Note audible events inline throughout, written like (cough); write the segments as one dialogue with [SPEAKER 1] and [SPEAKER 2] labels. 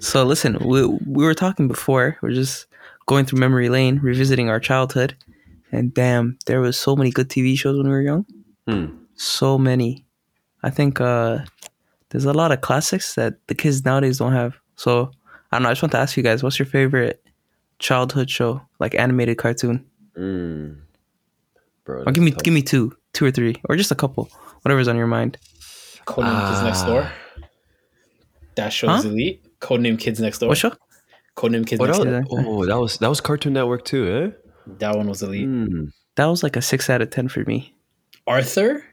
[SPEAKER 1] So listen, we we were talking before. We're just going through memory lane, revisiting our childhood, and damn, there was so many good TV shows when we were young.
[SPEAKER 2] Hmm.
[SPEAKER 1] So many. I think uh, there's a lot of classics that the kids nowadays don't have. So I don't know. I just want to ask you guys, what's your favorite childhood show, like animated cartoon?
[SPEAKER 2] Mm. Bro,
[SPEAKER 1] Or give me give me two, two or three, or just a couple, whatever's on your mind.
[SPEAKER 3] Codename Kids Next Door. That show is
[SPEAKER 1] Ah. Huh?
[SPEAKER 3] elite. Codename Kids Next Door.
[SPEAKER 1] What show?
[SPEAKER 3] Codename Kids
[SPEAKER 2] Oh,
[SPEAKER 3] Next
[SPEAKER 1] else? Door.
[SPEAKER 3] Door.
[SPEAKER 2] that, oh, that was that was Cartoon Network too, eh?
[SPEAKER 3] That one was elite.
[SPEAKER 2] Mm.
[SPEAKER 1] That was like a six out of ten for me.
[SPEAKER 3] Arthur?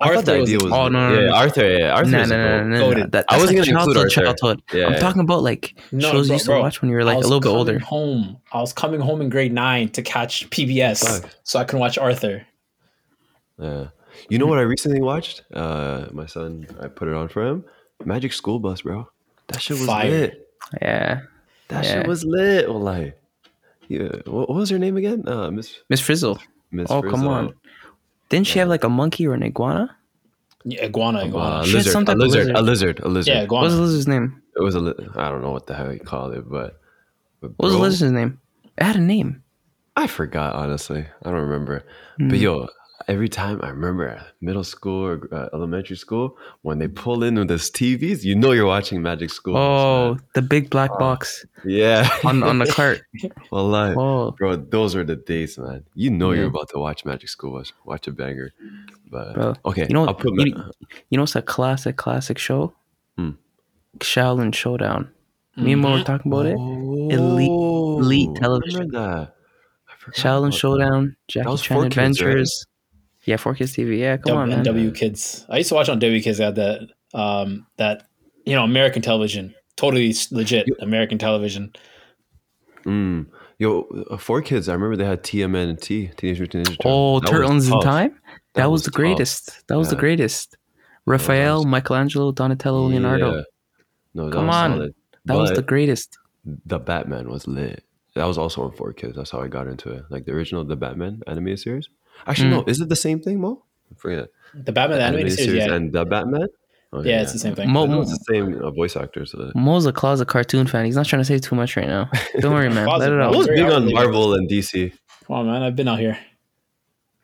[SPEAKER 2] I thought the idea was.
[SPEAKER 1] Oh, no, no,
[SPEAKER 2] yeah,
[SPEAKER 1] no.
[SPEAKER 2] Arthur. Yeah, Arthur.
[SPEAKER 1] Nah,
[SPEAKER 2] is a
[SPEAKER 1] nah, nah,
[SPEAKER 2] goat.
[SPEAKER 1] nah, nah, nah.
[SPEAKER 3] Goated.
[SPEAKER 1] That,
[SPEAKER 2] I
[SPEAKER 1] that's
[SPEAKER 2] wasn't
[SPEAKER 1] like
[SPEAKER 2] gonna
[SPEAKER 1] childhood,
[SPEAKER 2] include Arthur.
[SPEAKER 1] childhood.
[SPEAKER 2] Yeah,
[SPEAKER 1] I'm
[SPEAKER 2] yeah.
[SPEAKER 1] talking about like
[SPEAKER 3] No,
[SPEAKER 1] shows
[SPEAKER 3] bro,
[SPEAKER 1] you used
[SPEAKER 3] bro.
[SPEAKER 1] to watch when you were like
[SPEAKER 3] I
[SPEAKER 1] a
[SPEAKER 3] was
[SPEAKER 1] little bit
[SPEAKER 3] coming
[SPEAKER 1] older.
[SPEAKER 3] Home. I was coming home in grade nine to catch PBS,
[SPEAKER 2] Fuck.
[SPEAKER 3] so I can watch Arthur.
[SPEAKER 2] Yeah. You know
[SPEAKER 1] Mm.
[SPEAKER 2] what I recently watched? Uh, my son, I put it on for him. Magic School Bus, bro. That shit was
[SPEAKER 3] Fire.
[SPEAKER 2] lit.
[SPEAKER 1] Yeah,
[SPEAKER 2] That
[SPEAKER 1] Yeah.
[SPEAKER 2] shit was lit. Well, like, yeah. What, what was her name again? Uh, Miss
[SPEAKER 1] Miss Frizzle.
[SPEAKER 2] Miss.
[SPEAKER 1] Oh, come
[SPEAKER 2] Frizzle.
[SPEAKER 1] on. Didn't she have like a monkey or an iguana?
[SPEAKER 3] Yeah, iguana,
[SPEAKER 2] Uh,
[SPEAKER 3] iguana.
[SPEAKER 2] a
[SPEAKER 1] She had
[SPEAKER 2] lizard,
[SPEAKER 1] some
[SPEAKER 2] a
[SPEAKER 1] type of
[SPEAKER 2] lizard, a lizard, a lizard.
[SPEAKER 3] yeah,
[SPEAKER 1] What was the
[SPEAKER 3] iguana.
[SPEAKER 1] lizard's name?
[SPEAKER 2] It was a. Li- I don't know what the hell you call it, but. but
[SPEAKER 1] What was the
[SPEAKER 2] bro,
[SPEAKER 1] lizard's name? It had a name.
[SPEAKER 2] I forgot honestly. I don't remember. But yo, every time I remember middle school or uh, elementary school when they pull in with those TVs, you know you're watching Magic School.
[SPEAKER 1] Oh,
[SPEAKER 2] Bus,
[SPEAKER 1] the big black box
[SPEAKER 2] man. yeah. (laughs)
[SPEAKER 1] on on the cart.
[SPEAKER 2] Wallahi.
[SPEAKER 1] Oh,
[SPEAKER 2] Bro, those are the days, man. You know you're
[SPEAKER 1] Yeah.
[SPEAKER 2] about to watch Magic School Bus, watch a banger. But
[SPEAKER 1] Bro,
[SPEAKER 2] okay,
[SPEAKER 1] you know
[SPEAKER 2] I'll
[SPEAKER 1] what?
[SPEAKER 2] put
[SPEAKER 1] You,
[SPEAKER 2] Ma-
[SPEAKER 1] you know what's a classic classic show?
[SPEAKER 2] Hmm.
[SPEAKER 1] Shaolin Showdown. Me and Mo
[SPEAKER 3] Mm-hmm.
[SPEAKER 1] were talking about it. Elite- elite
[SPEAKER 2] Oh, I
[SPEAKER 1] television.
[SPEAKER 2] remember that. I forgot
[SPEAKER 1] Shaolin
[SPEAKER 2] about
[SPEAKER 1] Showdown, Jackie
[SPEAKER 2] was for
[SPEAKER 1] Chan
[SPEAKER 2] kids, right?
[SPEAKER 1] Adventures. Yeah, 4Kids TV. Yeah, come
[SPEAKER 3] W-
[SPEAKER 1] on,
[SPEAKER 3] and
[SPEAKER 1] man.
[SPEAKER 3] W Kids. I used to watch on W Kids. They had that, um, that you know, American television. Totally s- legit American television.
[SPEAKER 2] that. Mm. Yo, uh, four kids. I remember they had TMN and T, Teenage Mutant Ninja
[SPEAKER 1] Oh,
[SPEAKER 2] Turtles. That was
[SPEAKER 1] Turtles in
[SPEAKER 2] tough.
[SPEAKER 1] Time? That, was, the
[SPEAKER 2] tough.
[SPEAKER 1] greatest. That was the
[SPEAKER 2] Yeah.
[SPEAKER 1] greatest. Raphael,
[SPEAKER 2] was-
[SPEAKER 1] Michelangelo, Donatello, Oh, Leonardo.
[SPEAKER 2] Yeah. No, that
[SPEAKER 1] Come
[SPEAKER 2] was
[SPEAKER 1] on.
[SPEAKER 2] solid.
[SPEAKER 1] That was the
[SPEAKER 2] But
[SPEAKER 1] greatest.
[SPEAKER 2] the Batman was lit. That was also on four kids. That's how I got into it. Like the original the Batman animated series. Actually,
[SPEAKER 1] Hmm.
[SPEAKER 2] no, is it the same thing, Mo? I forget.
[SPEAKER 3] The Batman the animated, series. Yeah,
[SPEAKER 2] and the Batman. Okay,
[SPEAKER 3] yeah, it's the same thing.
[SPEAKER 1] Mo,
[SPEAKER 2] It
[SPEAKER 1] Mo,
[SPEAKER 2] was the same uh, voice actors. So.
[SPEAKER 1] Mo's a closet cartoon fan. He's not trying to say too much right
[SPEAKER 2] (laughs)
[SPEAKER 1] now. Don't worry, man. Let
[SPEAKER 3] Closet
[SPEAKER 1] it
[SPEAKER 2] I
[SPEAKER 3] fan.
[SPEAKER 1] out.
[SPEAKER 2] was
[SPEAKER 3] very
[SPEAKER 2] big on
[SPEAKER 3] outdated.
[SPEAKER 2] Marvel and DC.
[SPEAKER 3] Come on, man. I've been out here.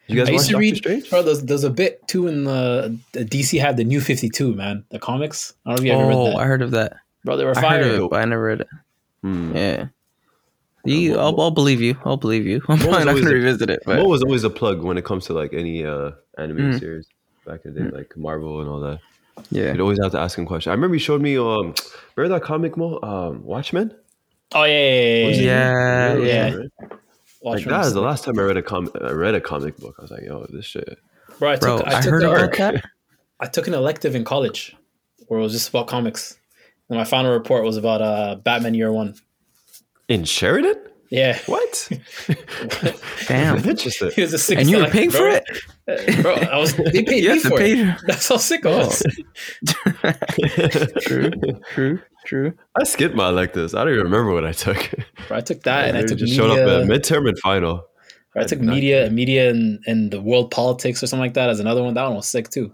[SPEAKER 2] You guys watch
[SPEAKER 3] I used to
[SPEAKER 2] Doctor
[SPEAKER 3] read.
[SPEAKER 2] Strange?
[SPEAKER 3] Bro, there's, there's a bit too in the, the DC had the New Fifty Two man. The comics. I don't know if you ever read
[SPEAKER 1] Oh,
[SPEAKER 3] that.
[SPEAKER 1] I heard of that.
[SPEAKER 3] bro, they were
[SPEAKER 1] I heard
[SPEAKER 3] fire.
[SPEAKER 1] of it, but I never read it.
[SPEAKER 2] Hmm.
[SPEAKER 1] Yeah. You, I'll, I'll believe you. I'll believe you. (laughs) I'm probably not going
[SPEAKER 2] always
[SPEAKER 1] to
[SPEAKER 2] a-
[SPEAKER 1] revisit it. But
[SPEAKER 2] Mo was always a plug when it comes to like any uh, animated
[SPEAKER 1] Mm.
[SPEAKER 2] series back in the day, like Marvel and all that.
[SPEAKER 1] Hmm. yeah.
[SPEAKER 2] You'd always have to ask him questions. I remember you showed me um, remember that comic Mo, um, Watchmen.
[SPEAKER 3] Oh yeah, yeah, yeah, yeah. yeah.
[SPEAKER 1] Yeah,
[SPEAKER 2] Really?
[SPEAKER 1] yeah.
[SPEAKER 3] yeah.
[SPEAKER 2] Like
[SPEAKER 3] Watchmen
[SPEAKER 2] that
[SPEAKER 3] was
[SPEAKER 2] is the last time I read a com- I read a comic book. I was like, yo, this shit.
[SPEAKER 3] Bro, I
[SPEAKER 1] Bro,
[SPEAKER 3] took, I,
[SPEAKER 1] I
[SPEAKER 3] took
[SPEAKER 1] heard
[SPEAKER 3] a-
[SPEAKER 1] about that.
[SPEAKER 3] I took an elective in college where it was just about comics. And my final report was about uh, Batman Year One.
[SPEAKER 2] In Sheridan?
[SPEAKER 3] Yeah. (laughs)
[SPEAKER 2] (laughs) What?
[SPEAKER 1] Damn.
[SPEAKER 2] Interesting.
[SPEAKER 3] It was a six
[SPEAKER 1] And you were paying for it?
[SPEAKER 3] (laughs) Bro, I was, they
[SPEAKER 1] (laughs)
[SPEAKER 3] paid
[SPEAKER 1] You
[SPEAKER 3] me
[SPEAKER 1] have to
[SPEAKER 3] for it.
[SPEAKER 1] pay.
[SPEAKER 3] That's how sick
[SPEAKER 1] (laughs)
[SPEAKER 3] I was.
[SPEAKER 1] True, true, true.
[SPEAKER 2] (laughs) I skipped my electives. I don't even remember what I took.
[SPEAKER 3] Bro, I took
[SPEAKER 2] (laughs)
[SPEAKER 3] that and I
[SPEAKER 2] Maybe
[SPEAKER 3] took
[SPEAKER 2] just
[SPEAKER 3] media.
[SPEAKER 2] showed up at midterm and final.
[SPEAKER 3] I took media, media and, and the world politics or something like that as another one. That one was sick too.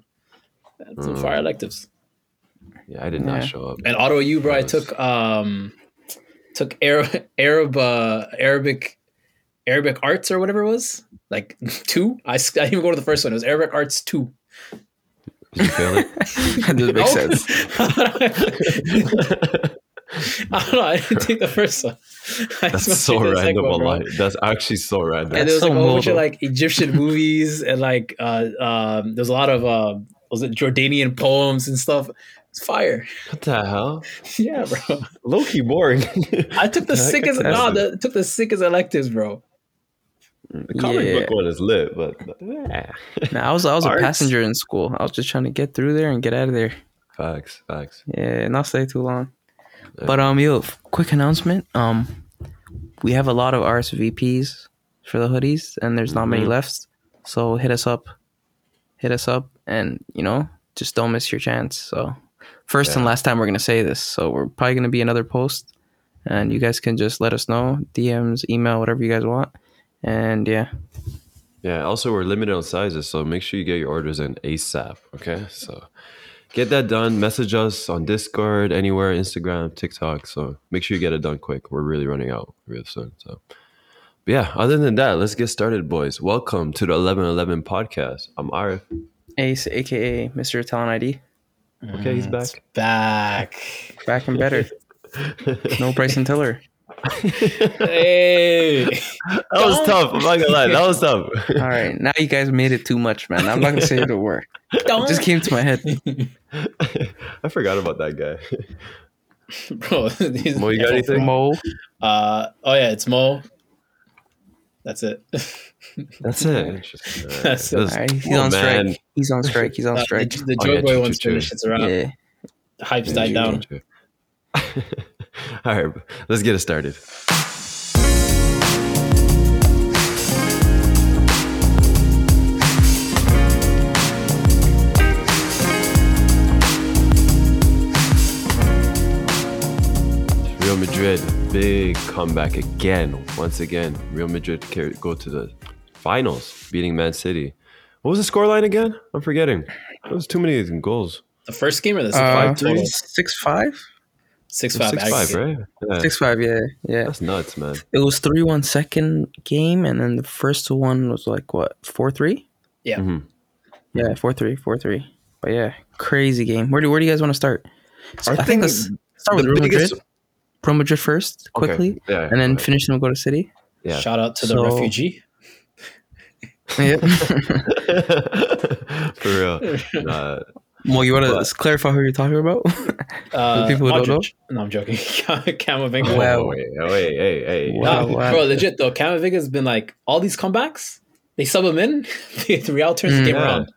[SPEAKER 3] That's Some
[SPEAKER 1] Hmm.
[SPEAKER 2] Mm.
[SPEAKER 3] fire electives.
[SPEAKER 2] Yeah, I did not
[SPEAKER 1] Yeah.
[SPEAKER 2] show up.
[SPEAKER 3] And Ottawa U, bro, I
[SPEAKER 2] That was-
[SPEAKER 3] took um took Arab (laughs) Arab uh, Arabic Arabic arts or whatever it was. Like (laughs) two. I, s- I didn't even go to the first one. It was Arabic Arts two.
[SPEAKER 2] Did you fail it?
[SPEAKER 1] (laughs)
[SPEAKER 3] (laughs)
[SPEAKER 1] That doesn't
[SPEAKER 3] Oh.
[SPEAKER 1] make sense.
[SPEAKER 3] I don't know. (laughs) I didn't take the first one. (laughs) I
[SPEAKER 2] That's
[SPEAKER 3] just
[SPEAKER 2] so
[SPEAKER 3] went straight to the second
[SPEAKER 2] random,
[SPEAKER 3] one, bro.
[SPEAKER 2] wallahi. That's actually so random.
[SPEAKER 3] And there was
[SPEAKER 1] so
[SPEAKER 3] like a whole bunch of
[SPEAKER 1] modal.
[SPEAKER 3] like
[SPEAKER 2] (laughs)
[SPEAKER 3] Egyptian movies and like uh, um, there's a lot of uh, was it Jordanian poems and stuff. It's fire. (laughs)
[SPEAKER 2] What the hell?
[SPEAKER 3] yeah,
[SPEAKER 2] (laughs)
[SPEAKER 3] bro.
[SPEAKER 2] Low key boring. (laughs)
[SPEAKER 3] I took the
[SPEAKER 2] Yeah, I
[SPEAKER 3] sickest.
[SPEAKER 2] guess
[SPEAKER 3] Nah,
[SPEAKER 2] that's
[SPEAKER 3] the, took the sickest electives, bro.
[SPEAKER 2] the comic
[SPEAKER 1] Yeah.
[SPEAKER 2] book one is lit, but yeah.
[SPEAKER 1] Nah, I was I was
[SPEAKER 2] Arts.
[SPEAKER 1] a passenger in school. I was just trying to get through there and get out of there.
[SPEAKER 2] facts, facts.
[SPEAKER 1] Yeah, not stay too long.
[SPEAKER 2] Yeah.
[SPEAKER 1] But um, yo, f- quick announcement. Um, we have a lot of RSVPs for the hoodies, and there's not many
[SPEAKER 2] Mhm.
[SPEAKER 1] left. So hit us up, hit us up, and you know, just don't miss your chance. So first and
[SPEAKER 2] Yeah.
[SPEAKER 1] last time we're gonna say this. So we're probably gonna be another post, and you guys can just let us know DMs, email, whatever you guys want. And yeah,
[SPEAKER 2] Yeah. Also, we're limited on sizes, so make sure you get your orders in ASAP. Okay. So get that done. Message us on Discord, anywhere, Instagram, TikTok. So make sure you get it done quick. We're really running out real soon. So, but yeah, other than that, let's get started, boys. Welcome to the 1111 podcast. I'm Arif.
[SPEAKER 1] Ace, aka Mr. Talent ID,
[SPEAKER 2] Okay, he's
[SPEAKER 3] Mm, it's
[SPEAKER 2] back. (laughs)
[SPEAKER 3] Back.
[SPEAKER 1] back and better. No Bryson Tiller.
[SPEAKER 3] hey.
[SPEAKER 2] That was tough. I'm not gonna lie. That was tough. (laughs)
[SPEAKER 1] All right, now you guys made it too much, man. I'm not gonna say the word. It
[SPEAKER 3] Don't.
[SPEAKER 1] just came to my head.
[SPEAKER 2] I forgot about that guy.
[SPEAKER 3] Bro, (laughs) he's-
[SPEAKER 2] Mo, you got anything?
[SPEAKER 1] Mo,
[SPEAKER 3] Uh, oh yeah, it's Mo. That's it. (laughs)
[SPEAKER 2] That's it. Interesting. All right.
[SPEAKER 3] That's it.
[SPEAKER 2] This-
[SPEAKER 1] all right, he's
[SPEAKER 2] oh,
[SPEAKER 1] on strike.
[SPEAKER 2] man.
[SPEAKER 1] He's on strike. He's on
[SPEAKER 3] Uh, the
[SPEAKER 1] strike.
[SPEAKER 3] the
[SPEAKER 2] Oh,
[SPEAKER 3] Joy
[SPEAKER 2] yeah,
[SPEAKER 3] Boy
[SPEAKER 2] true,
[SPEAKER 3] one's
[SPEAKER 2] true,
[SPEAKER 3] finished. It's around.
[SPEAKER 1] Yeah.
[SPEAKER 3] Hype's died
[SPEAKER 2] Yeah,
[SPEAKER 3] down.
[SPEAKER 2] true, true. (laughs) All right, let's get it started. Real Madrid, big comeback again. Once again, Real Madrid car- go to the finals, beating Man City. What was the scoreline again? I'm forgetting. There was too many goals.
[SPEAKER 3] The first game or this?
[SPEAKER 1] Uh,
[SPEAKER 3] five total.
[SPEAKER 1] six five,
[SPEAKER 3] Six
[SPEAKER 2] It was
[SPEAKER 3] five.
[SPEAKER 2] six five, right? Yeah.
[SPEAKER 1] six five. Yeah, yeah.
[SPEAKER 2] That's nuts, man.
[SPEAKER 1] It was three one second game, and then the first one was like what four three.
[SPEAKER 3] Yeah.
[SPEAKER 1] Mm-hmm.
[SPEAKER 2] Mhm.
[SPEAKER 1] Yeah, four three, four three. But yeah, crazy game. Where do where do you guys want to start? So
[SPEAKER 2] I
[SPEAKER 1] I think,
[SPEAKER 2] think
[SPEAKER 1] let's start with
[SPEAKER 2] the
[SPEAKER 1] Real
[SPEAKER 2] biggest-
[SPEAKER 1] Madrid. Real Madrid first,
[SPEAKER 2] Okay,
[SPEAKER 1] quickly,
[SPEAKER 2] Yeah,
[SPEAKER 1] and then
[SPEAKER 2] go
[SPEAKER 1] finish and we'll go to (laughs) City.
[SPEAKER 2] Yeah.
[SPEAKER 3] Shout out to the
[SPEAKER 1] So-
[SPEAKER 3] refugee.
[SPEAKER 1] Yeah.
[SPEAKER 2] ahead. (laughs) for real. Nah,
[SPEAKER 1] well, you want
[SPEAKER 2] But-
[SPEAKER 1] to clarify who you're talking about?
[SPEAKER 3] Uh,
[SPEAKER 1] people who don't
[SPEAKER 3] Modric. No, I'm joking. (laughs) Camavinga.
[SPEAKER 1] (laughs) Wow.
[SPEAKER 2] Oh, wait, oh, wait, hey, hey.
[SPEAKER 1] Wow,
[SPEAKER 3] Nah,
[SPEAKER 1] wow.
[SPEAKER 3] Bro, legit though, Camavinga's been like all these comebacks. They sub him in. (laughs) Real turns the
[SPEAKER 1] Mm.
[SPEAKER 3] game
[SPEAKER 2] Yeah.
[SPEAKER 3] around.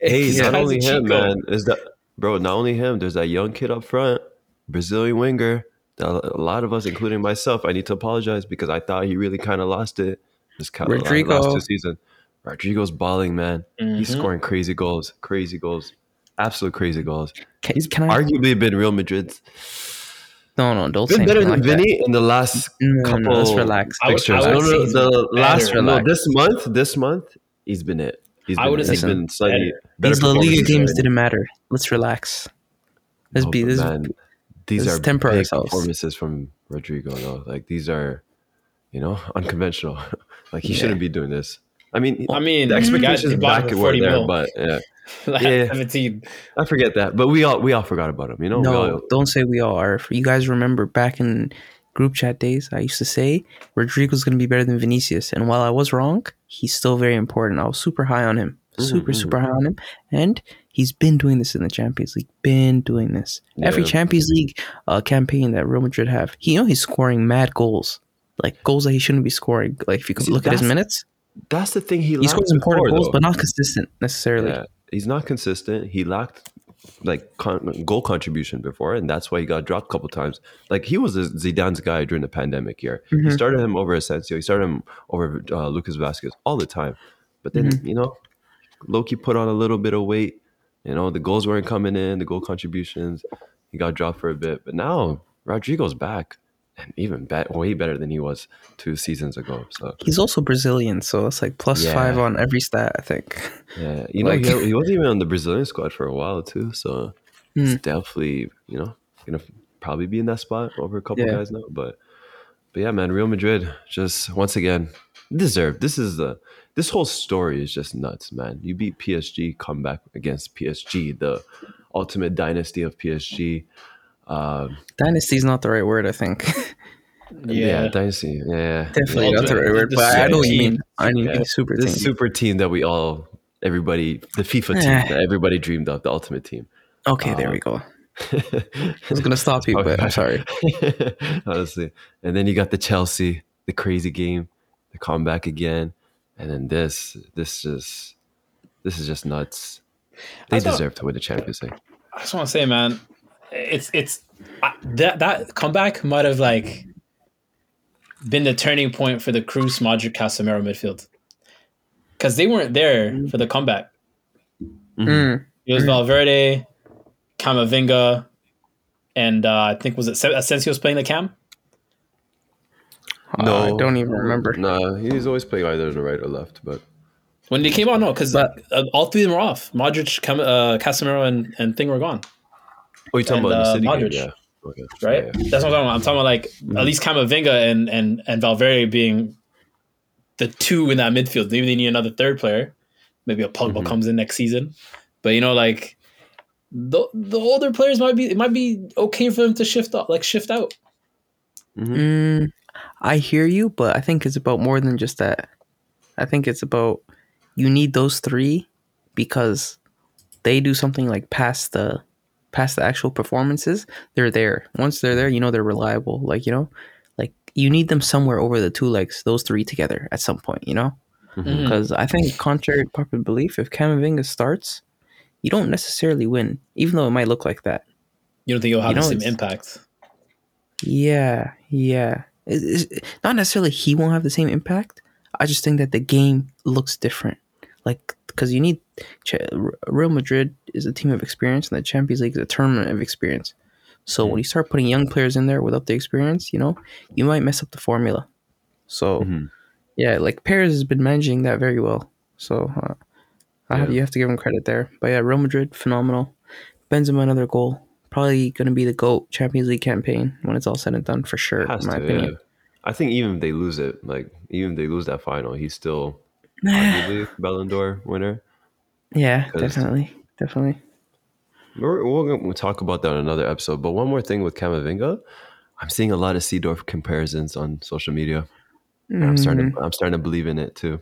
[SPEAKER 2] Hey,
[SPEAKER 3] (laughs) This
[SPEAKER 2] not
[SPEAKER 3] guy's
[SPEAKER 2] only
[SPEAKER 3] a
[SPEAKER 2] him,
[SPEAKER 3] cheat code.
[SPEAKER 2] man. Is that bro? Not only him. There's that young kid up front, Brazilian winger. That a lot of us, including myself, I need to apologize because I thought he really kind of lost it. This kind of
[SPEAKER 1] Rodrigo. Mm-hmm.
[SPEAKER 2] last two season. Rodrigo's balling, man. He's
[SPEAKER 3] Mhm.
[SPEAKER 2] scoring crazy goals, crazy goals, absolute crazy goals.
[SPEAKER 1] Can, can I?
[SPEAKER 2] Arguably been Real Madrid's
[SPEAKER 1] No, no, don't say
[SPEAKER 2] been better
[SPEAKER 1] anything
[SPEAKER 2] than
[SPEAKER 1] like that.
[SPEAKER 2] Vinny in the last
[SPEAKER 1] No, no, no, let's
[SPEAKER 2] couple
[SPEAKER 1] relax.
[SPEAKER 3] I would-
[SPEAKER 2] fixtures.
[SPEAKER 3] I
[SPEAKER 2] No,
[SPEAKER 3] would
[SPEAKER 2] no,
[SPEAKER 3] say
[SPEAKER 2] no,
[SPEAKER 3] he's
[SPEAKER 2] the
[SPEAKER 3] better.
[SPEAKER 2] last no,
[SPEAKER 1] Relax.
[SPEAKER 2] this month, this month he's been it. He's
[SPEAKER 3] I
[SPEAKER 2] been
[SPEAKER 3] would
[SPEAKER 2] it.
[SPEAKER 3] have
[SPEAKER 2] He's
[SPEAKER 1] said
[SPEAKER 2] been slightly better.
[SPEAKER 1] These La Liga
[SPEAKER 2] performances
[SPEAKER 1] games
[SPEAKER 2] than-
[SPEAKER 1] didn't matter. Let's relax. Let's
[SPEAKER 2] Oh,
[SPEAKER 1] be
[SPEAKER 2] but
[SPEAKER 1] this.
[SPEAKER 2] man, these
[SPEAKER 1] this
[SPEAKER 2] are
[SPEAKER 1] is temporary
[SPEAKER 2] big
[SPEAKER 1] ourselves.
[SPEAKER 2] performances from Rodrigo. Though, like these are, you know, (laughs) unconventional. like he
[SPEAKER 1] Yeah.
[SPEAKER 2] shouldn't be doing this. I mean,
[SPEAKER 3] I mean,
[SPEAKER 1] mm,
[SPEAKER 2] the expectations
[SPEAKER 3] he bought him
[SPEAKER 2] back
[SPEAKER 3] for
[SPEAKER 2] were
[SPEAKER 3] 40
[SPEAKER 2] there,
[SPEAKER 3] mil.
[SPEAKER 2] but yeah,
[SPEAKER 3] (laughs) Like,
[SPEAKER 2] Yeah.
[SPEAKER 3] 17.
[SPEAKER 2] I forget that. But we all we all forgot about him. You know,
[SPEAKER 1] No,
[SPEAKER 2] We all-
[SPEAKER 1] don't say we all are. You guys remember back in group chat days, I used to say Rodrigo's going to be better than Vinicius. And while I was wrong, he's still very important. I was super high on him. Super,
[SPEAKER 2] Mhm,
[SPEAKER 1] super high on him. And he's been doing this in the Champions League. Been doing this. Every
[SPEAKER 2] Yeah.
[SPEAKER 1] Champions League uh, campaign that Real Madrid have, he, you know, he's scoring mad goals. Like goals that he shouldn't be scoring. Like if you could
[SPEAKER 2] See,
[SPEAKER 1] look at his
[SPEAKER 2] that's-
[SPEAKER 1] minutes,
[SPEAKER 2] that's the thing. He,
[SPEAKER 1] he scores important goals,
[SPEAKER 2] but.
[SPEAKER 1] but not consistent necessarily.
[SPEAKER 2] Yeah, he's not consistent. He lacked like con- goal contribution before, and that's why he got dropped a couple times. Like he was Zidane's guy during the pandemic year. He
[SPEAKER 1] Mhm.
[SPEAKER 2] started him over Asensio. He started him over uh, Lucas Vasquez all the time. But then you know, Loki put on a little bit of weight. You know, the goals weren't coming in. The goal contributions. He got dropped for a bit, but now Rodrigo's back. And even bet way better than he was two seasons ago. So
[SPEAKER 1] He's also Brazilian, so it's like plus
[SPEAKER 2] Yeah.
[SPEAKER 1] five on every stat, I think. (laughs)
[SPEAKER 2] Yeah, you know,
[SPEAKER 1] Like-
[SPEAKER 2] he,
[SPEAKER 1] (laughs)
[SPEAKER 2] he wasn't even on the Brazilian squad for a while too, so he's
[SPEAKER 1] Hmm.
[SPEAKER 2] definitely you know gonna probably be in that spot over a couple
[SPEAKER 1] Yeah.
[SPEAKER 2] guys now. But but yeah, man, Real Madrid just once again deserved. This is the this whole story is just nuts, man. You beat PSG, come back against PSG, the ultimate dynasty of PSG. Um,
[SPEAKER 1] Dynasty is not the right word, I
[SPEAKER 2] (laughs)
[SPEAKER 1] think.
[SPEAKER 2] yeah.
[SPEAKER 3] Yeah.
[SPEAKER 2] dynasty. Yeah,
[SPEAKER 1] Definitely
[SPEAKER 2] yeah,
[SPEAKER 1] not the right word,
[SPEAKER 3] The
[SPEAKER 1] but I know what you
[SPEAKER 3] team.
[SPEAKER 1] mean. I mean,
[SPEAKER 2] Yeah.
[SPEAKER 1] super
[SPEAKER 2] this
[SPEAKER 1] team.
[SPEAKER 2] super team that we all, everybody, the FIFA team
[SPEAKER 1] Eh.
[SPEAKER 2] that everybody dreamed of, the ultimate team. (laughs)
[SPEAKER 1] Okay, there
[SPEAKER 2] uh,
[SPEAKER 1] we go. I was gonna stop you, but I'm
[SPEAKER 2] (laughs)
[SPEAKER 1] sorry.
[SPEAKER 2] Honestly. And then you got the Chelsea, the crazy game, the comeback again. And then this, this is this is just nuts. They
[SPEAKER 3] I thought-
[SPEAKER 2] deserve to win the Champions League.
[SPEAKER 3] I just want to say, man, it's it's I, that that comeback might have like been the turning point for the Cruz, Modric, Casemiro midfield because they weren't there for the comeback.
[SPEAKER 1] Mm.
[SPEAKER 3] It was Valverde, Camavinga, and uh, I think was it Sen- Asensio was playing the cam.
[SPEAKER 1] Uh, I don't even remember.
[SPEAKER 2] No, he's always playing either the right or left, but
[SPEAKER 3] When they came out, no, because
[SPEAKER 1] But-
[SPEAKER 3] all three of them were off. Modric, Cam- uh, Casemiro, and, and Thing were gone,
[SPEAKER 2] Oh, you're talking
[SPEAKER 3] And,
[SPEAKER 2] about
[SPEAKER 3] uh,
[SPEAKER 2] the city
[SPEAKER 3] Modric.
[SPEAKER 2] game, yeah. Okay.
[SPEAKER 3] right?
[SPEAKER 2] Yeah,
[SPEAKER 3] That's what I'm talking about. I'm talking about like at least Camavinga and and and Valverde being the two in that midfield. Maybe they need another third player. Maybe a Pogba
[SPEAKER 2] Mhm.
[SPEAKER 3] comes in next season, but you know, like the the older players might be it might be okay for them to shift up, like shift out.
[SPEAKER 2] yeah. Mhm.
[SPEAKER 1] Mm, I hear you, but I think it's about more than just that. I think it's about you need those three because they do something like past the past the actual performances. They're there. Once they're there, you know they're reliable. Like you know, like you need them somewhere over the two legs. Those three together at some point. You know,
[SPEAKER 2] Mhm.
[SPEAKER 3] Mhm.
[SPEAKER 1] because I think contrary to popular belief, if Camavinga starts, you don't necessarily win, even though it might look like that.
[SPEAKER 3] You don't think it'll have
[SPEAKER 1] You know,
[SPEAKER 3] the same
[SPEAKER 1] it's-
[SPEAKER 3] impact?
[SPEAKER 1] Yeah, yeah. It- it's- not necessarily he won't have the same impact. I just think that the game looks different. Like, because you need Ch- Real Madrid is a team of experience, and the Champions League is a tournament of experience. So when you start putting young players in there without the experience, you know, you might mess up the formula.
[SPEAKER 3] Mm-hmm.
[SPEAKER 1] So
[SPEAKER 2] Mhm.
[SPEAKER 1] yeah, like Perez has been managing that very well. So uh, I have
[SPEAKER 2] Yeah.
[SPEAKER 1] you have to give him credit there. But yeah, Real Madrid phenomenal. Benzema another goal. Probably going to be the goat Champions League campaign when it's all said and done for sure.
[SPEAKER 2] Has
[SPEAKER 1] in my
[SPEAKER 2] to, yeah.
[SPEAKER 1] opinion.
[SPEAKER 2] I think even if they lose it, like even if they lose that final, he's still
[SPEAKER 1] (sighs) Yeah,
[SPEAKER 2] arguably Ballon d'Or winner. Because-
[SPEAKER 1] definitely, definitely.
[SPEAKER 2] We're, we're going to talk about that on another episode. But one more thing with Camavinga, I'm seeing a lot of Seedorf comparisons on social media. And I'm starting. I'm starting to believe in it too.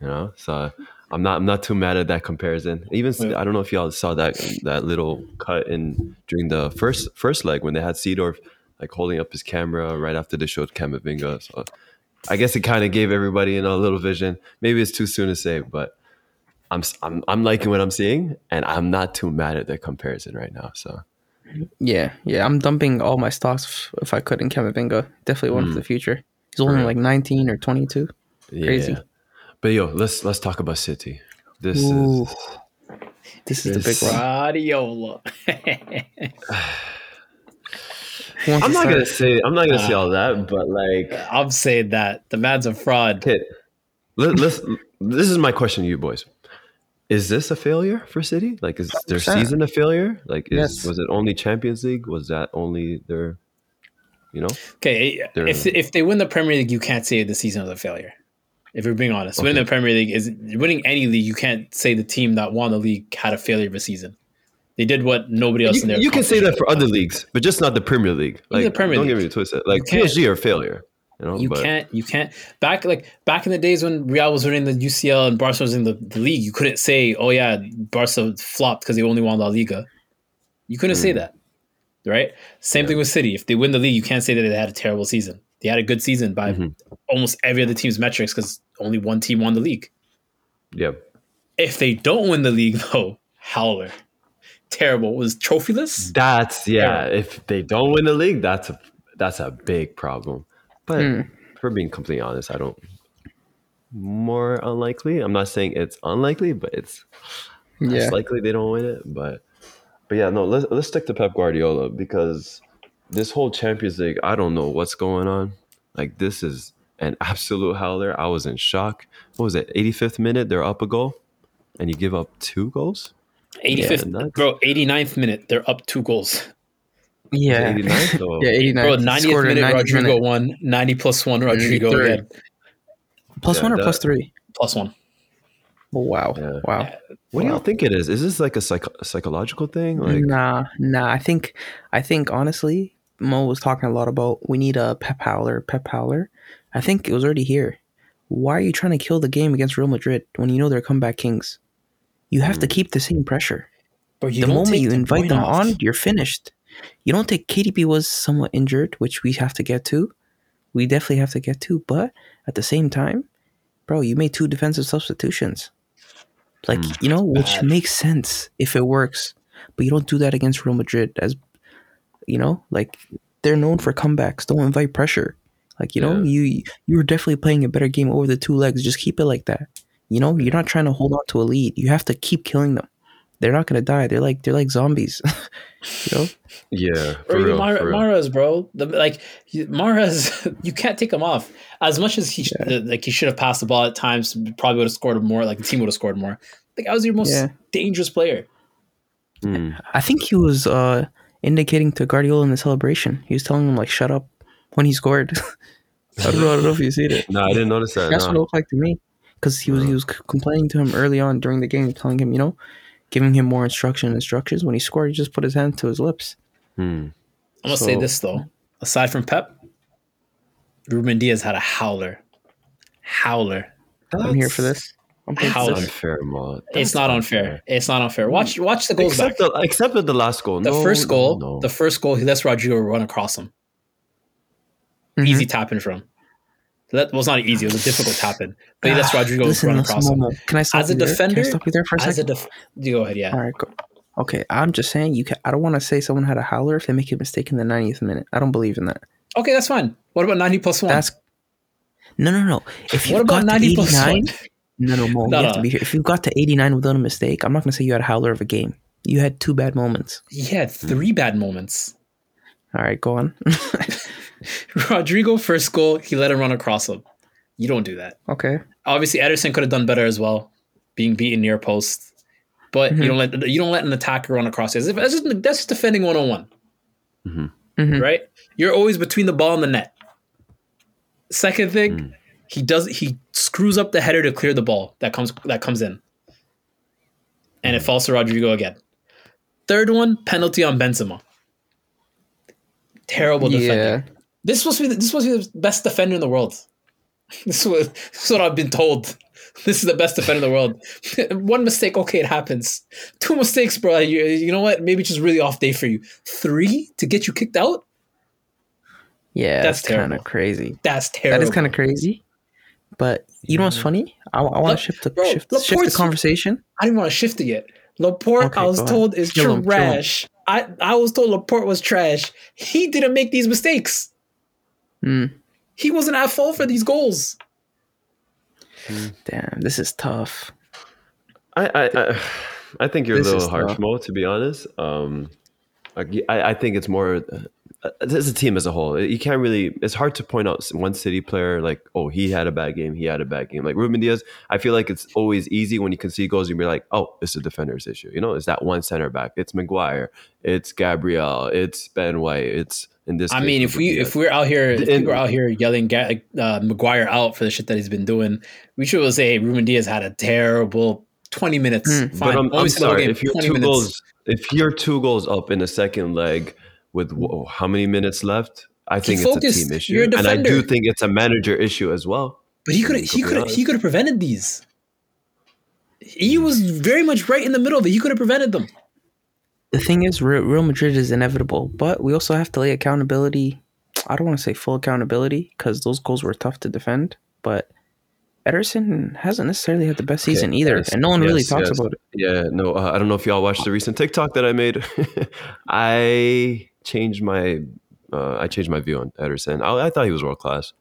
[SPEAKER 2] You know, so I'm not. I'm not too mad at that comparison. Even s-
[SPEAKER 3] Yeah.
[SPEAKER 2] I don't know if y'all saw that that little cut in during the first first leg when they had Seedorf like holding up his camera right after they showed Camavinga. So I guess it kind of gave everybody you know, a little vision. Maybe it's too soon to say, but I'm s- I'm I'm liking what I'm seeing, and I'm not too mad at that comparison right now. So
[SPEAKER 1] Yeah, yeah. I'm dumping all my stocks if, if I could in Camavinga. Definitely
[SPEAKER 2] Hmm.
[SPEAKER 1] one for the future. He's only like
[SPEAKER 2] Right.
[SPEAKER 1] 19 or 22.
[SPEAKER 2] yeah.
[SPEAKER 1] Crazy.
[SPEAKER 2] But yo, let's let's talk about City. This
[SPEAKER 1] Ooh.
[SPEAKER 2] is
[SPEAKER 1] This is the big
[SPEAKER 2] This-
[SPEAKER 1] one.
[SPEAKER 3] Guardiola.
[SPEAKER 1] Who wants
[SPEAKER 2] I'm
[SPEAKER 1] to
[SPEAKER 2] not
[SPEAKER 1] start?
[SPEAKER 2] gonna say I'm not gonna say
[SPEAKER 3] Uh,
[SPEAKER 2] all that, but like
[SPEAKER 3] I'm saying that the man's a fraud.
[SPEAKER 2] Okay. Let, let's. this is my question to you boys. Is this a failure for City? Like, is their
[SPEAKER 1] 100%.
[SPEAKER 2] season a failure? Like, is
[SPEAKER 1] Yes.
[SPEAKER 2] was it only Champions League? Was that only their, you know?
[SPEAKER 3] Okay,
[SPEAKER 2] They're-
[SPEAKER 3] if if they win the Premier League, you can't say the season was a failure. If we're being honest, winning
[SPEAKER 2] Okay.
[SPEAKER 3] the Premier League is winning any league. You can't say the team that won the league had a failure of a season. They did what nobody else in
[SPEAKER 2] You,
[SPEAKER 3] their
[SPEAKER 2] you can say that for
[SPEAKER 3] competition
[SPEAKER 2] other leagues, but just not the Premier League. Like,
[SPEAKER 3] the Premier
[SPEAKER 2] don't get
[SPEAKER 3] League.
[SPEAKER 2] me twisted. Like,
[SPEAKER 3] can't-
[SPEAKER 2] PSG are a failure. You know,
[SPEAKER 3] You
[SPEAKER 2] but
[SPEAKER 3] can't. You can't. Back like back in the days when Real was winning the UCL and Barca was in the, the league, you couldn't say, "Oh yeah, Barca flopped because they only won La Liga." You couldn't say
[SPEAKER 2] Mm.
[SPEAKER 3] that, right? Same
[SPEAKER 2] Yeah.
[SPEAKER 3] thing with City. If they win the league, you can't say that they had a terrible season. They had a good season by
[SPEAKER 2] Mhm.
[SPEAKER 3] almost every other team's metrics because only one team won the league.
[SPEAKER 2] yeah,
[SPEAKER 3] If they don't win the league, (laughs) though, howler, terrible was trophyless.
[SPEAKER 2] that's yeah.
[SPEAKER 3] Yeah.
[SPEAKER 2] If they don't win the league, that's a that's a big problem. But
[SPEAKER 1] Hmm.
[SPEAKER 2] for being completely honest, I don't. More unlikely. I'm not saying it's unlikely, but it's
[SPEAKER 1] Yeah.
[SPEAKER 2] It's likely they don't win it, but but yeah, no, let's let's stick to Pep Guardiola because this whole Champions League, I don't know what's going on. Like this is an absolute howler. I was in shock. What was it? 85th minute, they're up a goal, and you give up two goals.
[SPEAKER 3] 85th,
[SPEAKER 2] Yeah, nuts.
[SPEAKER 3] bro, 89th minute, they're up two goals.
[SPEAKER 1] Yeah.
[SPEAKER 2] 89th,
[SPEAKER 1] (laughs)
[SPEAKER 2] or-
[SPEAKER 1] Yeah, 89.
[SPEAKER 3] Bro, 90th
[SPEAKER 1] Scored in
[SPEAKER 3] minute,
[SPEAKER 1] 90th
[SPEAKER 3] Rodrigo
[SPEAKER 1] minute.
[SPEAKER 3] won. 90 plus one, Rodrigo
[SPEAKER 1] third.
[SPEAKER 3] again.
[SPEAKER 1] Plus
[SPEAKER 2] Yeah,
[SPEAKER 1] one or
[SPEAKER 2] that-
[SPEAKER 1] plus three?
[SPEAKER 3] Plus one.
[SPEAKER 1] Oh, wow.
[SPEAKER 2] Yeah.
[SPEAKER 1] Wow.
[SPEAKER 2] What do
[SPEAKER 1] Wow.
[SPEAKER 2] y'all think it is? Is this like a psych- psychological thing? Like,
[SPEAKER 1] nah, nah. I think, I think honestly, Mo was talking a lot about we need a Pep Howler, Pep Howler. I think it was already here. Why are you trying to kill the game against Real Madrid when you know they're comeback kings? You have
[SPEAKER 2] Mm.
[SPEAKER 1] to keep the same pressure.
[SPEAKER 3] Bro, you
[SPEAKER 1] the
[SPEAKER 3] don't
[SPEAKER 1] moment
[SPEAKER 3] take
[SPEAKER 1] you
[SPEAKER 3] De
[SPEAKER 1] invite
[SPEAKER 3] Bruyne
[SPEAKER 1] them
[SPEAKER 3] off.
[SPEAKER 1] on, you're finished. You don't take KDB was somewhat injured, which we have to get to. We definitely have to get to, but at the same time, bro, you made two defensive substitutions. Like,
[SPEAKER 2] Mm.
[SPEAKER 1] you know, which
[SPEAKER 3] Bad.
[SPEAKER 1] makes sense if it works. But you don't do that against Real Madrid as you know, like they're known for comebacks. Don't invite pressure. Like, you know,
[SPEAKER 2] Yeah.
[SPEAKER 1] you you were definitely playing a better game over the two legs. Just keep it like that. You know, you're not trying to hold on to a lead. You have to keep killing them. they're not gonna die. They're like they're like zombies. (laughs) you know?
[SPEAKER 2] Yeah, for
[SPEAKER 3] Or even
[SPEAKER 2] real,
[SPEAKER 3] Mara,
[SPEAKER 2] for real.
[SPEAKER 3] Mara's, bro. The, like you- Mara's, (laughs) you can't take him off. As much as he, sh the- like he should have passed the ball at times, probably would have scored more. Like the team would have scored more. Like I was your most
[SPEAKER 1] Yeah.
[SPEAKER 3] dangerous player.
[SPEAKER 2] Mm.
[SPEAKER 1] I think he was uh indicating to Guardiola in the celebration. He was telling him like shut up when he scored. (laughs) I don't know, I don't know if you see it.
[SPEAKER 2] No, I didn't notice that.
[SPEAKER 1] That's
[SPEAKER 2] nah.
[SPEAKER 1] what it looked like to me. Because he was he was c- complaining to him early on during the game, telling him, you know, giving him more instruction and instructions. When he scored, he just put his hand to his lips.
[SPEAKER 2] Mm.
[SPEAKER 3] I'm gonna say
[SPEAKER 1] So-
[SPEAKER 3] this though. Aside from Pep, Ruben Diaz had a howler, howler.
[SPEAKER 1] I'm here for this. I'm here
[SPEAKER 3] How-
[SPEAKER 1] for
[SPEAKER 2] That's
[SPEAKER 1] this.
[SPEAKER 2] unfair, Maud.
[SPEAKER 3] it's not unfair. It's not unfair. Watch, watch the goals
[SPEAKER 2] Except
[SPEAKER 3] back.
[SPEAKER 2] the, except with the last goal.
[SPEAKER 3] The
[SPEAKER 2] No,
[SPEAKER 3] first goal,
[SPEAKER 2] no, no.
[SPEAKER 3] the first goal, he lets Rodrigo run across him.
[SPEAKER 1] Mhm.
[SPEAKER 3] Easy tap in from. That was not easy. It was a difficult tap in. But he lets Rodrigo
[SPEAKER 1] Ah, Listen,
[SPEAKER 3] run
[SPEAKER 1] listen,
[SPEAKER 3] across him.
[SPEAKER 1] Momo, Can I stop
[SPEAKER 3] As a
[SPEAKER 1] you there? Can
[SPEAKER 3] defender-
[SPEAKER 1] I stop you there for a
[SPEAKER 3] As a
[SPEAKER 1] second?
[SPEAKER 3] def- you go ahead, yeah.
[SPEAKER 1] All right, go. Okay, I'm just saying you can. I don't want to say someone had a howler if they make a mistake in the 90th minute. I don't believe in that.
[SPEAKER 3] Okay, that's fine. What about 90 plus 1?
[SPEAKER 1] That's no, no, no. If you
[SPEAKER 3] what about
[SPEAKER 1] got to
[SPEAKER 3] 90 plus 1?
[SPEAKER 1] 89, no, no, Mo,
[SPEAKER 3] No,
[SPEAKER 1] you have
[SPEAKER 3] no.
[SPEAKER 1] to be here. If you got to 89 without a mistake, I'm not going to say you had a howler of a game. You had two bad moments.
[SPEAKER 3] He had three bad moments. (laughs)
[SPEAKER 1] All right, go on.
[SPEAKER 3] Rodrigo, first goal, he let him run across him. You don't do that.
[SPEAKER 1] okay.
[SPEAKER 3] Obviously, Ederson could have done better as well, being beaten near post. But
[SPEAKER 1] Mhm.
[SPEAKER 3] you don't let you don't let an attacker run across you. As if- That's just, that's just defending one on one.
[SPEAKER 2] Mm-hmm.
[SPEAKER 1] Mhm.
[SPEAKER 3] right? You're always between the ball and the net. Second thing,
[SPEAKER 2] Mm.
[SPEAKER 3] he does he screws up the header to clear the ball that comes that comes in. And it falls to Rodrigo again. Third one, penalty on Benzema. Terrible defender.
[SPEAKER 1] Yeah.
[SPEAKER 3] This was this was the best defender in the world. (laughs) This is, what, this is what I've been told. (laughs) This is the best defender in the world. (laughs) One mistake, okay, it happens. Two mistakes, bro. You, you know what? Maybe it's just really off day for you. Three to get you kicked out?
[SPEAKER 1] Yeah.
[SPEAKER 3] That's
[SPEAKER 1] That's kind
[SPEAKER 3] terrible.
[SPEAKER 1] of crazy.
[SPEAKER 3] That's terrible.
[SPEAKER 1] That is kind of crazy. But you know
[SPEAKER 2] Mm-hmm.
[SPEAKER 1] what's funny? I,
[SPEAKER 3] Look,
[SPEAKER 1] want to shift the
[SPEAKER 3] bro,
[SPEAKER 1] shift, shift the
[SPEAKER 3] Laporte's-
[SPEAKER 1] conversation.
[SPEAKER 3] I didn't want to shift it yet. Laporte,
[SPEAKER 1] Okay,
[SPEAKER 3] I was
[SPEAKER 1] go
[SPEAKER 3] told is
[SPEAKER 1] Kill him, kill him.
[SPEAKER 3] trash. I, I was told Laporte was trash. He didn't make these mistakes.
[SPEAKER 1] Mm.
[SPEAKER 3] He wasn't at fault for these goals.
[SPEAKER 1] Damn, this is tough.
[SPEAKER 2] I, I, I, I (sighs) think you're
[SPEAKER 1] This
[SPEAKER 2] a
[SPEAKER 1] is
[SPEAKER 2] little harsh,
[SPEAKER 1] tough.
[SPEAKER 2] Mo. To be honest, um, like, I, I think it's more uh, as a team as a whole. You can't really. It's hard to point out one city player like, oh, he had a bad game. He had a bad game. Like Ruben Diaz, I feel like it's always easy when you can see goals. You be like, oh, it's a defender's issue. You know, it's that one center back. It's McGuire. It's Gabriel. It's Ben White. It's in this.
[SPEAKER 3] I
[SPEAKER 2] case,
[SPEAKER 3] mean, if
[SPEAKER 2] Ruben
[SPEAKER 3] we
[SPEAKER 2] Diaz.
[SPEAKER 3] if we're out here if we
[SPEAKER 2] And-
[SPEAKER 3] were out here yelling Ga- uh, Maguire out for the shit that he's been doing, we should say hey, Ruben Diaz had a terrible twenty minutes.
[SPEAKER 1] Hmm.
[SPEAKER 3] Fine,
[SPEAKER 2] But I'm, I'm
[SPEAKER 3] Always had a
[SPEAKER 2] sorry
[SPEAKER 3] game,
[SPEAKER 2] if you're
[SPEAKER 3] 20
[SPEAKER 2] two
[SPEAKER 3] minutes.
[SPEAKER 2] goals if you're two goals up in the second leg with whoa, how many minutes left, I think it's a
[SPEAKER 3] focused.
[SPEAKER 2] team issue,
[SPEAKER 3] You're a
[SPEAKER 2] and I do
[SPEAKER 3] defender.
[SPEAKER 2] think it's a manager issue as well.
[SPEAKER 3] But he could
[SPEAKER 2] Mm,
[SPEAKER 3] he
[SPEAKER 2] could be
[SPEAKER 3] could
[SPEAKER 2] honest.
[SPEAKER 3] he could have prevented these. He was very much right in the middle of it. He could have prevented them.
[SPEAKER 1] The thing is, Re- Real Madrid is inevitable, but we also have to lay accountability. I don't want to say full accountability because those goals were tough to defend, but Ederson hasn't necessarily had the best season either,
[SPEAKER 2] yes,
[SPEAKER 1] and no one really
[SPEAKER 2] yes,
[SPEAKER 1] talks
[SPEAKER 2] yes.
[SPEAKER 1] about it.
[SPEAKER 2] Yeah, no, uh, I don't know if y'all watched the recent TikTok that I made. (laughs) I changed my uh, I changed my view on Ederson. I, I thought he was world class.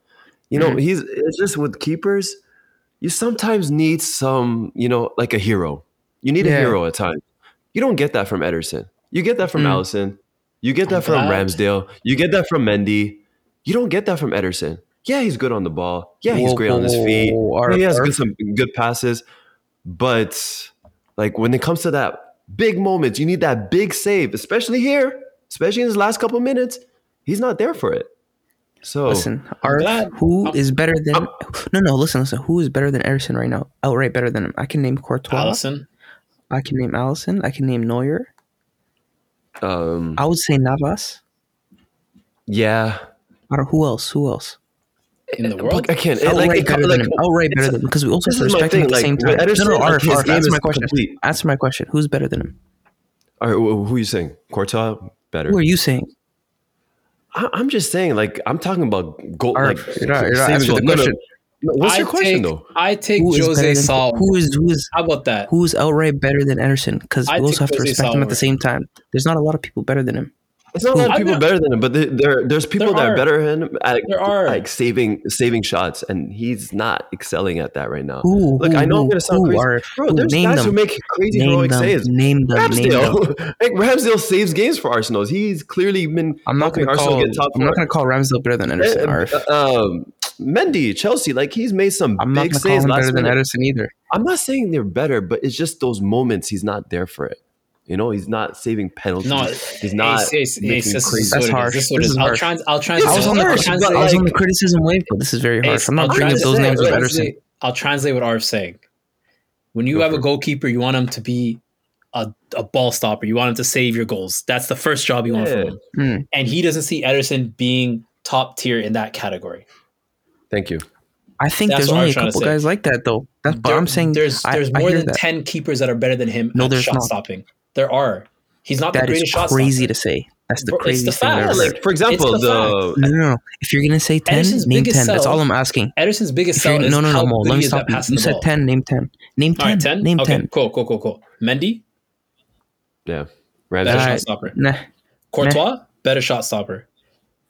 [SPEAKER 2] You know,
[SPEAKER 1] Mhm.
[SPEAKER 2] he's it's just with keepers, you sometimes need some, you know, like a hero. You need a
[SPEAKER 1] Yeah.
[SPEAKER 2] hero at times. You don't get that from Ederson. You get that from
[SPEAKER 1] Mm.
[SPEAKER 2] Allison. You get that
[SPEAKER 3] I'm
[SPEAKER 2] from
[SPEAKER 3] glad.
[SPEAKER 2] Ramsdale. You get that from Mendy. You don't get that from Ederson. Yeah, he's good on the ball. Yeah, he's
[SPEAKER 1] Whoa,
[SPEAKER 2] great
[SPEAKER 1] whoa,
[SPEAKER 2] on his
[SPEAKER 1] whoa,
[SPEAKER 2] feet.
[SPEAKER 1] whoa, whoa,
[SPEAKER 2] Yeah,
[SPEAKER 1] our-
[SPEAKER 2] he has
[SPEAKER 1] our-
[SPEAKER 2] good, some good passes, but like when it comes to that big moment, you need that big save, especially here, especially in his last couple minutes. He's not there for it. So
[SPEAKER 1] Listen, Arf,
[SPEAKER 3] glad-
[SPEAKER 1] who
[SPEAKER 3] I'm-
[SPEAKER 1] is better than? no, no. Listen, listen. Who is better than Ederson right now? Outright better than him. I can name Courtois.
[SPEAKER 3] Allison,
[SPEAKER 1] I can name Allison. I can name Neuer.
[SPEAKER 2] um,
[SPEAKER 1] I would say Navas.
[SPEAKER 2] yeah,
[SPEAKER 1] I don't. Who else? Who else?
[SPEAKER 3] in the world.
[SPEAKER 2] But I can't. It,
[SPEAKER 1] Outright
[SPEAKER 2] like, it,
[SPEAKER 1] better
[SPEAKER 2] like,
[SPEAKER 1] than him. Outright better than him because we also
[SPEAKER 2] this
[SPEAKER 1] have to
[SPEAKER 2] is my
[SPEAKER 1] respect him at
[SPEAKER 2] thing,
[SPEAKER 1] the
[SPEAKER 2] like,
[SPEAKER 1] same time.
[SPEAKER 2] with Ederson,
[SPEAKER 1] no, no,
[SPEAKER 2] like,
[SPEAKER 1] Arf,
[SPEAKER 2] his
[SPEAKER 1] Arf,
[SPEAKER 2] game
[SPEAKER 1] answer
[SPEAKER 2] is
[SPEAKER 1] my question.
[SPEAKER 2] complete.
[SPEAKER 1] Answer my question. Who's better than him?
[SPEAKER 2] all right, wh- who are you saying? Courtois better.
[SPEAKER 1] Who are you saying?
[SPEAKER 2] I, I'm just saying, like, I'm talking about goal.
[SPEAKER 1] Arf,
[SPEAKER 2] Like,
[SPEAKER 1] you're not- you're not
[SPEAKER 2] saving
[SPEAKER 1] answering
[SPEAKER 2] goal.
[SPEAKER 1] the
[SPEAKER 2] No, no.
[SPEAKER 1] question.
[SPEAKER 2] No, what's your
[SPEAKER 3] I
[SPEAKER 2] question
[SPEAKER 3] take,
[SPEAKER 2] though?
[SPEAKER 3] I take
[SPEAKER 1] Who is
[SPEAKER 3] Jose
[SPEAKER 1] better than-
[SPEAKER 3] Saul.
[SPEAKER 1] Who is who is
[SPEAKER 3] How about that?
[SPEAKER 1] who is outright better than Ederson? Because we
[SPEAKER 3] I
[SPEAKER 1] also
[SPEAKER 3] take
[SPEAKER 1] have to
[SPEAKER 3] Jose
[SPEAKER 1] respect him at
[SPEAKER 3] Saul.
[SPEAKER 1] the same time. There's not a lot of people better than him.
[SPEAKER 2] It's not a lot of
[SPEAKER 3] I'm
[SPEAKER 2] people
[SPEAKER 3] not-
[SPEAKER 2] better than him, but there, there there's people
[SPEAKER 3] There
[SPEAKER 2] that
[SPEAKER 3] are.
[SPEAKER 2] are better than him at
[SPEAKER 3] There are.
[SPEAKER 2] like saving saving shots, and he's not excelling at that right now.
[SPEAKER 1] Who?
[SPEAKER 2] Look,
[SPEAKER 1] who,
[SPEAKER 2] I know I'm
[SPEAKER 1] who-
[SPEAKER 2] gonna sound
[SPEAKER 1] who
[SPEAKER 2] crazy,
[SPEAKER 1] are-
[SPEAKER 2] bro.
[SPEAKER 1] who?
[SPEAKER 2] There's
[SPEAKER 1] name
[SPEAKER 2] guys
[SPEAKER 1] them.
[SPEAKER 2] who make crazy
[SPEAKER 1] name
[SPEAKER 2] heroic
[SPEAKER 1] them.
[SPEAKER 2] saves.
[SPEAKER 1] Name them. Name them.
[SPEAKER 2] Ramsdale, (laughs) like Ramsdale saves games for Arsenal. He's clearly been
[SPEAKER 1] I'm not
[SPEAKER 2] helping
[SPEAKER 1] gonna
[SPEAKER 2] Arsenal
[SPEAKER 1] call.
[SPEAKER 2] get top
[SPEAKER 1] I'm
[SPEAKER 2] four.
[SPEAKER 1] not gonna call Ramsdale better than Ederson. Arif.
[SPEAKER 2] Uh, um, Mendy, Chelsea, like he's made some
[SPEAKER 1] I'm not
[SPEAKER 2] big
[SPEAKER 1] gonna call
[SPEAKER 2] saves
[SPEAKER 1] him
[SPEAKER 2] last
[SPEAKER 1] better than
[SPEAKER 2] minute.
[SPEAKER 1] Ederson either.
[SPEAKER 2] I'm not saying they're better, but it's just those moments he's not there for it. You know, he's not saving penalties.
[SPEAKER 3] No,
[SPEAKER 2] he's not.
[SPEAKER 3] Ace, Ace,
[SPEAKER 2] making
[SPEAKER 3] Ace, this
[SPEAKER 2] crazy-
[SPEAKER 3] is
[SPEAKER 1] That's
[SPEAKER 3] what it
[SPEAKER 1] harsh.
[SPEAKER 3] is. This is what it
[SPEAKER 1] This
[SPEAKER 3] is.
[SPEAKER 1] is
[SPEAKER 3] I'll
[SPEAKER 1] harsh.
[SPEAKER 3] trans. I'll
[SPEAKER 2] It's
[SPEAKER 3] translate.
[SPEAKER 1] I was on the
[SPEAKER 2] harsh, but
[SPEAKER 3] I'll
[SPEAKER 1] criticism,
[SPEAKER 3] translate.
[SPEAKER 1] I was on the
[SPEAKER 2] like-
[SPEAKER 1] criticism wave, but this is very harsh.
[SPEAKER 3] Ace,
[SPEAKER 1] I'm not
[SPEAKER 3] I'll
[SPEAKER 1] bringing up those
[SPEAKER 3] translate-
[SPEAKER 1] names of
[SPEAKER 3] I'll
[SPEAKER 1] Ederson.
[SPEAKER 3] translate- I'll translate what Arf's saying. When you
[SPEAKER 2] Go
[SPEAKER 3] have
[SPEAKER 2] for
[SPEAKER 3] a
[SPEAKER 2] it.
[SPEAKER 3] goalkeeper, you want him to be a, a ball stopper. You want him to save your goals. That's the first job you want
[SPEAKER 2] Yeah.
[SPEAKER 3] from him.
[SPEAKER 1] Hmm.
[SPEAKER 3] And he doesn't see Ederson being top tier in that category.
[SPEAKER 2] Thank you.
[SPEAKER 1] I think
[SPEAKER 3] That's
[SPEAKER 1] there's
[SPEAKER 3] what I
[SPEAKER 1] only a
[SPEAKER 3] was trying to
[SPEAKER 1] couple
[SPEAKER 3] say.
[SPEAKER 1] guys like that though. That's but
[SPEAKER 3] There-
[SPEAKER 1] I'm saying
[SPEAKER 3] there's
[SPEAKER 1] I-
[SPEAKER 3] there's
[SPEAKER 1] I
[SPEAKER 3] more
[SPEAKER 1] hear
[SPEAKER 3] than
[SPEAKER 1] that.
[SPEAKER 3] ten keepers that are better than him
[SPEAKER 1] No,
[SPEAKER 3] at
[SPEAKER 1] there's
[SPEAKER 3] shot
[SPEAKER 1] not.
[SPEAKER 3] stopping. There are. He's not the
[SPEAKER 1] That
[SPEAKER 3] greatest
[SPEAKER 1] is
[SPEAKER 3] shot
[SPEAKER 1] crazy
[SPEAKER 3] stopper.
[SPEAKER 1] to say. That's the
[SPEAKER 3] Bro, it's the
[SPEAKER 1] craziest thing I've
[SPEAKER 3] facts.
[SPEAKER 1] ever
[SPEAKER 2] like,
[SPEAKER 1] heard.
[SPEAKER 2] for example,
[SPEAKER 3] It's the
[SPEAKER 2] the,
[SPEAKER 1] No, no, no. If you're gonna say ten,
[SPEAKER 3] Ederson's
[SPEAKER 1] name
[SPEAKER 3] biggest
[SPEAKER 1] ten. That's
[SPEAKER 3] sell-
[SPEAKER 1] all I'm asking.
[SPEAKER 3] Ederson's biggest
[SPEAKER 1] If you're
[SPEAKER 3] sell
[SPEAKER 1] gonna-
[SPEAKER 3] is
[SPEAKER 1] no, no,
[SPEAKER 3] how
[SPEAKER 1] no, Mo.
[SPEAKER 3] good
[SPEAKER 1] Let me
[SPEAKER 3] he is
[SPEAKER 1] stop
[SPEAKER 3] at
[SPEAKER 1] you.
[SPEAKER 3] passing
[SPEAKER 1] You
[SPEAKER 3] the
[SPEAKER 1] said
[SPEAKER 3] ball.
[SPEAKER 1] ten. Name ten. Name
[SPEAKER 3] All
[SPEAKER 1] ten.
[SPEAKER 3] right, ten.
[SPEAKER 1] Name
[SPEAKER 3] okay,
[SPEAKER 1] ten.
[SPEAKER 3] cool, cool, cool, cool. Mendy,
[SPEAKER 2] yeah,
[SPEAKER 3] better
[SPEAKER 2] Ramsdale.
[SPEAKER 1] Alright.
[SPEAKER 3] shot stopper.
[SPEAKER 1] Nah.
[SPEAKER 3] Courtois, better shot stopper.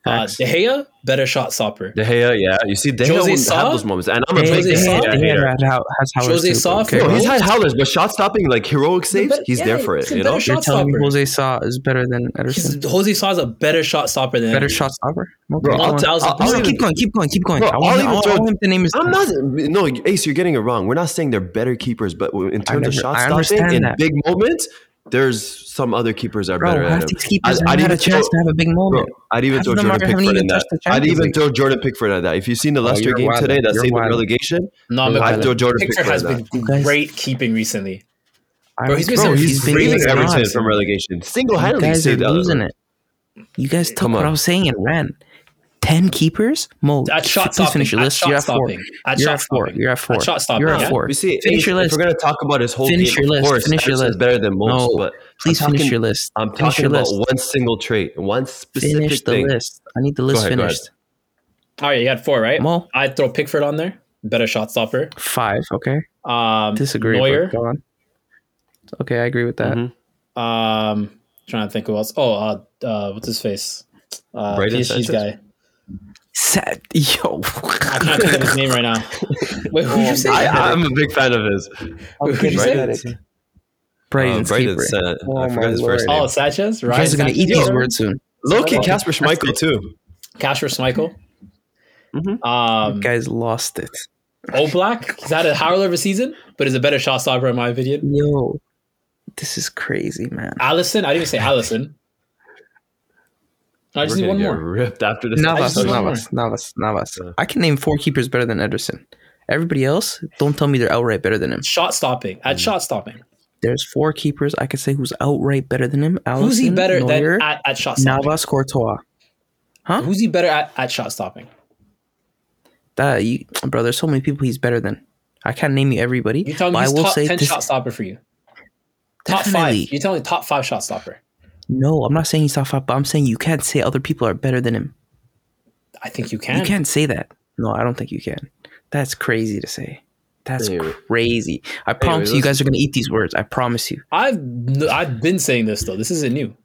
[SPEAKER 3] Uh,
[SPEAKER 1] Facts.
[SPEAKER 3] De Gea, better shot stopper.
[SPEAKER 2] De Gea, yeah, you see, De Gea
[SPEAKER 3] Jose
[SPEAKER 2] wouldn't
[SPEAKER 3] Sa?
[SPEAKER 2] have those moments, and I'm a
[SPEAKER 1] They-
[SPEAKER 2] big
[SPEAKER 3] Jose
[SPEAKER 1] they-
[SPEAKER 2] De
[SPEAKER 3] Sa?
[SPEAKER 1] they
[SPEAKER 2] Gea hater.
[SPEAKER 1] had how- has Howard's
[SPEAKER 3] Jose
[SPEAKER 1] too,
[SPEAKER 3] Sa
[SPEAKER 1] bro.
[SPEAKER 3] for-
[SPEAKER 2] No,
[SPEAKER 1] Okay,
[SPEAKER 2] he's
[SPEAKER 1] bro.
[SPEAKER 2] had howlers, but shot stopping, like heroic saves,
[SPEAKER 3] better-
[SPEAKER 2] he's
[SPEAKER 3] yeah,
[SPEAKER 2] there for
[SPEAKER 3] he's
[SPEAKER 2] it.
[SPEAKER 3] a
[SPEAKER 2] You
[SPEAKER 3] better
[SPEAKER 2] know,
[SPEAKER 1] You're
[SPEAKER 3] shot
[SPEAKER 1] telling me
[SPEAKER 3] stopper.
[SPEAKER 1] Jose Sa is better than Ederson.
[SPEAKER 3] He's, Jose Sa's a better shot stopper than
[SPEAKER 1] Better
[SPEAKER 3] Ederson.
[SPEAKER 1] shot stopper. Mo,
[SPEAKER 2] Bro,
[SPEAKER 1] keep
[SPEAKER 2] I'll
[SPEAKER 1] going.
[SPEAKER 2] tell- I'll-
[SPEAKER 1] No,
[SPEAKER 2] I'll
[SPEAKER 1] keep
[SPEAKER 2] even-
[SPEAKER 1] going. Keep going. Keep going.
[SPEAKER 2] Bro,
[SPEAKER 1] I want
[SPEAKER 2] I'll even
[SPEAKER 1] I want- I
[SPEAKER 2] throw-
[SPEAKER 1] want him to name his.
[SPEAKER 2] I'm not. No, Ace, you're getting it wrong. We're not saying they're better keepers, but in terms
[SPEAKER 1] never-
[SPEAKER 2] of shot
[SPEAKER 1] I
[SPEAKER 2] stopping
[SPEAKER 1] understand
[SPEAKER 2] in
[SPEAKER 1] that.
[SPEAKER 2] big moments, there's some other keepers that are better
[SPEAKER 1] Bro,
[SPEAKER 2] at
[SPEAKER 1] half
[SPEAKER 2] him.
[SPEAKER 1] these keepers
[SPEAKER 2] I'd-
[SPEAKER 1] haven't
[SPEAKER 2] I'd
[SPEAKER 1] had a
[SPEAKER 2] even throw-
[SPEAKER 1] chance to have a big
[SPEAKER 2] Bro,
[SPEAKER 1] moment.
[SPEAKER 2] I'd even
[SPEAKER 1] Half
[SPEAKER 2] throw
[SPEAKER 1] of them
[SPEAKER 2] Jordan
[SPEAKER 1] haven't
[SPEAKER 2] Pickford
[SPEAKER 1] even
[SPEAKER 2] in that.
[SPEAKER 1] touched the
[SPEAKER 2] I'd
[SPEAKER 1] Champions
[SPEAKER 2] even
[SPEAKER 1] League.
[SPEAKER 2] throw Jordan Pickford at that. If you've seen the Leicester
[SPEAKER 1] you're
[SPEAKER 2] game
[SPEAKER 1] wild.
[SPEAKER 2] today that
[SPEAKER 1] You're
[SPEAKER 2] saved them
[SPEAKER 1] wild.
[SPEAKER 2] relegation,
[SPEAKER 3] No,
[SPEAKER 1] Bro,
[SPEAKER 2] I'd
[SPEAKER 1] wild.
[SPEAKER 2] throw Jordan
[SPEAKER 3] Pickford
[SPEAKER 2] Pickford
[SPEAKER 3] has
[SPEAKER 2] at that.
[SPEAKER 3] been
[SPEAKER 1] guys-
[SPEAKER 3] great keeping recently.
[SPEAKER 1] I
[SPEAKER 3] Bro, he's been
[SPEAKER 1] don't
[SPEAKER 2] Bro,
[SPEAKER 1] care.
[SPEAKER 3] so-
[SPEAKER 2] he's
[SPEAKER 3] been
[SPEAKER 2] saving
[SPEAKER 1] he's
[SPEAKER 2] Everton
[SPEAKER 1] not.
[SPEAKER 2] from relegation. Single
[SPEAKER 1] You
[SPEAKER 2] handedly
[SPEAKER 1] guys are
[SPEAKER 2] saved that.
[SPEAKER 1] losing it. You guys took
[SPEAKER 2] Come
[SPEAKER 1] what
[SPEAKER 2] on.
[SPEAKER 1] I was saying and ran. Ten keepers, Mo.
[SPEAKER 3] At shot
[SPEAKER 1] please
[SPEAKER 3] stopping.
[SPEAKER 1] finish your
[SPEAKER 3] at
[SPEAKER 1] list.
[SPEAKER 3] shot
[SPEAKER 1] You're at four.
[SPEAKER 3] stopping. At
[SPEAKER 1] You're
[SPEAKER 3] shot
[SPEAKER 1] at four.
[SPEAKER 3] stopping.
[SPEAKER 1] You're at four.
[SPEAKER 3] At shot stopping.
[SPEAKER 1] You're at
[SPEAKER 3] yeah?
[SPEAKER 1] four.
[SPEAKER 2] You see,
[SPEAKER 1] Finish
[SPEAKER 2] Ace,
[SPEAKER 1] your
[SPEAKER 2] if
[SPEAKER 1] list.
[SPEAKER 2] we're gonna talk about his whole
[SPEAKER 1] Finish your
[SPEAKER 2] game, of
[SPEAKER 1] list.
[SPEAKER 2] course,
[SPEAKER 1] Finish your
[SPEAKER 2] Ederson's
[SPEAKER 1] list.
[SPEAKER 2] better than most.
[SPEAKER 1] No,
[SPEAKER 2] but
[SPEAKER 1] please
[SPEAKER 2] I'm
[SPEAKER 1] finish
[SPEAKER 2] talking-
[SPEAKER 1] your list.
[SPEAKER 2] I'm
[SPEAKER 1] Finish
[SPEAKER 2] talking
[SPEAKER 1] your
[SPEAKER 2] about
[SPEAKER 1] list.
[SPEAKER 2] one single trait and one specific
[SPEAKER 1] Finish the
[SPEAKER 2] thing.
[SPEAKER 1] list. I need the list
[SPEAKER 2] ahead, go ahead.
[SPEAKER 1] finished.
[SPEAKER 3] All right, you had four, right?
[SPEAKER 1] Mo,
[SPEAKER 3] I'd throw Pickford on there. Better shot stopper.
[SPEAKER 1] five. Okay,
[SPEAKER 3] Um,
[SPEAKER 1] disagree.
[SPEAKER 3] Neuer.
[SPEAKER 1] But go on. Okay, I agree with that. (laughs)
[SPEAKER 2] Mhm.
[SPEAKER 3] Um, trying to think who else. Oh, uh, uh what's his face? Uh,
[SPEAKER 2] Brayden
[SPEAKER 3] PSG's
[SPEAKER 2] Sanchez?
[SPEAKER 3] guy.
[SPEAKER 1] Sad. Yo.
[SPEAKER 3] I can't think of his name right now. Wait, who did you say?
[SPEAKER 2] I, I'm a big fan of his. Uh,
[SPEAKER 3] Wait, who'd you
[SPEAKER 2] Brayden-
[SPEAKER 3] say?
[SPEAKER 1] Brighton's
[SPEAKER 2] uh, Brayden
[SPEAKER 1] keeper.
[SPEAKER 2] Sen-
[SPEAKER 1] Oh
[SPEAKER 2] I
[SPEAKER 1] my
[SPEAKER 2] forgot his first
[SPEAKER 1] lord.
[SPEAKER 2] name.
[SPEAKER 3] Oh, Sanchez.
[SPEAKER 1] You
[SPEAKER 3] Right.
[SPEAKER 1] guys are gonna eat these
[SPEAKER 3] Yo,
[SPEAKER 1] words soon.
[SPEAKER 2] Loki
[SPEAKER 3] Sanchez.
[SPEAKER 2] Casper Schmeichel too.
[SPEAKER 3] Kasper Schmeichel.
[SPEAKER 2] Mhm.
[SPEAKER 1] Mm-hmm.
[SPEAKER 3] Um,
[SPEAKER 1] guys lost it.
[SPEAKER 3] Oblak. He's had a howler of a season, but is a better shot stopper in my opinion.
[SPEAKER 1] Yo, this is crazy, man.
[SPEAKER 3] Allison. I didn't even say Allison. I just
[SPEAKER 2] We're
[SPEAKER 3] need
[SPEAKER 2] gonna
[SPEAKER 3] one
[SPEAKER 2] get
[SPEAKER 3] more.
[SPEAKER 2] ripped after this.
[SPEAKER 1] Navas,
[SPEAKER 3] just-
[SPEAKER 2] episode.
[SPEAKER 1] Navas, Navas, Navas.
[SPEAKER 2] Yeah.
[SPEAKER 1] I can name four keepers better than Ederson. Everybody else, don't tell me they're outright better than him.
[SPEAKER 3] Shot stopping.
[SPEAKER 1] Mm.
[SPEAKER 3] At shot stopping.
[SPEAKER 1] There's four keepers I could say who's outright better than him. Allison,
[SPEAKER 3] Who's he better
[SPEAKER 1] Neuer,
[SPEAKER 3] than at, at shot stopping?
[SPEAKER 1] Navas, Courtois. Huh?
[SPEAKER 3] Who's he better at, at shot stopping?
[SPEAKER 1] That you, bro, there's so many people he's better than. I can't name you everybody.
[SPEAKER 3] You tell
[SPEAKER 1] but
[SPEAKER 3] me
[SPEAKER 1] I
[SPEAKER 3] he's
[SPEAKER 1] will
[SPEAKER 3] top
[SPEAKER 1] say
[SPEAKER 3] ten
[SPEAKER 1] this.
[SPEAKER 3] shot stopper for you. Top five.
[SPEAKER 1] Definitely.
[SPEAKER 3] You tell me top five shot stopper.
[SPEAKER 1] No, I'm not saying he's top five, but I'm saying you can't say other people are better than him.
[SPEAKER 3] I think you can.
[SPEAKER 1] You can't say that. No, I don't think you can. That's crazy to say. That's
[SPEAKER 2] Anyway.
[SPEAKER 1] crazy. I promise you
[SPEAKER 2] let's-
[SPEAKER 1] guys are gonna eat these words. I promise you.
[SPEAKER 3] I've kn- I've been saying this though. This isn't new.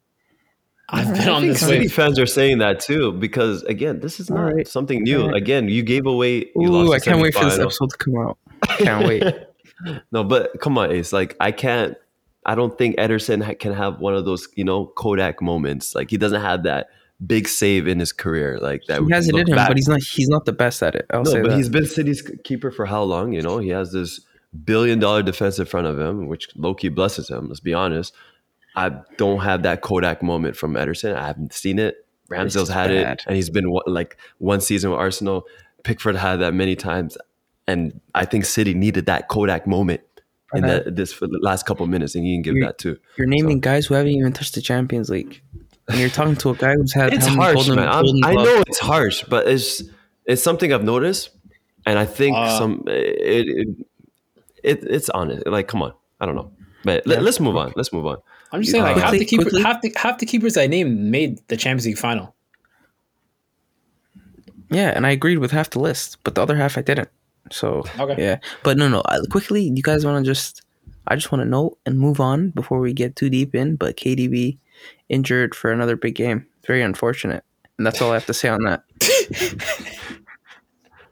[SPEAKER 3] I've been on
[SPEAKER 2] I think
[SPEAKER 3] this
[SPEAKER 2] City
[SPEAKER 3] wave.
[SPEAKER 2] fans are saying that too because again, this is
[SPEAKER 1] All
[SPEAKER 2] not
[SPEAKER 1] right.
[SPEAKER 2] something new.
[SPEAKER 1] All right.
[SPEAKER 2] Again, you gave away. You
[SPEAKER 1] Ooh,
[SPEAKER 2] lost
[SPEAKER 1] I
[SPEAKER 2] the
[SPEAKER 1] can't wait for this
[SPEAKER 2] semifinal.
[SPEAKER 1] episode to come (laughs) out. Can't wait.
[SPEAKER 2] No, but come on, Ace. Like I can't. I don't think Ederson ha- can have one of those, you know, Kodak moments. Like he doesn't have that big save in his career. Like that.
[SPEAKER 1] He
[SPEAKER 2] we
[SPEAKER 1] has
[SPEAKER 2] can
[SPEAKER 1] it in
[SPEAKER 2] look
[SPEAKER 1] him,
[SPEAKER 2] back.
[SPEAKER 1] but he's not. He's not the best at it. I'll
[SPEAKER 2] no,
[SPEAKER 1] say
[SPEAKER 2] but
[SPEAKER 1] that.
[SPEAKER 2] he's been City's keeper for how long? You know, he has this billion-dollar defense in front of him, which Loki blesses him. Let's be honest. I don't have that Kodak moment from Ederson. I haven't seen it. Ramsdale's
[SPEAKER 1] It's
[SPEAKER 2] had
[SPEAKER 1] bad.
[SPEAKER 2] it, and he's been one, like one season with Arsenal. Pickford had that many times, and I think City needed that Kodak moment in
[SPEAKER 1] Uh-huh.
[SPEAKER 2] that this for the last couple minutes, and he didn't give
[SPEAKER 1] You-
[SPEAKER 2] that too.
[SPEAKER 1] You're naming guys who haven't even touched the Champions League, and you're talking to a guy who's had
[SPEAKER 2] It's
[SPEAKER 1] how many
[SPEAKER 2] harsh,
[SPEAKER 1] golden,
[SPEAKER 2] man. I'm-
[SPEAKER 1] golden
[SPEAKER 2] I
[SPEAKER 1] gloves?
[SPEAKER 2] know it's harsh, but it's it's something I've noticed, and I think
[SPEAKER 3] Uh,
[SPEAKER 2] some it, it, it it's honest. Like, come on, I don't know, but let,
[SPEAKER 1] Yeah.
[SPEAKER 2] us move on. Let's move on.
[SPEAKER 3] I'm just saying, like
[SPEAKER 2] Uh,
[SPEAKER 3] half the
[SPEAKER 1] quickly,
[SPEAKER 3] keeper,
[SPEAKER 1] quickly.
[SPEAKER 3] half the half the keepers I named made the Champions League final.
[SPEAKER 1] Yeah, and I agreed with half the list, but the other half I didn't. So
[SPEAKER 3] Okay.
[SPEAKER 1] (laughs) yeah, but no, no. I, quickly, you guys want to just? I just want to know and move on before we get too deep in. But KDB injured for another big game. It's very unfortunate. And that's all I have to say on
[SPEAKER 2] (laughs)
[SPEAKER 1] that.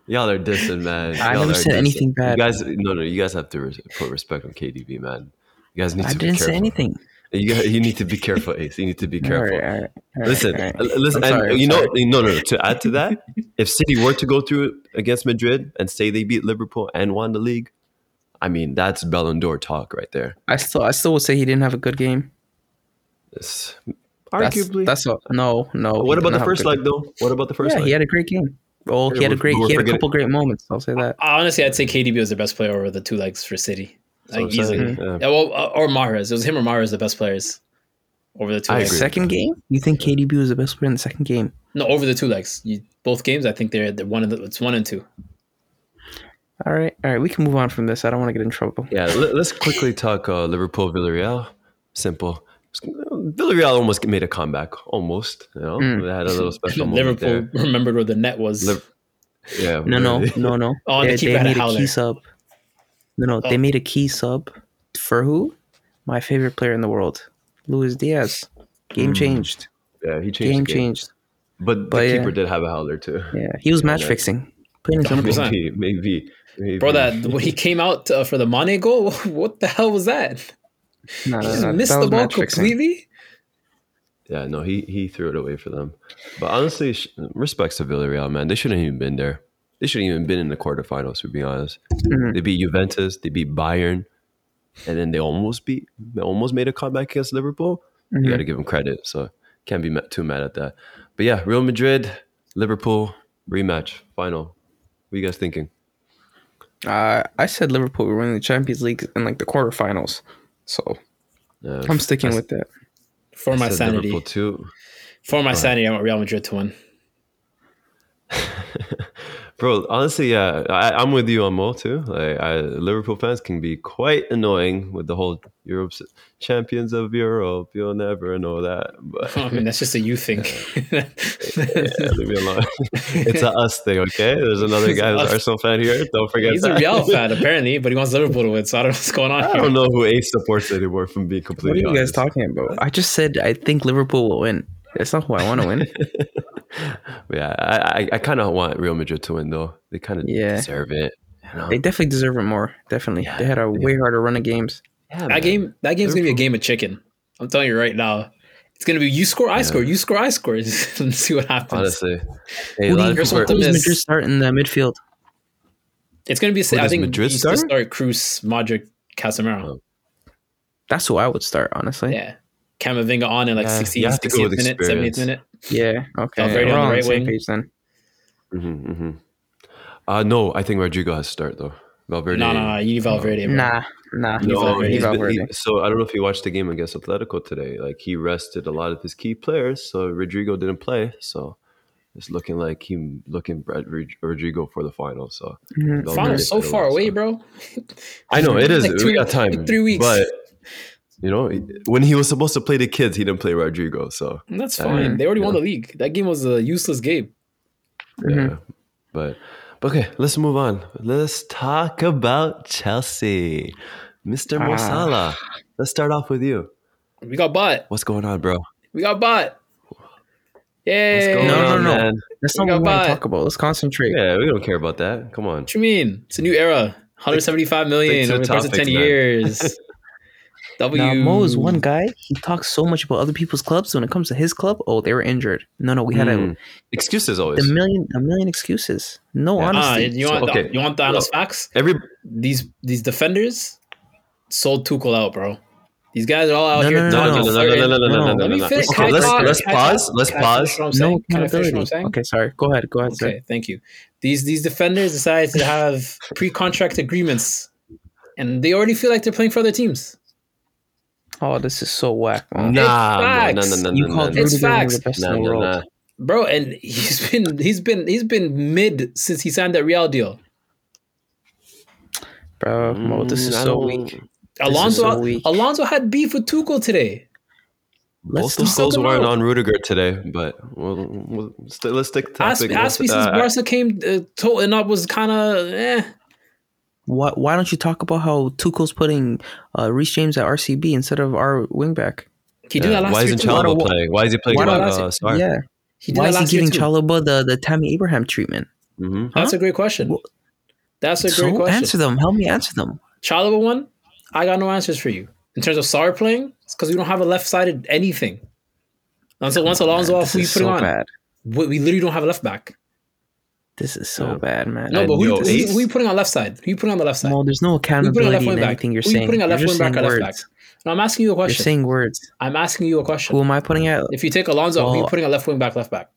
[SPEAKER 2] Y'all are dissing, man.
[SPEAKER 1] I
[SPEAKER 2] Y'all
[SPEAKER 1] never
[SPEAKER 2] are
[SPEAKER 1] said anything bad.
[SPEAKER 2] You guys, no, no, you guys have to res- put respect on KDB, man. You guys need
[SPEAKER 1] I
[SPEAKER 2] to be
[SPEAKER 1] didn't
[SPEAKER 2] careful.
[SPEAKER 1] say anything.
[SPEAKER 2] You, got- you need to be careful, Ace. You need to be careful.
[SPEAKER 1] All right, all right, all right,
[SPEAKER 2] Listen,
[SPEAKER 1] all right.
[SPEAKER 2] uh, listen,
[SPEAKER 1] I'm
[SPEAKER 2] and
[SPEAKER 1] sorry, I'm
[SPEAKER 2] you know,
[SPEAKER 1] sorry.
[SPEAKER 2] no, no, no. To add to that, if City were to go through it against Madrid and say they beat Liverpool and won the league, I mean, that's Ballon d'Or talk right there.
[SPEAKER 1] I still, I still would say he didn't have a good game.
[SPEAKER 2] It's
[SPEAKER 1] That's,
[SPEAKER 2] arguably.
[SPEAKER 1] that's all. No, no.
[SPEAKER 2] what
[SPEAKER 1] he
[SPEAKER 2] about
[SPEAKER 1] didn't
[SPEAKER 2] the
[SPEAKER 1] have a
[SPEAKER 2] first
[SPEAKER 1] good
[SPEAKER 2] leg, though? What about the first
[SPEAKER 1] yeah,
[SPEAKER 2] leg?
[SPEAKER 1] he had a great game. Well,
[SPEAKER 2] Yeah,
[SPEAKER 1] he had a
[SPEAKER 2] we're-
[SPEAKER 1] great,
[SPEAKER 2] we're
[SPEAKER 1] he had a
[SPEAKER 2] forgetting-
[SPEAKER 1] couple great moments. I'll say that.
[SPEAKER 3] Honestly, I'd say KDB was the best player over the two legs for City,
[SPEAKER 2] That's what
[SPEAKER 3] like
[SPEAKER 2] I'm
[SPEAKER 3] easily.
[SPEAKER 2] saying, yeah.
[SPEAKER 1] Mm-hmm.
[SPEAKER 3] Yeah, well, uh, or Mahrez. It was him or Mahrez the best players over the two.
[SPEAKER 2] I
[SPEAKER 3] legs.
[SPEAKER 2] agree.
[SPEAKER 1] Second game, you think KDB was the best player in the second game?
[SPEAKER 3] No, over the two legs. You, both games, I think they're, they're one of the, it's one and two.
[SPEAKER 1] All right, all right. We can move on from this. I don't want to get in trouble.
[SPEAKER 2] Yeah, let, us quickly talk uh, Liverpool Villarreal. Simple. Villarreal almost made a comeback, almost. You know,
[SPEAKER 1] Mm.
[SPEAKER 2] they had a little
[SPEAKER 1] (laughs)
[SPEAKER 2] special moment
[SPEAKER 3] (laughs) Liverpool
[SPEAKER 2] there.
[SPEAKER 3] remembered where the net was.
[SPEAKER 2] Liv- Yeah,
[SPEAKER 1] No, no,
[SPEAKER 2] really.
[SPEAKER 1] no, no.
[SPEAKER 3] (laughs) Oh, and the
[SPEAKER 1] they,
[SPEAKER 3] keeper
[SPEAKER 1] they
[SPEAKER 3] had a
[SPEAKER 1] made a
[SPEAKER 3] howler.
[SPEAKER 1] key sub. No, no. They
[SPEAKER 3] Oh.
[SPEAKER 1] made a key sub for who? My favorite player in the world, Luis Diaz. Game
[SPEAKER 2] Mm.
[SPEAKER 1] Hmm. changed.
[SPEAKER 2] Yeah, he changed.
[SPEAKER 1] Game,
[SPEAKER 2] the game.
[SPEAKER 1] changed.
[SPEAKER 2] But,
[SPEAKER 1] But
[SPEAKER 2] the
[SPEAKER 1] yeah.
[SPEAKER 2] keeper did have a howler too.
[SPEAKER 1] Yeah, he was
[SPEAKER 2] Yeah,
[SPEAKER 1] match
[SPEAKER 2] that-
[SPEAKER 1] fixing. Plain and simple.
[SPEAKER 3] 100%.
[SPEAKER 2] Maybe, maybe, maybe. (laughs)
[SPEAKER 3] Bro, that when he came out uh, for the Mane goal, (laughs) what the hell was that?
[SPEAKER 1] No, no,
[SPEAKER 3] He just
[SPEAKER 2] Uh,
[SPEAKER 1] no, that
[SPEAKER 3] missed the
[SPEAKER 1] was
[SPEAKER 3] ball
[SPEAKER 1] match fixing.
[SPEAKER 3] completely.
[SPEAKER 2] Yeah, no, he he threw it away for them. But honestly, sh- respects to Villarreal, man. They shouldn't even been there. They shouldn't even been in the quarterfinals. To be honest,
[SPEAKER 3] Mm-hmm.
[SPEAKER 1] Mhm.
[SPEAKER 2] they beat Juventus, they beat Bayern, and then they almost beat, they almost made a comeback against Liverpool. You
[SPEAKER 1] Mhm.
[SPEAKER 3] Mm-hmm.
[SPEAKER 2] got to give them credit, so can't be ma- too mad at that. But yeah, Real Madrid, Liverpool rematch final. What you guys thinking?
[SPEAKER 1] Uh, I said Liverpool were winning the Champions League in like the quarterfinals, so
[SPEAKER 2] Uh,
[SPEAKER 1] I'm sticking
[SPEAKER 2] I s-
[SPEAKER 1] with that.
[SPEAKER 3] For my
[SPEAKER 2] said
[SPEAKER 3] sanity.
[SPEAKER 2] Liverpool too.
[SPEAKER 3] For my sanity, I want Real Madrid to win. (laughs)
[SPEAKER 2] Bro, honestly, yeah, I, I'm with you on Mo too. Like, I, Liverpool fans can be quite annoying with the whole Europe's champions of Europe. You'll never know that,
[SPEAKER 1] (laughs)
[SPEAKER 2] but (laughs)
[SPEAKER 3] I mean, that's just a you think. (laughs)
[SPEAKER 2] yeah, leave me alone. it's a us thing, okay?
[SPEAKER 1] (laughs)
[SPEAKER 2] There's another
[SPEAKER 3] It's
[SPEAKER 2] guy who's
[SPEAKER 3] us.
[SPEAKER 2] an Arsenal fan here. Don't forget
[SPEAKER 3] He's a
[SPEAKER 2] that. (laughs)
[SPEAKER 3] Real fan, apparently, but he wants Liverpool to win, so I don't know what's going on
[SPEAKER 2] I
[SPEAKER 3] here.
[SPEAKER 2] don't know who Ace supports anymore. From being
[SPEAKER 1] What are
[SPEAKER 2] completely
[SPEAKER 1] you guys
[SPEAKER 2] honest,
[SPEAKER 1] talking about? I just said I think Liverpool will win. That's not who I want to (laughs) win.
[SPEAKER 2] yeah, I I, I kind of want Real Madrid to win though. They kind of
[SPEAKER 1] Yeah.
[SPEAKER 2] deserve it. You know?
[SPEAKER 1] they definitely deserve it more. Definitely,
[SPEAKER 2] Yeah,
[SPEAKER 1] they had a
[SPEAKER 2] they-
[SPEAKER 1] way harder run of games.
[SPEAKER 2] Yeah, man.
[SPEAKER 3] That game, that game's gonna be a game of chicken. I'm telling you right now, it's gonna be you score, I
[SPEAKER 2] Yeah.
[SPEAKER 3] score, you score, I score. (laughs) Let's see what happens.
[SPEAKER 2] honestly. Hey,
[SPEAKER 1] Who do
[SPEAKER 2] a lot
[SPEAKER 1] you-
[SPEAKER 2] of
[SPEAKER 1] who
[SPEAKER 3] Here's
[SPEAKER 2] people are-
[SPEAKER 3] what
[SPEAKER 1] does
[SPEAKER 3] Miss-
[SPEAKER 1] Madrid start in the midfield?
[SPEAKER 3] It's gonna be.
[SPEAKER 2] Who
[SPEAKER 3] I
[SPEAKER 2] does
[SPEAKER 3] think
[SPEAKER 2] Madrid
[SPEAKER 3] Madrid start?
[SPEAKER 2] start?
[SPEAKER 3] start Cruz, Modric, Casemiro.
[SPEAKER 2] Oh.
[SPEAKER 1] That's who I would start, honestly. Yeah.
[SPEAKER 3] Yeah, Camavinga on in like
[SPEAKER 2] Yeah,
[SPEAKER 3] 60,
[SPEAKER 2] you have to go
[SPEAKER 3] 60th
[SPEAKER 2] with
[SPEAKER 3] minute, 70th
[SPEAKER 2] experience.
[SPEAKER 3] minute.
[SPEAKER 1] Okay.
[SPEAKER 3] Valverde
[SPEAKER 1] We're
[SPEAKER 3] on the
[SPEAKER 1] all on
[SPEAKER 3] right
[SPEAKER 1] the same
[SPEAKER 3] wing.
[SPEAKER 1] page then.
[SPEAKER 2] Mm-hmm, Uh, no, I think Rodrigo has to start though. Valverde.
[SPEAKER 3] No, no, no, you need Valverde. bro.
[SPEAKER 1] Nah, nah.
[SPEAKER 3] No, Valverde.
[SPEAKER 2] he's
[SPEAKER 1] Leave
[SPEAKER 2] been-
[SPEAKER 1] Valverde.
[SPEAKER 2] he- so I don't know if you watched the game against Atletico today. Like he rested a lot of his key players, so Rodrigo didn't play. So it's looking like him looking at Rod- Rodrigo for the final. So
[SPEAKER 1] Mhm.
[SPEAKER 2] Valverde
[SPEAKER 3] Finals so
[SPEAKER 2] did a
[SPEAKER 3] far
[SPEAKER 2] lot,
[SPEAKER 3] away,
[SPEAKER 2] so-
[SPEAKER 3] bro.
[SPEAKER 2] I know it is.
[SPEAKER 3] Like
[SPEAKER 2] we
[SPEAKER 3] three-
[SPEAKER 2] got time.
[SPEAKER 3] like three weeks.
[SPEAKER 2] but you know when he was supposed to play the kids, he didn't play Rodrigo. So
[SPEAKER 3] That's
[SPEAKER 2] Yeah.
[SPEAKER 3] fine. They already won
[SPEAKER 2] Yeah.
[SPEAKER 3] the league. That game was a useless game.
[SPEAKER 1] Mhm.
[SPEAKER 2] Yeah. But, but okay, let's move on. Let's talk about Chelsea. Mr. Mo
[SPEAKER 1] Ah.
[SPEAKER 2] Salah. Let's start off with you.
[SPEAKER 3] We got bought.
[SPEAKER 2] What's going on, bro?
[SPEAKER 3] We got bought.
[SPEAKER 2] What's
[SPEAKER 3] Yay!
[SPEAKER 2] going
[SPEAKER 1] No, no,
[SPEAKER 2] on,
[SPEAKER 1] no.
[SPEAKER 2] man?
[SPEAKER 1] That's not
[SPEAKER 3] We
[SPEAKER 1] what
[SPEAKER 3] got
[SPEAKER 1] we want
[SPEAKER 3] Bayern.
[SPEAKER 1] to talk about. Let's concentrate.
[SPEAKER 2] Yeah, we don't care about that. Come on.
[SPEAKER 3] What you mean? It's a new era. 175
[SPEAKER 2] Stick
[SPEAKER 3] million
[SPEAKER 2] to
[SPEAKER 3] over the
[SPEAKER 2] the
[SPEAKER 3] course of 10
[SPEAKER 2] topics,
[SPEAKER 1] (laughs)
[SPEAKER 2] man.
[SPEAKER 3] years. W.
[SPEAKER 1] Now Mo is one guy. He talks so much about other people's clubs. When it comes to his club, oh, they were injured. No, no, we had
[SPEAKER 2] Mm. Excuses
[SPEAKER 1] a, a
[SPEAKER 2] always.
[SPEAKER 1] million, a million excuses. No
[SPEAKER 2] Yeah. Ah,
[SPEAKER 3] Ah,
[SPEAKER 1] honesty.
[SPEAKER 3] you want
[SPEAKER 2] So, okay.
[SPEAKER 3] the, you want the honest facts?
[SPEAKER 2] Every
[SPEAKER 3] These these defenders sold Tuchel out, bro. These guys are all out
[SPEAKER 1] No, no,
[SPEAKER 3] here.
[SPEAKER 2] no no no no no no no no no no.
[SPEAKER 1] Let
[SPEAKER 2] no,
[SPEAKER 3] me
[SPEAKER 2] no.
[SPEAKER 3] finish.
[SPEAKER 2] Okay,
[SPEAKER 3] Can I
[SPEAKER 2] let's
[SPEAKER 3] talk?
[SPEAKER 2] let's
[SPEAKER 3] Can I
[SPEAKER 2] pause.
[SPEAKER 3] talk?
[SPEAKER 2] Let's
[SPEAKER 3] Can I finish
[SPEAKER 2] pause.
[SPEAKER 3] what I'm
[SPEAKER 1] no
[SPEAKER 3] saying? Can I finish what I'm
[SPEAKER 1] accountability.
[SPEAKER 3] saying?
[SPEAKER 1] Okay, sorry. Go ahead. Go ahead. sir.
[SPEAKER 3] Okay, thank you. These these defenders decided to have pre-contract agreements, and they already feel like they're playing for other teams.
[SPEAKER 1] Oh, this is so whack. Mo.
[SPEAKER 2] Nah, no, no,
[SPEAKER 3] facts.
[SPEAKER 2] no, no,
[SPEAKER 1] you
[SPEAKER 2] no,
[SPEAKER 1] called
[SPEAKER 2] no,
[SPEAKER 3] It's
[SPEAKER 1] Rudiger one of the
[SPEAKER 3] facts.
[SPEAKER 1] best
[SPEAKER 2] no,
[SPEAKER 1] in the
[SPEAKER 2] no,
[SPEAKER 1] world.
[SPEAKER 2] no.
[SPEAKER 3] Bro, and he's been he's been he's been mid since he signed that Real deal.
[SPEAKER 1] Bro, Mo, this is
[SPEAKER 2] Mm,
[SPEAKER 1] so
[SPEAKER 2] I don't-
[SPEAKER 1] weak.
[SPEAKER 3] Alonso
[SPEAKER 1] so weak.
[SPEAKER 3] Alonso had beef with Tuchel today.
[SPEAKER 1] Let's
[SPEAKER 2] Both those
[SPEAKER 1] talk
[SPEAKER 2] goals
[SPEAKER 3] about-
[SPEAKER 2] weren't on Rudiger today, but we'll, we'll st- let's stick to
[SPEAKER 3] Asp-
[SPEAKER 2] topic.
[SPEAKER 3] Aspie since
[SPEAKER 2] Uh,
[SPEAKER 3] Barca came uh, toting up was kind of eh.
[SPEAKER 1] Why, why don't you talk about how Tuchel's putting uh, Reece James at RCB instead of our wingback?
[SPEAKER 3] He
[SPEAKER 2] Yeah.
[SPEAKER 3] did that last
[SPEAKER 2] Why
[SPEAKER 3] year.
[SPEAKER 2] isn't
[SPEAKER 3] too.
[SPEAKER 1] Why
[SPEAKER 2] Chalaba
[SPEAKER 1] don't-
[SPEAKER 2] playing? Why is he playing
[SPEAKER 1] Why not
[SPEAKER 2] uh, Star?
[SPEAKER 1] Yeah.
[SPEAKER 3] He did
[SPEAKER 1] Why
[SPEAKER 3] that
[SPEAKER 1] is he
[SPEAKER 3] last year
[SPEAKER 1] giving
[SPEAKER 3] too.
[SPEAKER 1] Chalaba the, the Tammy Abraham treatment?
[SPEAKER 2] Mhm.
[SPEAKER 3] That's a great question.
[SPEAKER 1] Well,
[SPEAKER 3] That's a great
[SPEAKER 1] So
[SPEAKER 3] question.
[SPEAKER 1] answer them. Help me answer them.
[SPEAKER 3] Chalaba one, I got no answers for you. In terms of Sar playing, it's because we don't have a left sided anything. And so once Alonso
[SPEAKER 1] Man,
[SPEAKER 3] off,
[SPEAKER 1] this
[SPEAKER 3] who you
[SPEAKER 1] is
[SPEAKER 3] putting
[SPEAKER 1] so
[SPEAKER 3] on?
[SPEAKER 1] bad.
[SPEAKER 3] We, we literally don't have a left back.
[SPEAKER 1] This is so
[SPEAKER 2] Yeah.
[SPEAKER 1] bad, man.
[SPEAKER 3] No,
[SPEAKER 2] And
[SPEAKER 3] but who,
[SPEAKER 2] yo,
[SPEAKER 3] who, who,
[SPEAKER 2] Ace-
[SPEAKER 3] you putting on left side? Who you putting on the left side?
[SPEAKER 1] Well, there's no
[SPEAKER 3] Who you putting on left
[SPEAKER 1] accountability
[SPEAKER 3] wing
[SPEAKER 1] in
[SPEAKER 3] back?
[SPEAKER 1] anything you're
[SPEAKER 3] Who you
[SPEAKER 1] saying.
[SPEAKER 3] putting on left
[SPEAKER 1] you're
[SPEAKER 3] wing
[SPEAKER 1] just
[SPEAKER 3] back or
[SPEAKER 1] saying
[SPEAKER 3] left
[SPEAKER 1] words.
[SPEAKER 3] back? No, I'm asking you a
[SPEAKER 1] You're
[SPEAKER 3] question.
[SPEAKER 1] saying words.
[SPEAKER 3] I'm asking you a question.
[SPEAKER 1] Who am I putting out?
[SPEAKER 3] If you take Alonso, who you
[SPEAKER 1] Well-
[SPEAKER 3] putting on left wing back, left back?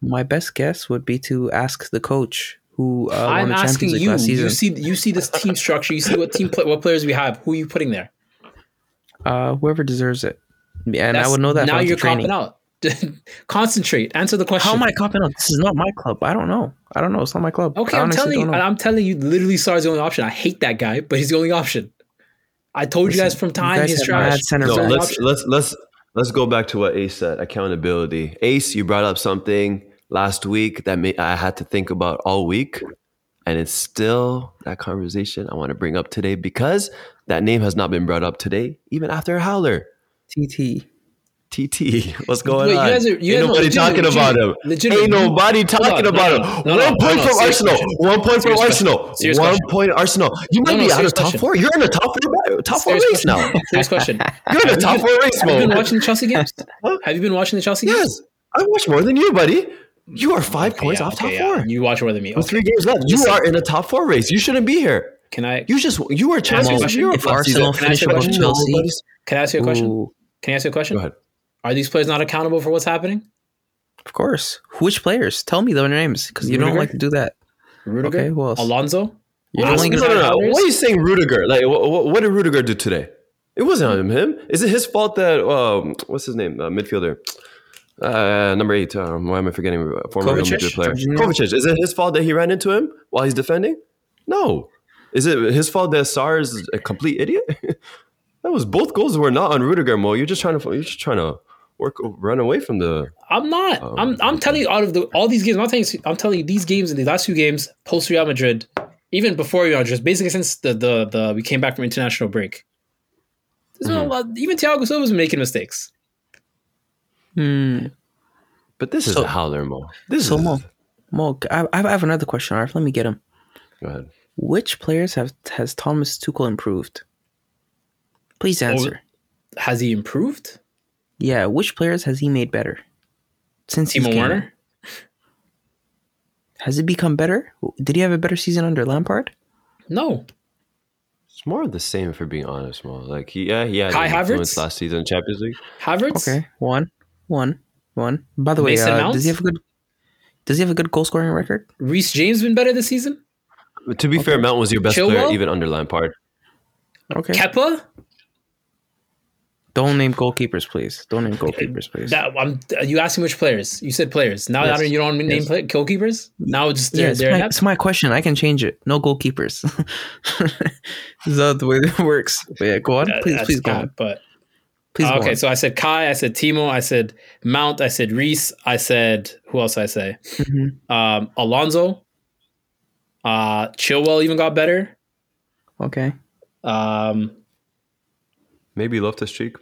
[SPEAKER 1] My best guess would be to ask the coach who uh, won
[SPEAKER 3] I'm
[SPEAKER 1] the
[SPEAKER 3] asking
[SPEAKER 1] Champions League
[SPEAKER 3] you.
[SPEAKER 1] last season.
[SPEAKER 3] You see, you see this team structure. You see what team, pla- what players we have. Who are you putting there?
[SPEAKER 1] uh, whoever deserves it. And I
[SPEAKER 3] That's-
[SPEAKER 1] would know that
[SPEAKER 3] now
[SPEAKER 1] from
[SPEAKER 3] you're
[SPEAKER 1] the training.
[SPEAKER 3] copping out. (laughs) Concentrate. Answer the question.
[SPEAKER 1] How am I copping out? This is not my club. I don't know. I don't know. It's not my club.
[SPEAKER 3] Okay,
[SPEAKER 1] I
[SPEAKER 3] I'm
[SPEAKER 1] honestly
[SPEAKER 3] telling you,
[SPEAKER 1] don't know.
[SPEAKER 3] I'm telling you, literally, Sar's the only option. I hate that guy, but he's the only option. I told you
[SPEAKER 1] Listen,
[SPEAKER 3] guys from time
[SPEAKER 1] guys
[SPEAKER 3] he's
[SPEAKER 1] have
[SPEAKER 3] trash.
[SPEAKER 1] mad center
[SPEAKER 2] No,
[SPEAKER 3] He's the only
[SPEAKER 1] backs.
[SPEAKER 2] let's
[SPEAKER 3] option.
[SPEAKER 2] let's let's let's go back to what Ace said. Accountability. Ace, you brought up something last week that may, I had to think about all week, and it's still that conversation I want to bring up today because that name has not been brought up today, even after Howler.
[SPEAKER 1] TT.
[SPEAKER 2] TT, (laughs) what's going
[SPEAKER 3] Wait, you
[SPEAKER 2] on?
[SPEAKER 3] guys are- you
[SPEAKER 2] Ain't
[SPEAKER 3] guys- no,
[SPEAKER 2] nobody
[SPEAKER 3] legit-
[SPEAKER 2] talking
[SPEAKER 3] legit-
[SPEAKER 2] about him.
[SPEAKER 3] legit-
[SPEAKER 2] Ain't nobody
[SPEAKER 3] on,
[SPEAKER 2] talking
[SPEAKER 3] no,
[SPEAKER 2] about
[SPEAKER 3] no,
[SPEAKER 2] him.
[SPEAKER 3] no, no,
[SPEAKER 2] One point
[SPEAKER 3] no,
[SPEAKER 2] from
[SPEAKER 3] serious
[SPEAKER 2] Arsenal.
[SPEAKER 3] question.
[SPEAKER 2] One point from
[SPEAKER 3] Serious question.
[SPEAKER 2] Arsenal.
[SPEAKER 3] Serious
[SPEAKER 2] One
[SPEAKER 3] question.
[SPEAKER 2] point Arsenal. You
[SPEAKER 3] No,
[SPEAKER 2] might
[SPEAKER 3] no,
[SPEAKER 2] be out
[SPEAKER 3] serious
[SPEAKER 2] of top
[SPEAKER 3] question.
[SPEAKER 2] four. You're in the top four. Top four
[SPEAKER 3] Serious
[SPEAKER 2] race now.
[SPEAKER 3] question.
[SPEAKER 2] (laughs)
[SPEAKER 3] Serious question. (laughs)
[SPEAKER 2] You're in the top four race,
[SPEAKER 3] Have you been
[SPEAKER 2] mode.
[SPEAKER 3] watching the Chelsea games? Have you been watching the Chelsea games?
[SPEAKER 2] Yes, I watch more than you, buddy. You are five
[SPEAKER 3] Okay,
[SPEAKER 2] points
[SPEAKER 3] yeah,
[SPEAKER 2] off
[SPEAKER 3] okay,
[SPEAKER 2] top
[SPEAKER 3] yeah.
[SPEAKER 2] four.
[SPEAKER 3] You watch more than me.
[SPEAKER 2] With
[SPEAKER 3] Okay.
[SPEAKER 2] three games left, you are in a top four race. You shouldn't be here.
[SPEAKER 3] Can I?
[SPEAKER 2] You just you were
[SPEAKER 3] Can I ask you
[SPEAKER 2] champions of
[SPEAKER 3] a question?
[SPEAKER 2] Europe
[SPEAKER 1] If
[SPEAKER 2] last
[SPEAKER 1] Arsenal
[SPEAKER 2] season.
[SPEAKER 3] Can I ask
[SPEAKER 1] finish
[SPEAKER 3] you a
[SPEAKER 1] above
[SPEAKER 3] question?
[SPEAKER 1] Chelsea,
[SPEAKER 2] Nobody's-
[SPEAKER 3] Can I ask you a question?
[SPEAKER 1] ooh,
[SPEAKER 3] Can I ask you a
[SPEAKER 2] Go
[SPEAKER 3] question?
[SPEAKER 2] ahead.
[SPEAKER 3] Are these players not accountable for what's happening?
[SPEAKER 1] of course. Which players? Tell me their names because you don't
[SPEAKER 3] Rudiger?
[SPEAKER 1] like to do that.
[SPEAKER 3] Rudiger,
[SPEAKER 1] Okay, who else?
[SPEAKER 3] Alonso.
[SPEAKER 1] You're
[SPEAKER 3] Honestly,
[SPEAKER 1] only
[SPEAKER 2] No,
[SPEAKER 1] gonna-
[SPEAKER 2] no, no, no.
[SPEAKER 3] Others?
[SPEAKER 2] What are you saying, Rudiger? Like, what, what did Rudiger do today? It wasn't on him. Is it his fault that um, what's his name, uh, midfielder, uh, number eight? Um, why am I forgetting? Uh, Former Real
[SPEAKER 1] Kovacic?
[SPEAKER 2] Madrid player,
[SPEAKER 1] Jorginho?
[SPEAKER 2] Kovacic. Is it his fault that he ran into him while he's defending? No. Is it his fault that Sar is a complete idiot? (laughs) that was both goals were not on Rudiger. Mo, you're just trying to you're just trying to work run away from the.
[SPEAKER 3] I'm not.
[SPEAKER 1] Oh,
[SPEAKER 3] I'm. I'm telling you out of the all these games. I'm telling. You, I'm telling you these games in the last few games post Real Madrid, even before Real Madrid, basically since the the, the we came back from international break. There's not a
[SPEAKER 1] Mm-hmm.
[SPEAKER 3] lot, even Thiago Silva's making mistakes.
[SPEAKER 1] Hmm.
[SPEAKER 2] But this is
[SPEAKER 1] So-
[SPEAKER 2] a howler, Mo. This
[SPEAKER 1] So
[SPEAKER 2] is.
[SPEAKER 1] Mo, Mo, I, I have another question. Arf, let me get him.
[SPEAKER 2] Go ahead.
[SPEAKER 1] Which players have has Thomas Tuchel improved? Please answer.
[SPEAKER 3] Has he improved?
[SPEAKER 1] Yeah, which players has he made better since he's
[SPEAKER 3] Timo
[SPEAKER 1] came in?
[SPEAKER 3] Werner.
[SPEAKER 1] Has it become better? Did he have a better season under Lampard?
[SPEAKER 3] No.
[SPEAKER 2] It's more of the same, if we're being honest, Mo. Like, he, yeah, he had
[SPEAKER 3] Kai
[SPEAKER 2] an influence
[SPEAKER 3] Havertz?
[SPEAKER 2] last season in Champions League.
[SPEAKER 3] Havertz.
[SPEAKER 1] Okay, one, one, one. By the way,
[SPEAKER 3] Mason
[SPEAKER 1] uh,
[SPEAKER 3] Mount?
[SPEAKER 1] does he have a good? Does he have a good goal scoring record?
[SPEAKER 3] Reece James been better this season.
[SPEAKER 2] But to be fair, Mount was your best
[SPEAKER 3] Chilwell?
[SPEAKER 2] player, even under Lampard.
[SPEAKER 1] Okay.
[SPEAKER 3] Kepa.
[SPEAKER 1] Don't name goalkeepers, please. Don't name goalkeepers, please.
[SPEAKER 3] That I'm. You asking which players? You said players. Now
[SPEAKER 2] Yes.
[SPEAKER 3] I don't. You don't name play, goalkeepers. Now it's just
[SPEAKER 1] yeah,
[SPEAKER 3] they're,
[SPEAKER 1] it's
[SPEAKER 3] they're
[SPEAKER 1] my, it's my question. I can change it. No goalkeepers. (laughs) Is that the way that works? But yeah, go on.
[SPEAKER 3] that-
[SPEAKER 1] Please,
[SPEAKER 3] that's
[SPEAKER 1] please go
[SPEAKER 3] cap,
[SPEAKER 1] on.
[SPEAKER 3] But
[SPEAKER 1] Please go
[SPEAKER 3] Oh, okay,
[SPEAKER 1] on.
[SPEAKER 3] so I said Kai, I said Timo, I said Mount, I said Reese, I said who else I say?
[SPEAKER 1] Mhm.
[SPEAKER 3] Um Alonzo. Uh Chilwell even got better.
[SPEAKER 1] Okay.
[SPEAKER 3] Um
[SPEAKER 2] Maybe Loftus Cheek.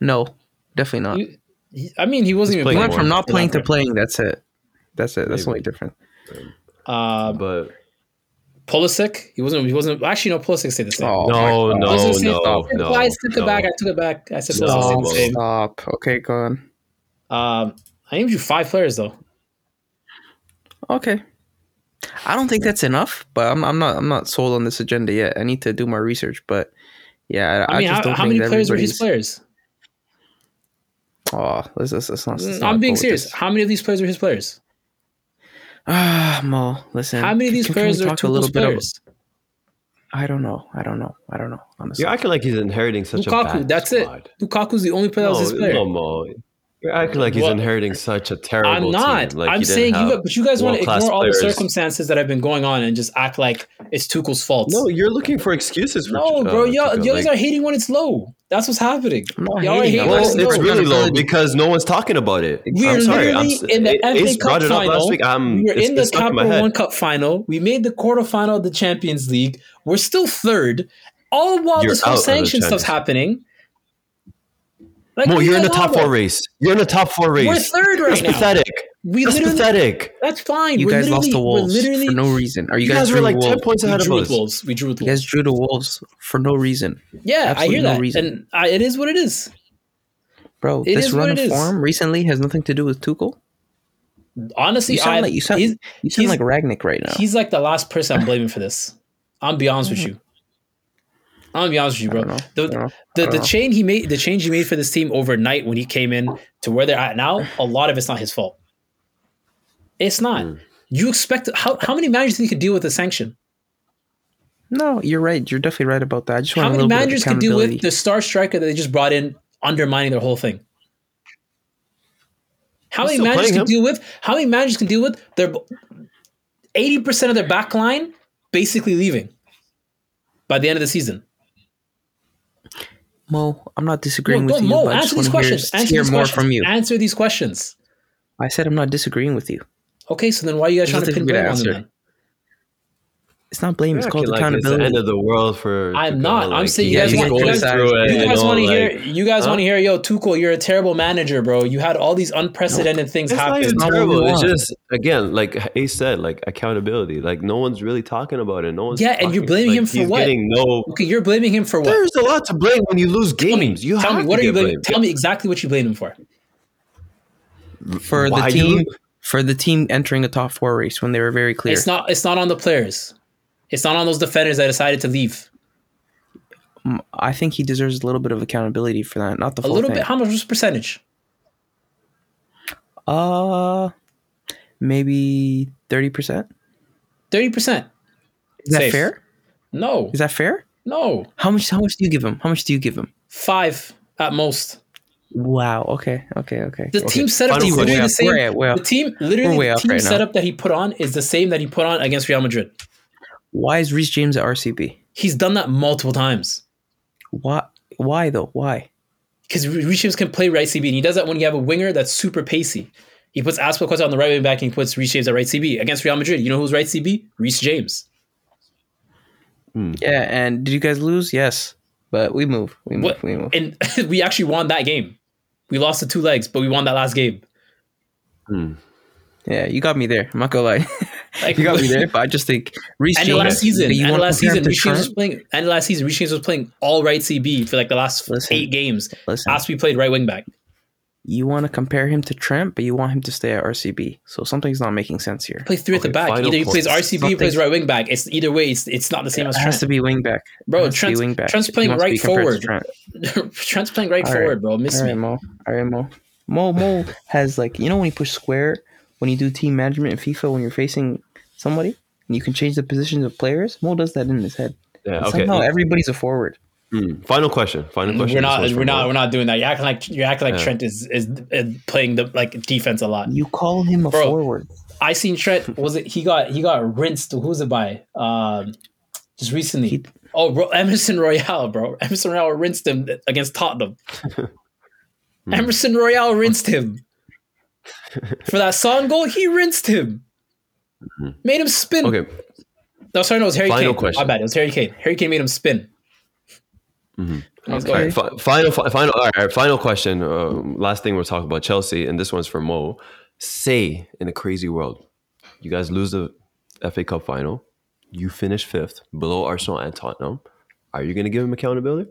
[SPEAKER 1] No, definitely not.
[SPEAKER 3] You- he- I mean he wasn't
[SPEAKER 1] He
[SPEAKER 2] He's
[SPEAKER 3] even
[SPEAKER 2] playing
[SPEAKER 1] went
[SPEAKER 3] playing.
[SPEAKER 1] from
[SPEAKER 2] more.
[SPEAKER 1] not Uh, playing to
[SPEAKER 3] Elaborate.
[SPEAKER 1] playing. That's it. That's it. That's the only
[SPEAKER 2] Maybe.
[SPEAKER 1] difference.
[SPEAKER 3] Uh
[SPEAKER 2] But
[SPEAKER 3] Pulisic. He wasn't he wasn't actually no Pulisic stayed the same.
[SPEAKER 1] Oh,
[SPEAKER 2] no,
[SPEAKER 1] my
[SPEAKER 2] no,
[SPEAKER 1] God.
[SPEAKER 3] I was
[SPEAKER 2] no,
[SPEAKER 3] gonna say-
[SPEAKER 2] no, no.
[SPEAKER 3] I took it back. I took it back. I said
[SPEAKER 2] No.
[SPEAKER 3] Pulisic stayed the
[SPEAKER 1] Stop,
[SPEAKER 3] same.
[SPEAKER 1] stop. Okay, go on.
[SPEAKER 3] Um I named you five players though.
[SPEAKER 1] Okay. I don't think that's enough, but I'm, I'm not I'm not sold on this agenda yet. I need to do my research, but yeah, I,
[SPEAKER 3] I mean,
[SPEAKER 1] I just
[SPEAKER 3] how,
[SPEAKER 1] don't
[SPEAKER 3] how
[SPEAKER 1] think
[SPEAKER 3] many players were his
[SPEAKER 1] everybody's.
[SPEAKER 3] players?
[SPEAKER 1] Oh, let's, let's, let's not, let's not
[SPEAKER 3] Mm, I'm being
[SPEAKER 1] go with this.
[SPEAKER 3] serious. How many of these players were his players?
[SPEAKER 1] Ah, Mo, listen.
[SPEAKER 3] How many of these
[SPEAKER 1] can- can we
[SPEAKER 3] players are
[SPEAKER 1] talk
[SPEAKER 3] two players?
[SPEAKER 1] bit of? I don't know. I don't know. I don't know. Honestly,
[SPEAKER 2] You're acting like he's inheriting such a
[SPEAKER 3] Lukaku,
[SPEAKER 2] bad
[SPEAKER 3] that's it.
[SPEAKER 2] squad.
[SPEAKER 3] Lukaku's the only player that
[SPEAKER 2] No,
[SPEAKER 3] was his player.
[SPEAKER 2] no, Mo. You're acting like he's
[SPEAKER 3] What?
[SPEAKER 2] inheriting such a terrible
[SPEAKER 3] I'm not.
[SPEAKER 2] team. Like
[SPEAKER 3] I'm
[SPEAKER 2] he didn't
[SPEAKER 3] saying you,
[SPEAKER 2] have-
[SPEAKER 3] got- but you guys want to
[SPEAKER 2] world-class
[SPEAKER 3] ignore all the
[SPEAKER 2] players.
[SPEAKER 3] circumstances that have been going on and just act like it's Tuchel's fault.
[SPEAKER 2] No, you're looking for excuses. For,
[SPEAKER 3] No, bro,
[SPEAKER 2] uh,
[SPEAKER 3] y'all,
[SPEAKER 2] Tuchel,
[SPEAKER 3] y'all
[SPEAKER 2] like-
[SPEAKER 3] are hating when it's low. That's what's happening.
[SPEAKER 1] I'm not
[SPEAKER 3] Y'all are
[SPEAKER 1] hating.
[SPEAKER 3] hating
[SPEAKER 1] I'm
[SPEAKER 3] when
[SPEAKER 2] Well,
[SPEAKER 1] just
[SPEAKER 3] it's
[SPEAKER 2] it's
[SPEAKER 1] saying
[SPEAKER 3] low.
[SPEAKER 2] really low
[SPEAKER 1] Accountability.
[SPEAKER 2] because no one's talking about it.
[SPEAKER 3] We're
[SPEAKER 2] I'm sorry. I'm,
[SPEAKER 3] literally in the
[SPEAKER 2] it-
[SPEAKER 3] FA
[SPEAKER 2] Ace
[SPEAKER 3] Cup
[SPEAKER 2] brought it up
[SPEAKER 3] final.
[SPEAKER 2] last week. I'm,
[SPEAKER 3] we were
[SPEAKER 2] Hmm, it's-
[SPEAKER 3] in the
[SPEAKER 2] it's stuck
[SPEAKER 3] Cup
[SPEAKER 2] in my head.
[SPEAKER 3] One Cup final. We made the quarterfinal of the Champions League. We're still third. All while
[SPEAKER 2] You're
[SPEAKER 3] this whole
[SPEAKER 2] out of the
[SPEAKER 3] sanction stuff's
[SPEAKER 2] Champions
[SPEAKER 3] happening. Like,
[SPEAKER 2] Mo,
[SPEAKER 3] we
[SPEAKER 2] you're in the
[SPEAKER 3] allow
[SPEAKER 2] top
[SPEAKER 3] that.
[SPEAKER 2] four race. You're in the top four
[SPEAKER 3] We're
[SPEAKER 2] race.
[SPEAKER 3] third
[SPEAKER 2] That's
[SPEAKER 3] right now.
[SPEAKER 2] pathetic.
[SPEAKER 3] We
[SPEAKER 2] That's
[SPEAKER 3] literally.
[SPEAKER 2] pathetic.
[SPEAKER 3] That's fine.
[SPEAKER 1] You
[SPEAKER 3] we're
[SPEAKER 1] guys lost
[SPEAKER 3] literally-
[SPEAKER 1] the
[SPEAKER 3] we're
[SPEAKER 1] Wolves
[SPEAKER 3] literally,
[SPEAKER 1] for no reason. Are you,
[SPEAKER 2] You
[SPEAKER 1] guys,
[SPEAKER 2] guys were
[SPEAKER 1] drew
[SPEAKER 2] like
[SPEAKER 1] the
[SPEAKER 2] ten
[SPEAKER 1] Wolves?
[SPEAKER 2] points
[SPEAKER 3] We
[SPEAKER 2] ahead of
[SPEAKER 3] drew with
[SPEAKER 2] us.
[SPEAKER 3] wolves. We drew with
[SPEAKER 1] You guys
[SPEAKER 3] wolves.
[SPEAKER 1] drew the Wolves for no reason,
[SPEAKER 3] Yeah, I
[SPEAKER 1] absolutely
[SPEAKER 3] hear
[SPEAKER 1] no
[SPEAKER 3] that,
[SPEAKER 1] reason.
[SPEAKER 3] and I, it is what it is.
[SPEAKER 1] bro.
[SPEAKER 3] It
[SPEAKER 1] this
[SPEAKER 3] is what
[SPEAKER 1] run
[SPEAKER 3] it
[SPEAKER 1] of
[SPEAKER 3] is.
[SPEAKER 1] form recently has nothing to do with Tuchel.
[SPEAKER 3] Honestly,
[SPEAKER 1] You sound
[SPEAKER 3] I,
[SPEAKER 1] like- you sound-
[SPEAKER 3] he's,
[SPEAKER 1] You sound
[SPEAKER 3] He's-
[SPEAKER 1] like Ragnick right now.
[SPEAKER 3] he's like the last person I'm blaming for this. I'm be honest with you. I'm gonna be honest with you,
[SPEAKER 1] Mm-hmm. I don't
[SPEAKER 3] bro.
[SPEAKER 1] know. I
[SPEAKER 3] The,
[SPEAKER 1] don't know.
[SPEAKER 3] the,
[SPEAKER 1] I
[SPEAKER 3] the
[SPEAKER 1] don't
[SPEAKER 3] chain he made the change he made for this team overnight when he came in to where they're at now a lot of it's not his fault it's not
[SPEAKER 1] Mm.
[SPEAKER 3] you expect how, how many managers think you could deal with a sanction
[SPEAKER 1] know. no, you're right. You're definitely right about that. I just
[SPEAKER 3] how
[SPEAKER 1] want a
[SPEAKER 3] many
[SPEAKER 1] little
[SPEAKER 3] managers
[SPEAKER 1] bit
[SPEAKER 3] could
[SPEAKER 1] of
[SPEAKER 3] deal
[SPEAKER 1] accountability.
[SPEAKER 3] with the star striker that they just brought in undermining their whole thing how
[SPEAKER 2] He's
[SPEAKER 3] many
[SPEAKER 2] still
[SPEAKER 3] managers can
[SPEAKER 2] playing
[SPEAKER 3] deal with how many managers can deal with their 80% of their back line basically leaving by the end of the season
[SPEAKER 1] Mo, I'm not
[SPEAKER 3] No,
[SPEAKER 1] disagreeing with
[SPEAKER 3] don't
[SPEAKER 1] you.
[SPEAKER 3] Mo,
[SPEAKER 1] but I just
[SPEAKER 3] answer these
[SPEAKER 1] want to hear,
[SPEAKER 3] questions. Answer
[SPEAKER 1] hear
[SPEAKER 3] these
[SPEAKER 1] more
[SPEAKER 3] questions.
[SPEAKER 1] from you.
[SPEAKER 3] Answer these questions.
[SPEAKER 1] I said I'm not disagreeing with you.
[SPEAKER 3] Okay, so then why are you guys
[SPEAKER 1] There's
[SPEAKER 3] trying to
[SPEAKER 1] nothing
[SPEAKER 3] pin
[SPEAKER 1] for me to
[SPEAKER 3] blame on them?
[SPEAKER 1] answer.
[SPEAKER 3] Then?
[SPEAKER 1] It's not blame. It's
[SPEAKER 2] Acting
[SPEAKER 1] called
[SPEAKER 2] like It's the
[SPEAKER 1] accountability.
[SPEAKER 2] end of the world for.
[SPEAKER 3] I'm
[SPEAKER 2] Tuchel,
[SPEAKER 3] not. I'm saying
[SPEAKER 1] you
[SPEAKER 2] yeah,
[SPEAKER 1] guys
[SPEAKER 2] he's
[SPEAKER 1] want-
[SPEAKER 2] going
[SPEAKER 1] you guys-
[SPEAKER 2] through
[SPEAKER 1] you
[SPEAKER 2] it.
[SPEAKER 3] You
[SPEAKER 2] and
[SPEAKER 3] guys
[SPEAKER 2] all,
[SPEAKER 3] want to
[SPEAKER 2] like-
[SPEAKER 3] hear? You guys
[SPEAKER 2] huh?
[SPEAKER 3] want to hear? Yo, Tuchel, you're a terrible manager, bro. You had all these unprecedented things
[SPEAKER 2] It's not
[SPEAKER 3] happen.
[SPEAKER 2] even
[SPEAKER 1] It's not what we
[SPEAKER 2] terrible. It's
[SPEAKER 1] want.
[SPEAKER 2] just again, like Ace said, like accountability. Like no one's really talking about it. No one's.
[SPEAKER 3] Yeah, and you're
[SPEAKER 2] talking-
[SPEAKER 3] blaming
[SPEAKER 2] like,
[SPEAKER 3] him for
[SPEAKER 2] he's
[SPEAKER 3] what?
[SPEAKER 2] Getting no.
[SPEAKER 3] okay, you're blaming him for what?
[SPEAKER 2] There's a lot to blame when you lose games. you
[SPEAKER 3] Tell
[SPEAKER 2] have
[SPEAKER 3] me what
[SPEAKER 2] to
[SPEAKER 3] are you
[SPEAKER 2] get
[SPEAKER 3] blaming?
[SPEAKER 2] blamed.
[SPEAKER 3] Tell me exactly what you blame him for.
[SPEAKER 1] for the
[SPEAKER 2] Why
[SPEAKER 1] team
[SPEAKER 2] you-
[SPEAKER 1] for the team entering a top four race when they were very clear.
[SPEAKER 3] It's not. It's not on the players. It's not on those defenders that decided to leave.
[SPEAKER 1] Mm, I think he deserves a little bit of accountability for that, not the
[SPEAKER 3] A
[SPEAKER 1] full
[SPEAKER 3] little
[SPEAKER 1] thing.
[SPEAKER 3] bit. How much was percentage?
[SPEAKER 1] uh, maybe thirty percent.
[SPEAKER 3] Thirty percent.
[SPEAKER 1] Is that
[SPEAKER 3] Safe.
[SPEAKER 1] fair?
[SPEAKER 3] No.
[SPEAKER 1] Is that fair?
[SPEAKER 3] No.
[SPEAKER 1] How much? How much do you give him? How much do you give him?
[SPEAKER 3] Five at most.
[SPEAKER 1] Wow. Okay. Okay. Okay.
[SPEAKER 3] The team setup
[SPEAKER 2] Final
[SPEAKER 3] is literally
[SPEAKER 2] question.
[SPEAKER 3] the same.
[SPEAKER 1] Way up, way up.
[SPEAKER 3] The team literally
[SPEAKER 1] way
[SPEAKER 3] the
[SPEAKER 1] up
[SPEAKER 3] team
[SPEAKER 1] right now.
[SPEAKER 3] setup that he put on is the same that he put on against Real Madrid.
[SPEAKER 1] Why is Reece James at RCB?
[SPEAKER 3] He's done that multiple times
[SPEAKER 1] Why? Why though? Why?
[SPEAKER 3] because Reece James can play right CB, and he does that when you have a winger that's super pacey. He puts Aspilicueta on the right wing back, and he puts Reece James at right CB against Real Madrid. You know who's right CB? Reece James.
[SPEAKER 1] Yeah. And did you guys lose? Yes. But we move. We move.
[SPEAKER 3] What?
[SPEAKER 1] We move.
[SPEAKER 3] And (laughs) we actually won that game. We lost the two legs, but we won that last game.
[SPEAKER 1] Yeah. You got me there. I'm not gonna lie. (laughs)
[SPEAKER 3] Like,
[SPEAKER 1] you got me
[SPEAKER 3] (laughs)
[SPEAKER 1] there. But I just think Reece
[SPEAKER 3] And
[SPEAKER 1] James.
[SPEAKER 3] the last season,
[SPEAKER 1] do you
[SPEAKER 3] and the
[SPEAKER 1] wanna
[SPEAKER 3] last
[SPEAKER 1] compare
[SPEAKER 3] season,
[SPEAKER 1] him to
[SPEAKER 3] Reece James was
[SPEAKER 1] Trent?
[SPEAKER 3] playing. And the last season, Reece James was playing all right CB for like the last
[SPEAKER 1] Listen.
[SPEAKER 3] eight games.
[SPEAKER 1] Listen.
[SPEAKER 3] Aspi played right wing back.
[SPEAKER 1] you want to compare him to Trent, but you want him to stay at RCB. So something's not making sense here.
[SPEAKER 3] Play three at the
[SPEAKER 2] Okay,
[SPEAKER 3] back.
[SPEAKER 2] final
[SPEAKER 3] Either he plays
[SPEAKER 2] points.
[SPEAKER 3] RCB, he plays
[SPEAKER 1] Something's-
[SPEAKER 3] right wing back. It's either way, it's, it's not the same as
[SPEAKER 1] It has
[SPEAKER 3] Trent.
[SPEAKER 1] to be wing back, It
[SPEAKER 3] Bro,
[SPEAKER 1] has to be
[SPEAKER 3] Trent's-
[SPEAKER 1] wing back.
[SPEAKER 3] Trent's
[SPEAKER 1] if he
[SPEAKER 3] playing
[SPEAKER 1] wants to be
[SPEAKER 3] right
[SPEAKER 1] compared to Trent.
[SPEAKER 3] forward. (laughs) Trent's playing right
[SPEAKER 1] All right.
[SPEAKER 3] forward, bro. Miss
[SPEAKER 1] All right,
[SPEAKER 3] me.
[SPEAKER 1] Mo. All right, Mo. Mo Mo has like you know when you push square when you do team management in FIFA when you're facing somebody and you can change the positions of players. Mo does that in his head.
[SPEAKER 2] Yeah,
[SPEAKER 1] And
[SPEAKER 2] okay.
[SPEAKER 1] Somehow everybody's a forward.
[SPEAKER 2] Mm. Final question. Final question.
[SPEAKER 3] We're
[SPEAKER 2] This
[SPEAKER 3] not.
[SPEAKER 2] one's
[SPEAKER 3] We're
[SPEAKER 2] from
[SPEAKER 3] not.
[SPEAKER 2] Mo.
[SPEAKER 3] We're not doing that. You're acting like you're acting like
[SPEAKER 2] Yeah.
[SPEAKER 3] Trent is, is is playing the like defense a lot.
[SPEAKER 1] You call him a
[SPEAKER 3] Bro.
[SPEAKER 1] forward.
[SPEAKER 3] I seen Trent. Was it he got he got rinsed? Who was it by? Um, just recently.
[SPEAKER 1] He-
[SPEAKER 3] oh, bro, Emerson Royale, bro. Emerson Royale rinsed him
[SPEAKER 2] (laughs)
[SPEAKER 3] against Tottenham.
[SPEAKER 2] Hmm.
[SPEAKER 3] Emerson Royale rinsed him for that song goal. He rinsed him. Made him spin.
[SPEAKER 2] Hmm. Okay.
[SPEAKER 3] No, sorry, no, it was Harry
[SPEAKER 2] Final
[SPEAKER 3] Kane.
[SPEAKER 2] question.
[SPEAKER 3] My bad. It was Harry Kane. Harry Kane made him spin.
[SPEAKER 2] Mm-hmm.
[SPEAKER 3] Let's go.
[SPEAKER 2] All right, fi- final, fi- final, all right, all right, final question. Um, last thing we're talking about Chelsea, and this one's for Mo. Say in a crazy world, you guys lose the FA Cup final, you finish fifth, below Arsenal and Tottenham. Are you going to give him accountability?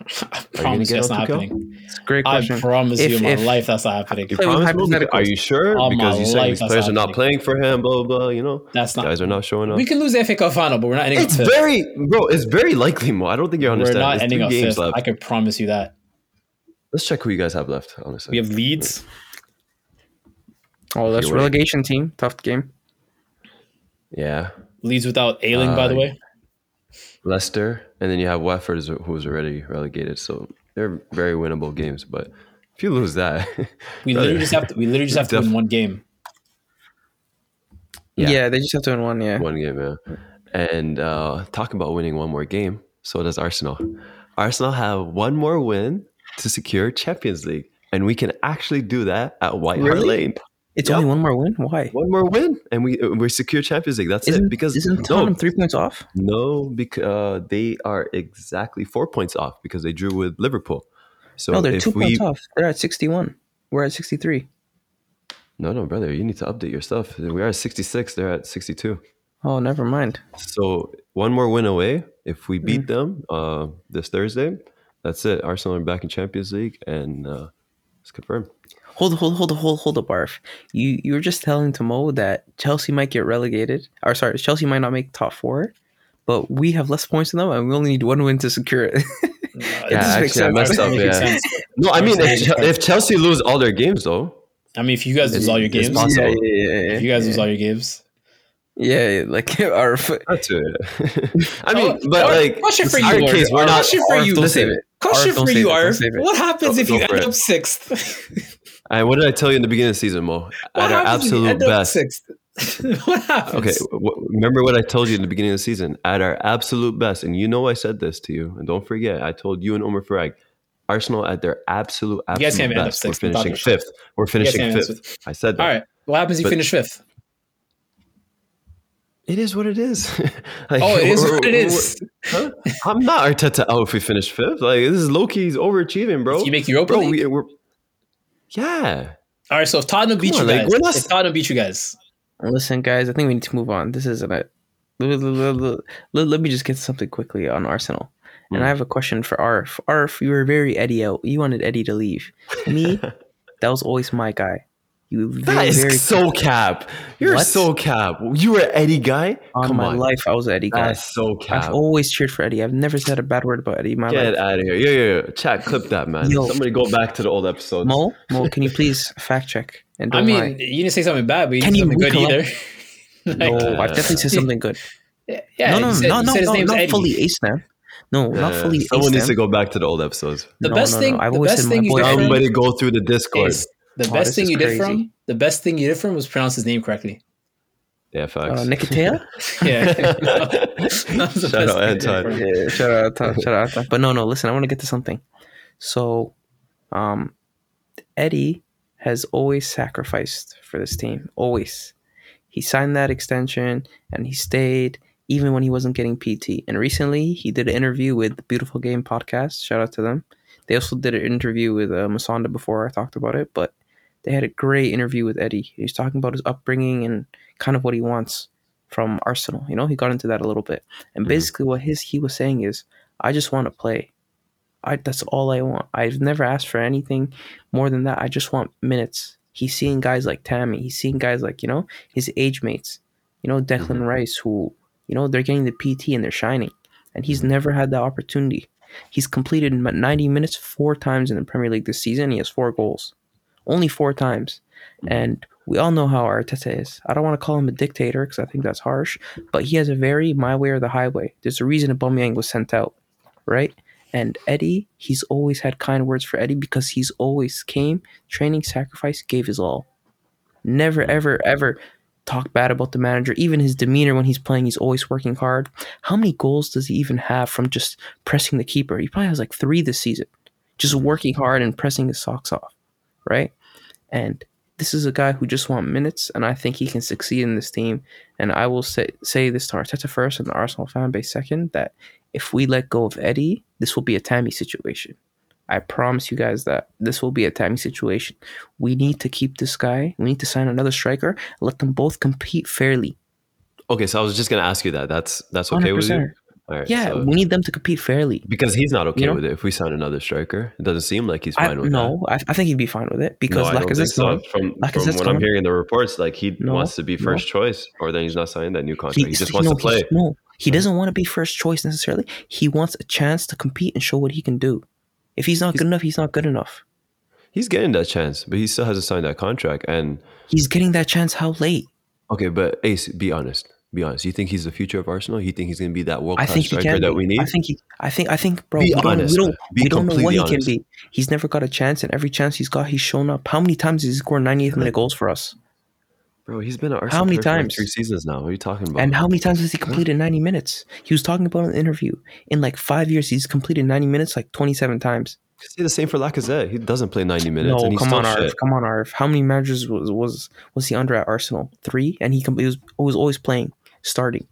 [SPEAKER 3] I
[SPEAKER 2] Are you gonna
[SPEAKER 3] "Ah, promise
[SPEAKER 2] get
[SPEAKER 3] you that's
[SPEAKER 2] on
[SPEAKER 3] not
[SPEAKER 2] Tuchel?
[SPEAKER 3] happening.
[SPEAKER 1] It's a great
[SPEAKER 3] I
[SPEAKER 1] question.
[SPEAKER 3] promise you,
[SPEAKER 1] If-
[SPEAKER 3] my
[SPEAKER 1] if-
[SPEAKER 3] life, that's not happening.
[SPEAKER 2] You
[SPEAKER 1] Play with
[SPEAKER 2] promise, Mo?
[SPEAKER 1] hypotheticals.
[SPEAKER 2] Are you sure?
[SPEAKER 3] Oh,
[SPEAKER 2] because
[SPEAKER 3] my
[SPEAKER 2] you said
[SPEAKER 3] life,
[SPEAKER 2] these
[SPEAKER 3] that's
[SPEAKER 2] players are not
[SPEAKER 3] happening.
[SPEAKER 2] playing for him. Blah blah. blah you know,
[SPEAKER 3] That's not-
[SPEAKER 2] guys are not showing up.
[SPEAKER 3] We can lose the FA Cup final, but we're not ending
[SPEAKER 2] It's
[SPEAKER 3] fifth.
[SPEAKER 2] very, bro. It's very likely, Mo. I don't think you
[SPEAKER 3] We're
[SPEAKER 2] understand.
[SPEAKER 3] not
[SPEAKER 2] There's
[SPEAKER 3] ending
[SPEAKER 2] two
[SPEAKER 3] up
[SPEAKER 2] games
[SPEAKER 3] fifth.
[SPEAKER 2] left.
[SPEAKER 3] I can promise you that.
[SPEAKER 2] Let's check who you guys have left. Honestly,
[SPEAKER 3] We have Leeds.
[SPEAKER 1] Oh, that's
[SPEAKER 2] You're right.
[SPEAKER 1] relegation team. Tough game.
[SPEAKER 2] yeah,
[SPEAKER 3] Leeds without Ailing, by the
[SPEAKER 2] Uh,
[SPEAKER 3] way.
[SPEAKER 2] Leicester, and then you have Watford, who's- who's already relegated. So they're very winnable games. But if you lose that, (laughs)
[SPEAKER 3] We
[SPEAKER 2] brother,
[SPEAKER 3] literally just have to. We literally just have to win
[SPEAKER 2] Def-
[SPEAKER 3] one game.
[SPEAKER 1] Yeah.
[SPEAKER 2] Yeah.
[SPEAKER 1] they just have to win one. Yeah.
[SPEAKER 2] one game, yeah. And uh, talk about winning one more game. So does Arsenal. Arsenal have one more win to secure Champions League, and we can actually do that at White Hart
[SPEAKER 1] Really?
[SPEAKER 2] Lane.
[SPEAKER 1] It's
[SPEAKER 2] Yep.
[SPEAKER 1] only one more win. Why?
[SPEAKER 2] One more win, and we we secure Champions League. That's
[SPEAKER 1] Isn't
[SPEAKER 2] it. Because
[SPEAKER 1] isn't Tottenham three points off?
[SPEAKER 2] No, because uh, they are exactly four points off because they drew with Liverpool. So
[SPEAKER 1] no, they're
[SPEAKER 2] if
[SPEAKER 1] two
[SPEAKER 2] we
[SPEAKER 1] points off. They're at 61. We're at 63.
[SPEAKER 2] no no brother, you need to update your stuff. We are at sixty six. They're at sixty two.
[SPEAKER 1] Oh, never mind.
[SPEAKER 2] So one more win away. If
[SPEAKER 3] Hmm.
[SPEAKER 2] we beat them uh, this Thursday, that's it. Arsenal are back in Champions League, and uh, it's confirmed.
[SPEAKER 1] Hold, hold, hold, hold, hold up, Barf. You you were just telling to Mo that Chelsea might get relegated, or sorry, Chelsea might not make top four, but we have less points than them, and we only need one win to secure it.
[SPEAKER 3] No, it
[SPEAKER 2] Yeah,
[SPEAKER 3] doesn't make
[SPEAKER 2] actually, I
[SPEAKER 3] sense.
[SPEAKER 2] messed
[SPEAKER 3] Doesn't
[SPEAKER 2] up,
[SPEAKER 3] make
[SPEAKER 2] yeah.
[SPEAKER 3] sense.
[SPEAKER 2] No, I mean if,
[SPEAKER 3] Arsenal-
[SPEAKER 2] Che- if Chelsea lose all their games though,
[SPEAKER 3] I mean, if you guys lose all your
[SPEAKER 2] It's
[SPEAKER 3] games,
[SPEAKER 2] possible.
[SPEAKER 1] (laughs) yeah, yeah, yeah,
[SPEAKER 3] if you guys
[SPEAKER 1] yeah.
[SPEAKER 3] lose all your games,
[SPEAKER 1] yeah, yeah, like (laughs) our f-
[SPEAKER 2] that's it. (laughs) I mean,
[SPEAKER 3] Oh,
[SPEAKER 2] but
[SPEAKER 3] oh,
[SPEAKER 2] like
[SPEAKER 3] question for
[SPEAKER 2] in
[SPEAKER 3] you,
[SPEAKER 2] our
[SPEAKER 3] Lord.
[SPEAKER 2] case, we're not.
[SPEAKER 3] Question for
[SPEAKER 2] Arf,
[SPEAKER 3] you.
[SPEAKER 2] don't
[SPEAKER 1] Listen.
[SPEAKER 2] save it.
[SPEAKER 3] question
[SPEAKER 1] Arf, don't
[SPEAKER 3] for
[SPEAKER 1] save
[SPEAKER 3] you
[SPEAKER 1] it, don't
[SPEAKER 3] are
[SPEAKER 1] save it.
[SPEAKER 3] what happens
[SPEAKER 2] Go-
[SPEAKER 3] if you
[SPEAKER 2] go for
[SPEAKER 3] end
[SPEAKER 2] it.
[SPEAKER 3] up (laughs) sixth?
[SPEAKER 2] I, what did I tell you in the beginning of the season, Mo?
[SPEAKER 3] What
[SPEAKER 2] At our
[SPEAKER 3] happens if you
[SPEAKER 2] absolute
[SPEAKER 3] end up
[SPEAKER 2] best.
[SPEAKER 3] Sixth? (laughs) what happens?
[SPEAKER 2] Okay, w- remember what I told you in the beginning of the season? At our absolute best, and you know I said this to you, and don't forget, I told you and Omer Farag, Arsenal at their absolute
[SPEAKER 3] You
[SPEAKER 2] absolute
[SPEAKER 3] guys can't end up
[SPEAKER 2] best.
[SPEAKER 3] sixth.
[SPEAKER 2] We're
[SPEAKER 3] I'm
[SPEAKER 2] finishing
[SPEAKER 3] talking-
[SPEAKER 2] fifth. We're
[SPEAKER 3] You guys
[SPEAKER 2] finishing
[SPEAKER 3] can't answer
[SPEAKER 2] fifth. I said that.
[SPEAKER 3] All right. What happens if you
[SPEAKER 2] But- (laughs)
[SPEAKER 3] finish fifth?
[SPEAKER 2] It is what it is. (laughs) Like,
[SPEAKER 3] Oh, it is
[SPEAKER 2] we're-
[SPEAKER 3] what it
[SPEAKER 2] we're-
[SPEAKER 3] is.
[SPEAKER 2] huh? I'm not Arteta out if we finish fifth. Like this is Loki's overachieving, bro.
[SPEAKER 3] If you make Europa
[SPEAKER 2] bro,
[SPEAKER 3] League.
[SPEAKER 2] we, we're yeah.
[SPEAKER 3] All right. So if Tottenham beat
[SPEAKER 2] on,
[SPEAKER 3] you
[SPEAKER 2] like,
[SPEAKER 3] guys,
[SPEAKER 2] we're not-
[SPEAKER 3] if Tottenham beat you guys,
[SPEAKER 1] Listen, guys, I think we need to move on. This uh, isn't it. Let, let- let- let- let me just get something quickly on Arsenal. And
[SPEAKER 2] Hmm.
[SPEAKER 1] I have a question for Arf. Arf, you were very Eddie out. You wanted Eddie to leave.
[SPEAKER 2] (laughs)
[SPEAKER 1] Me, that was always my guy. You very,
[SPEAKER 2] That is
[SPEAKER 1] very
[SPEAKER 2] (laughs) so cap. You're
[SPEAKER 1] What?
[SPEAKER 2] so cap. You were Eddie guy.
[SPEAKER 1] on
[SPEAKER 2] Come
[SPEAKER 1] my
[SPEAKER 2] on,
[SPEAKER 1] life. I was an Eddie guy.
[SPEAKER 2] that's so cap.
[SPEAKER 1] I've always cheered for Eddie. I've never said a bad word about Eddie in my
[SPEAKER 2] Get
[SPEAKER 1] life.
[SPEAKER 2] out of here. Yo, yo, yo. Chat, clip that, man.
[SPEAKER 1] Yo.
[SPEAKER 2] Somebody go back to the old episodes.
[SPEAKER 1] Mo, Mo, can you
[SPEAKER 2] (laughs)
[SPEAKER 1] please fact check and don't
[SPEAKER 3] I mean,
[SPEAKER 1] lie?
[SPEAKER 3] you didn't say something bad, but you
[SPEAKER 1] Can
[SPEAKER 3] didn't say
[SPEAKER 1] you
[SPEAKER 3] something good
[SPEAKER 1] recall-
[SPEAKER 3] either. (laughs)
[SPEAKER 1] No,
[SPEAKER 3] like,
[SPEAKER 2] Uh,
[SPEAKER 1] I've definitely said something good. no,
[SPEAKER 3] yeah,
[SPEAKER 1] no,
[SPEAKER 3] you
[SPEAKER 1] no,
[SPEAKER 3] said,
[SPEAKER 1] no,
[SPEAKER 3] you
[SPEAKER 1] no,
[SPEAKER 3] said his
[SPEAKER 1] no,
[SPEAKER 3] name's
[SPEAKER 1] not
[SPEAKER 3] Eddie.
[SPEAKER 1] fully ace them. No,
[SPEAKER 2] Yeah,
[SPEAKER 1] not fully
[SPEAKER 2] Uh, Someone
[SPEAKER 1] ace
[SPEAKER 2] needs to
[SPEAKER 1] them.
[SPEAKER 2] go back to the old episodes.
[SPEAKER 3] The
[SPEAKER 1] No,
[SPEAKER 3] best
[SPEAKER 1] no, no.
[SPEAKER 3] thing,
[SPEAKER 1] I've
[SPEAKER 3] the
[SPEAKER 1] always
[SPEAKER 3] best
[SPEAKER 1] said
[SPEAKER 3] thing
[SPEAKER 1] my
[SPEAKER 3] you
[SPEAKER 1] boy
[SPEAKER 3] did
[SPEAKER 1] Eddie.
[SPEAKER 3] from
[SPEAKER 2] Somebody go through the Discord.
[SPEAKER 3] is the
[SPEAKER 1] Oh,
[SPEAKER 3] best
[SPEAKER 1] this
[SPEAKER 3] thing
[SPEAKER 1] is
[SPEAKER 3] you did
[SPEAKER 1] crazy.
[SPEAKER 3] from the best thing you did from was pronounce his name (laughs) correctly.
[SPEAKER 2] Yeah, facts.
[SPEAKER 1] Uh, Nicotea?
[SPEAKER 3] Yeah, (laughs)
[SPEAKER 2] Shout out Anton.
[SPEAKER 1] yeah, shout out, Tom, shout out, Tom. But no, no. Listen, I want to get to something. So, um, Eddie has always sacrificed for this team. Always, he signed that extension and he stayed even when he wasn't getting PT. And recently, he did an interview with the Beautiful Game podcast. Shout out to them. They also did an interview with uh, Masonda before I talked about it, but they had a great interview with Eddie. He's talking about his upbringing and kind of what he wants from Arsenal. You know, he got into that a little bit. And
[SPEAKER 2] Mhm.
[SPEAKER 1] basically, what his he was saying is, I just want to play. I that's all I want. I've never asked for anything more than that. I just want minutes. He's seeing guys like Tammy. He's seeing guys like you know his age mates. You know Declan
[SPEAKER 2] Mhm.
[SPEAKER 1] Rice, who you know they're getting the PT and they're shining, and he's never had that opportunity. He's completed m- 90 minutes four times in the Premier League this season. He has four goals, only four times, and we all know how Arteta is. I don't want to call him a dictator because I think that's harsh, but he has a very my way or the highway. There's a reason Aubameyang was sent out, right? And Eddie, he's always had kind words for Eddie because he's always came, training, sacrifice, gave his all. Never, ever, ever talk bad about the manager. Even his demeanor when he's playing, he's always working hard. How many goals does he even have from just pressing the keeper? He probably has like three this season, just working hard and pressing his socks off, right? And this is a guy who just want minutes, and I think he can succeed in this team. And I will say say this to Arteta first and the Arsenal fan base second that if we let go of Eddie, this will be a Tammy situation. I promise you guys that this will be a Tammy situation. We need to keep this guy. We need to sign another striker. Let them both compete fairly.
[SPEAKER 2] Okay, so I was just gonna ask you that. That's that's okay
[SPEAKER 1] 100%.
[SPEAKER 2] with you. All right.
[SPEAKER 1] Yeah,
[SPEAKER 2] so-
[SPEAKER 1] we need them to compete fairly.
[SPEAKER 2] because he's not okay
[SPEAKER 1] You know?
[SPEAKER 2] with it. If we sign another striker, it doesn't seem like he's
[SPEAKER 1] I,
[SPEAKER 2] fine with that.
[SPEAKER 1] no, I, I think he'd be fine with it because
[SPEAKER 2] I don't think
[SPEAKER 1] Lacazette's
[SPEAKER 2] so.
[SPEAKER 1] gone.
[SPEAKER 2] From, from
[SPEAKER 1] Lacazette's
[SPEAKER 2] what I'm
[SPEAKER 1] gone.
[SPEAKER 2] hearing in the reports, like he
[SPEAKER 1] No,
[SPEAKER 2] wants to be
[SPEAKER 1] no.
[SPEAKER 2] first choice, or then he's not signing that new contract. He,
[SPEAKER 1] He's-
[SPEAKER 2] just wants
[SPEAKER 1] no,
[SPEAKER 2] to play. Mm-hmm.
[SPEAKER 1] he's- No, he doesn't want to be first choice necessarily. He wants a chance to compete and show what he can do. If he's not good enough, he's not good enough.
[SPEAKER 2] He's getting that chance, but he still hasn't signed that contract. And
[SPEAKER 1] He's getting that chance. How late?
[SPEAKER 2] okay, but Ace, be honest. Be honest. You think he's the future of Arsenal? You think he's going to be that world
[SPEAKER 1] I
[SPEAKER 2] class
[SPEAKER 1] think he
[SPEAKER 2] striker
[SPEAKER 1] can.
[SPEAKER 2] that
[SPEAKER 1] be.
[SPEAKER 2] we need?
[SPEAKER 1] I think he. I think. I think, bro.
[SPEAKER 2] Be
[SPEAKER 1] we don't.
[SPEAKER 2] honest.
[SPEAKER 1] We don't.
[SPEAKER 2] Be
[SPEAKER 1] we don't know what
[SPEAKER 2] completely
[SPEAKER 1] he can
[SPEAKER 2] honest.
[SPEAKER 1] be. He's never got a chance, and every chance he's got, he's shown up. How many times has he scored 98th minute goals for us?
[SPEAKER 2] Bro, he's been at Arsenal
[SPEAKER 1] many
[SPEAKER 2] player for like
[SPEAKER 1] times?
[SPEAKER 2] three seasons now. What are you talking about?
[SPEAKER 1] And how many times has he completed 90 minutes? He was talking about in an interview. In like five years, he's completed 90 minutes like 27 times.
[SPEAKER 2] Say the same for Lacazette. He doesn't play 90 minutes.
[SPEAKER 1] No,
[SPEAKER 2] and he's
[SPEAKER 1] come
[SPEAKER 2] still
[SPEAKER 1] on, Arv.
[SPEAKER 2] shit.
[SPEAKER 1] Come on, Arv. How many managers was was was he under at Arsenal? Three, and he, com- he was was always playing, starting.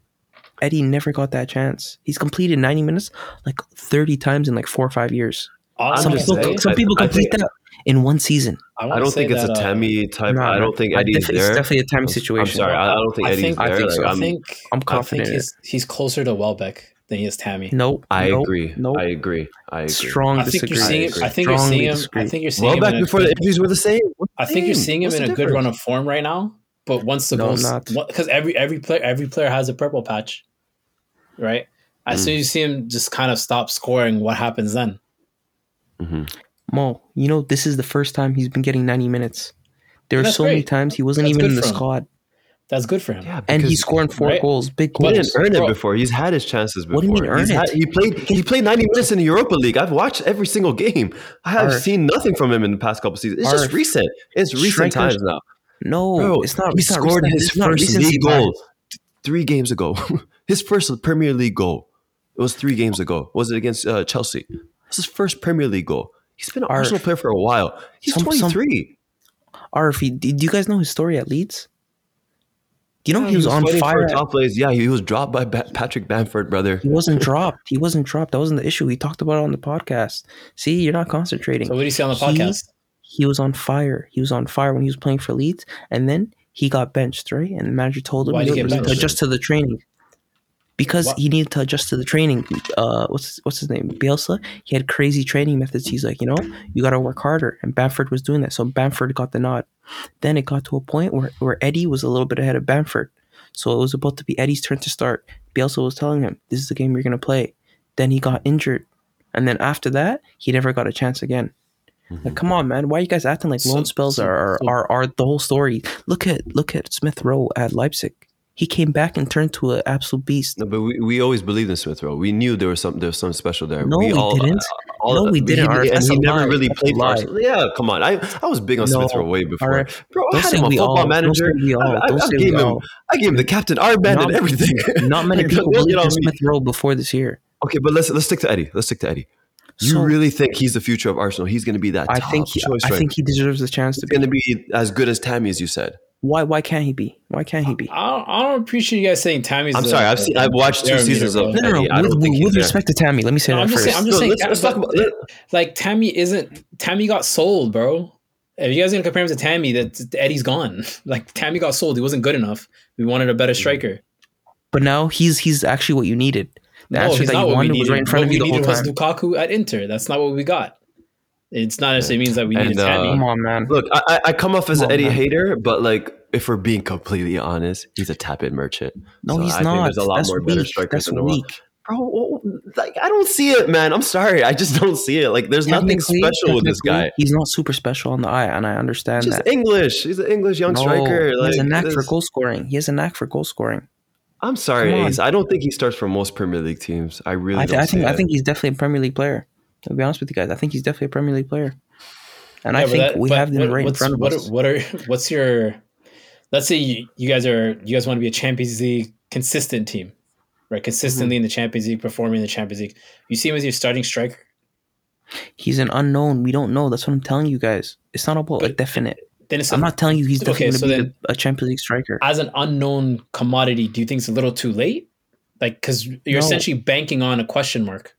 [SPEAKER 1] Eddie never got that chance. He's completed ninety minutes like thirty times in like four or five years.
[SPEAKER 3] All
[SPEAKER 1] Some
[SPEAKER 3] I
[SPEAKER 2] just
[SPEAKER 1] people,
[SPEAKER 3] wanna
[SPEAKER 2] saying,
[SPEAKER 1] some
[SPEAKER 2] I-
[SPEAKER 1] people
[SPEAKER 2] I
[SPEAKER 1] complete
[SPEAKER 2] think-
[SPEAKER 1] that in one season.
[SPEAKER 3] I, wanna
[SPEAKER 2] I don't
[SPEAKER 3] say
[SPEAKER 2] think it's
[SPEAKER 3] that,
[SPEAKER 2] a
[SPEAKER 3] uh,
[SPEAKER 2] Tammy type.
[SPEAKER 1] No,
[SPEAKER 2] I
[SPEAKER 1] no.
[SPEAKER 2] don't think
[SPEAKER 1] I
[SPEAKER 2] Eddie's
[SPEAKER 1] def- it's
[SPEAKER 2] there.
[SPEAKER 1] definitely a time
[SPEAKER 2] I'm
[SPEAKER 1] situation.
[SPEAKER 2] sorry, I, I don't think
[SPEAKER 3] uh, I
[SPEAKER 2] Eddie's
[SPEAKER 3] think-
[SPEAKER 2] there.
[SPEAKER 1] I think so.
[SPEAKER 2] Like,
[SPEAKER 3] I
[SPEAKER 2] I'm-
[SPEAKER 3] think
[SPEAKER 1] I'm
[SPEAKER 3] I think
[SPEAKER 1] confident.
[SPEAKER 3] he's he's closer to Welbeck than he is Tammy.
[SPEAKER 1] nope.
[SPEAKER 2] I
[SPEAKER 1] nope,
[SPEAKER 2] agree.
[SPEAKER 1] Nope.
[SPEAKER 2] I agree. I agree.
[SPEAKER 1] Strong
[SPEAKER 3] I think you're
[SPEAKER 1] disagree.
[SPEAKER 3] seeing him. I think you're
[SPEAKER 1] Strongly
[SPEAKER 3] seeing him.
[SPEAKER 1] disagree.
[SPEAKER 3] I think you're seeing
[SPEAKER 2] Well,
[SPEAKER 3] him.
[SPEAKER 2] back
[SPEAKER 3] in a
[SPEAKER 2] before
[SPEAKER 3] good-
[SPEAKER 2] the injuries were the same. What's the
[SPEAKER 3] I think you're
[SPEAKER 2] thing?
[SPEAKER 3] seeing him
[SPEAKER 2] What's
[SPEAKER 3] in a
[SPEAKER 2] the
[SPEAKER 3] good run
[SPEAKER 2] difference?
[SPEAKER 3] of form right now. But once the
[SPEAKER 1] No,
[SPEAKER 3] goals,
[SPEAKER 1] not.
[SPEAKER 3] because every every player every player has a purple patch, right? As
[SPEAKER 2] Mm.
[SPEAKER 3] soon as you see him just kind of stop scoring, what happens then?
[SPEAKER 2] Mhm.
[SPEAKER 1] Mo, you know this is the first time he's been getting 90 minutes. There were
[SPEAKER 3] That's
[SPEAKER 1] so many
[SPEAKER 3] great.
[SPEAKER 1] times he wasn't
[SPEAKER 3] That's
[SPEAKER 1] even
[SPEAKER 3] good
[SPEAKER 1] in the
[SPEAKER 3] for him.
[SPEAKER 1] squad,
[SPEAKER 3] That's good for him.
[SPEAKER 2] Yeah,
[SPEAKER 1] and he's
[SPEAKER 2] because
[SPEAKER 1] scoring four
[SPEAKER 3] Right.
[SPEAKER 1] goals, big
[SPEAKER 2] He
[SPEAKER 1] goals.
[SPEAKER 2] didn't earn it
[SPEAKER 3] Bro.
[SPEAKER 2] before. He's had his chances before.
[SPEAKER 1] What do you mean earn
[SPEAKER 2] He's
[SPEAKER 1] it?
[SPEAKER 2] had- he played. He played ninety minutes in the Europa League. I've watched every single game. I have
[SPEAKER 1] Arf.
[SPEAKER 2] seen nothing from him in the past couple seasons. It's just
[SPEAKER 1] Arf.
[SPEAKER 2] recent. It's recent
[SPEAKER 1] Strikers-
[SPEAKER 2] times now.
[SPEAKER 1] No,
[SPEAKER 2] Bro,
[SPEAKER 1] it's not.
[SPEAKER 2] He
[SPEAKER 1] it's not
[SPEAKER 2] scored
[SPEAKER 1] recent-
[SPEAKER 2] his
[SPEAKER 1] it's not
[SPEAKER 2] first
[SPEAKER 1] recency
[SPEAKER 2] league
[SPEAKER 1] bias.
[SPEAKER 2] goal th- three games ago. (laughs) his first Premier League goal. It was three games ago. Was it against uh, Chelsea? It's his first Premier League goal. He's been an
[SPEAKER 1] Arf.
[SPEAKER 2] Arsenal player for a while. He's
[SPEAKER 1] Some- some-
[SPEAKER 2] twenty three.
[SPEAKER 1] RFE, E. do do you guys know his story at Leeds? Do you know
[SPEAKER 2] Yeah,
[SPEAKER 1] he was, on
[SPEAKER 2] fighting for
[SPEAKER 1] fire? at-
[SPEAKER 2] Top plays. Yeah, he was dropped by ba- Patrick Bamford, brother.
[SPEAKER 1] He wasn't dropped. He wasn't dropped. That wasn't the issue. We talked about it on the podcast. See, you're not concentrating.
[SPEAKER 3] So what do you see on the
[SPEAKER 1] He-
[SPEAKER 3] podcast?
[SPEAKER 1] he was on fire. He was on fire when he was playing for Leeds, and then he got benched, right? And the manager told him
[SPEAKER 3] Why'd
[SPEAKER 1] he
[SPEAKER 3] he
[SPEAKER 1] needed
[SPEAKER 3] get
[SPEAKER 1] to
[SPEAKER 2] benched?
[SPEAKER 1] adjust to the training because
[SPEAKER 3] What?
[SPEAKER 1] he needed to adjust to the training. Uh, what's what's his name? Bielsa. He had crazy training methods. He's like, you know, you got to work harder, and Bamford was doing that. So Bamford got the nod. Then it got to a point where where Eddie was a little bit ahead of Bamford, so it was about to be Eddie's turn to start. Bielsa was telling him, "This is the game you're gonna play." Then he got injured, and then after that, he never got a chance again.
[SPEAKER 2] Mm-hmm.
[SPEAKER 1] Like, come on, man. Why are you guys acting like
[SPEAKER 3] So-
[SPEAKER 1] loan spells
[SPEAKER 3] so-
[SPEAKER 1] are,
[SPEAKER 3] so-
[SPEAKER 1] are are the whole story? Look at look at Smith Rowe at Leipzig. He came back and turned to an absolute beast.
[SPEAKER 2] No, but we, we always believed in Smith Rowe. We knew there was some there was some special there.
[SPEAKER 1] No, we, didn't.
[SPEAKER 2] all-
[SPEAKER 1] No, we didn't, Arif.
[SPEAKER 2] He, and
[SPEAKER 1] That's
[SPEAKER 2] he
[SPEAKER 1] a
[SPEAKER 2] never
[SPEAKER 1] lie.
[SPEAKER 2] really
[SPEAKER 1] That's a
[SPEAKER 2] played for
[SPEAKER 1] lie.
[SPEAKER 2] Arsenal. Yeah, come on. I, I was big on
[SPEAKER 1] No,
[SPEAKER 2] Smith Rowe way before.
[SPEAKER 1] Arif.
[SPEAKER 2] Bro, I
[SPEAKER 1] Don't
[SPEAKER 2] had
[SPEAKER 1] say
[SPEAKER 2] him on
[SPEAKER 1] we
[SPEAKER 2] football
[SPEAKER 1] all. Don't
[SPEAKER 2] manager.
[SPEAKER 1] say we all.
[SPEAKER 2] I, I,
[SPEAKER 1] Don't
[SPEAKER 2] I
[SPEAKER 1] say
[SPEAKER 2] gave
[SPEAKER 1] we
[SPEAKER 2] him
[SPEAKER 1] all.
[SPEAKER 2] I gave him the captain armband
[SPEAKER 1] Not-
[SPEAKER 2] and everything.
[SPEAKER 1] (laughs) Not many
[SPEAKER 2] Like,
[SPEAKER 1] people
[SPEAKER 2] (laughs) don't get
[SPEAKER 1] believed
[SPEAKER 2] on
[SPEAKER 1] in
[SPEAKER 2] me.
[SPEAKER 1] Smith Rowe before this year.
[SPEAKER 2] Okay, but let's let's stick to Eddie. Let's stick to Eddie. You
[SPEAKER 1] So-
[SPEAKER 2] really think he's the future of Arsenal? He's going to be that
[SPEAKER 1] I
[SPEAKER 2] top
[SPEAKER 1] think he,
[SPEAKER 2] choice
[SPEAKER 1] I
[SPEAKER 2] right
[SPEAKER 1] think he deserves a chance to
[SPEAKER 2] He's
[SPEAKER 1] be.
[SPEAKER 2] going to be as good as Tammy as you said.
[SPEAKER 1] Why why can't he be? Why can't he be?
[SPEAKER 3] I don't, I don't appreciate you guys saying Tammy's.
[SPEAKER 2] I'm
[SPEAKER 3] the-
[SPEAKER 2] sorry. I've seen, I've watched two
[SPEAKER 3] Barometer,
[SPEAKER 2] seasons
[SPEAKER 3] bro.
[SPEAKER 2] of
[SPEAKER 1] No, no, no.
[SPEAKER 2] Eddie. I
[SPEAKER 1] with
[SPEAKER 2] don't think he's
[SPEAKER 1] with
[SPEAKER 2] there.
[SPEAKER 1] respect to Tammy, let me say
[SPEAKER 3] No,
[SPEAKER 1] that
[SPEAKER 3] I'm just
[SPEAKER 1] first.
[SPEAKER 3] saying. I'm
[SPEAKER 2] No,
[SPEAKER 3] just saying.
[SPEAKER 2] let's, let's talk about. let-
[SPEAKER 3] like Tammy isn't. Tammy got sold, bro. If you guys are gonna compare him to Tammy, that Eddie's gone. (laughs) Like Tammy got sold. He wasn't good enough. We wanted a better
[SPEAKER 2] Mm.
[SPEAKER 3] striker.
[SPEAKER 1] but now he's he's actually what you needed. The answer that you wanted was right in front
[SPEAKER 3] Oh, what
[SPEAKER 1] of you the
[SPEAKER 3] we
[SPEAKER 1] whole
[SPEAKER 3] needed
[SPEAKER 1] time.
[SPEAKER 3] was Lukaku at Inter. That's not what we got. It's not necessarily means that we
[SPEAKER 2] And,
[SPEAKER 3] needed
[SPEAKER 2] uh,
[SPEAKER 3] Tammy.
[SPEAKER 1] Come on, man.
[SPEAKER 2] Look, I, I- I come off as
[SPEAKER 1] Come
[SPEAKER 2] an
[SPEAKER 1] on,
[SPEAKER 2] Eddie
[SPEAKER 1] man.
[SPEAKER 2] hater, but like if we're being completely honest, he's a tap-in merchant.
[SPEAKER 1] No,
[SPEAKER 2] So
[SPEAKER 1] he's
[SPEAKER 2] I think
[SPEAKER 1] not.
[SPEAKER 2] there's a lot
[SPEAKER 1] That's
[SPEAKER 2] more
[SPEAKER 1] weak.
[SPEAKER 2] better strikers
[SPEAKER 1] That's
[SPEAKER 2] in the world.
[SPEAKER 1] weak.
[SPEAKER 2] Bro, oh, like I don't see it, man. I'm sorry, I just (laughs) don't see it. Like there's nothing
[SPEAKER 1] Technically-
[SPEAKER 2] special with this
[SPEAKER 1] technically,
[SPEAKER 2] guy.
[SPEAKER 1] He's not super special on the eye, and I understand
[SPEAKER 2] He's just
[SPEAKER 1] that.
[SPEAKER 2] English. He's an English young
[SPEAKER 1] No,
[SPEAKER 2] striker.
[SPEAKER 1] he has a
[SPEAKER 2] Like,
[SPEAKER 1] knack for
[SPEAKER 2] this-
[SPEAKER 1] goal scoring. He has a knack for goal scoring.
[SPEAKER 2] I'm sorry,
[SPEAKER 1] Come on.
[SPEAKER 2] Ace. I don't think he starts for most Premier League teams. I really
[SPEAKER 1] I, th-
[SPEAKER 2] don't
[SPEAKER 1] I think
[SPEAKER 2] see
[SPEAKER 1] I
[SPEAKER 2] it.
[SPEAKER 1] think he's definitely a Premier League player. To be honest with you guys, I think he's definitely a Premier League player, and I
[SPEAKER 3] Yeah, but
[SPEAKER 1] think
[SPEAKER 3] that-
[SPEAKER 1] we
[SPEAKER 3] but
[SPEAKER 1] have them
[SPEAKER 3] what-
[SPEAKER 1] right in
[SPEAKER 3] what's-
[SPEAKER 1] front of
[SPEAKER 3] what
[SPEAKER 1] us.
[SPEAKER 3] Are, what are (laughs) what's your? Let's say you, you guys are you guys want to be a Champions League consistent team, right?
[SPEAKER 1] Mm-hmm.
[SPEAKER 3] Consistently in the Champions League, performing in the Champions League. You see him as your starting striker.
[SPEAKER 1] He's an unknown. We don't know. That's what I'm telling you guys. It's not about a
[SPEAKER 3] But-
[SPEAKER 1] definite.
[SPEAKER 3] Then it's
[SPEAKER 1] I'm not telling you he's definitely
[SPEAKER 3] Okay, so
[SPEAKER 1] going to be
[SPEAKER 3] then-
[SPEAKER 1] the- a Champions League striker.
[SPEAKER 3] as an unknown commodity. Do you think it's a little too late? Like, because you're
[SPEAKER 1] No.
[SPEAKER 3] essentially banking on a question mark.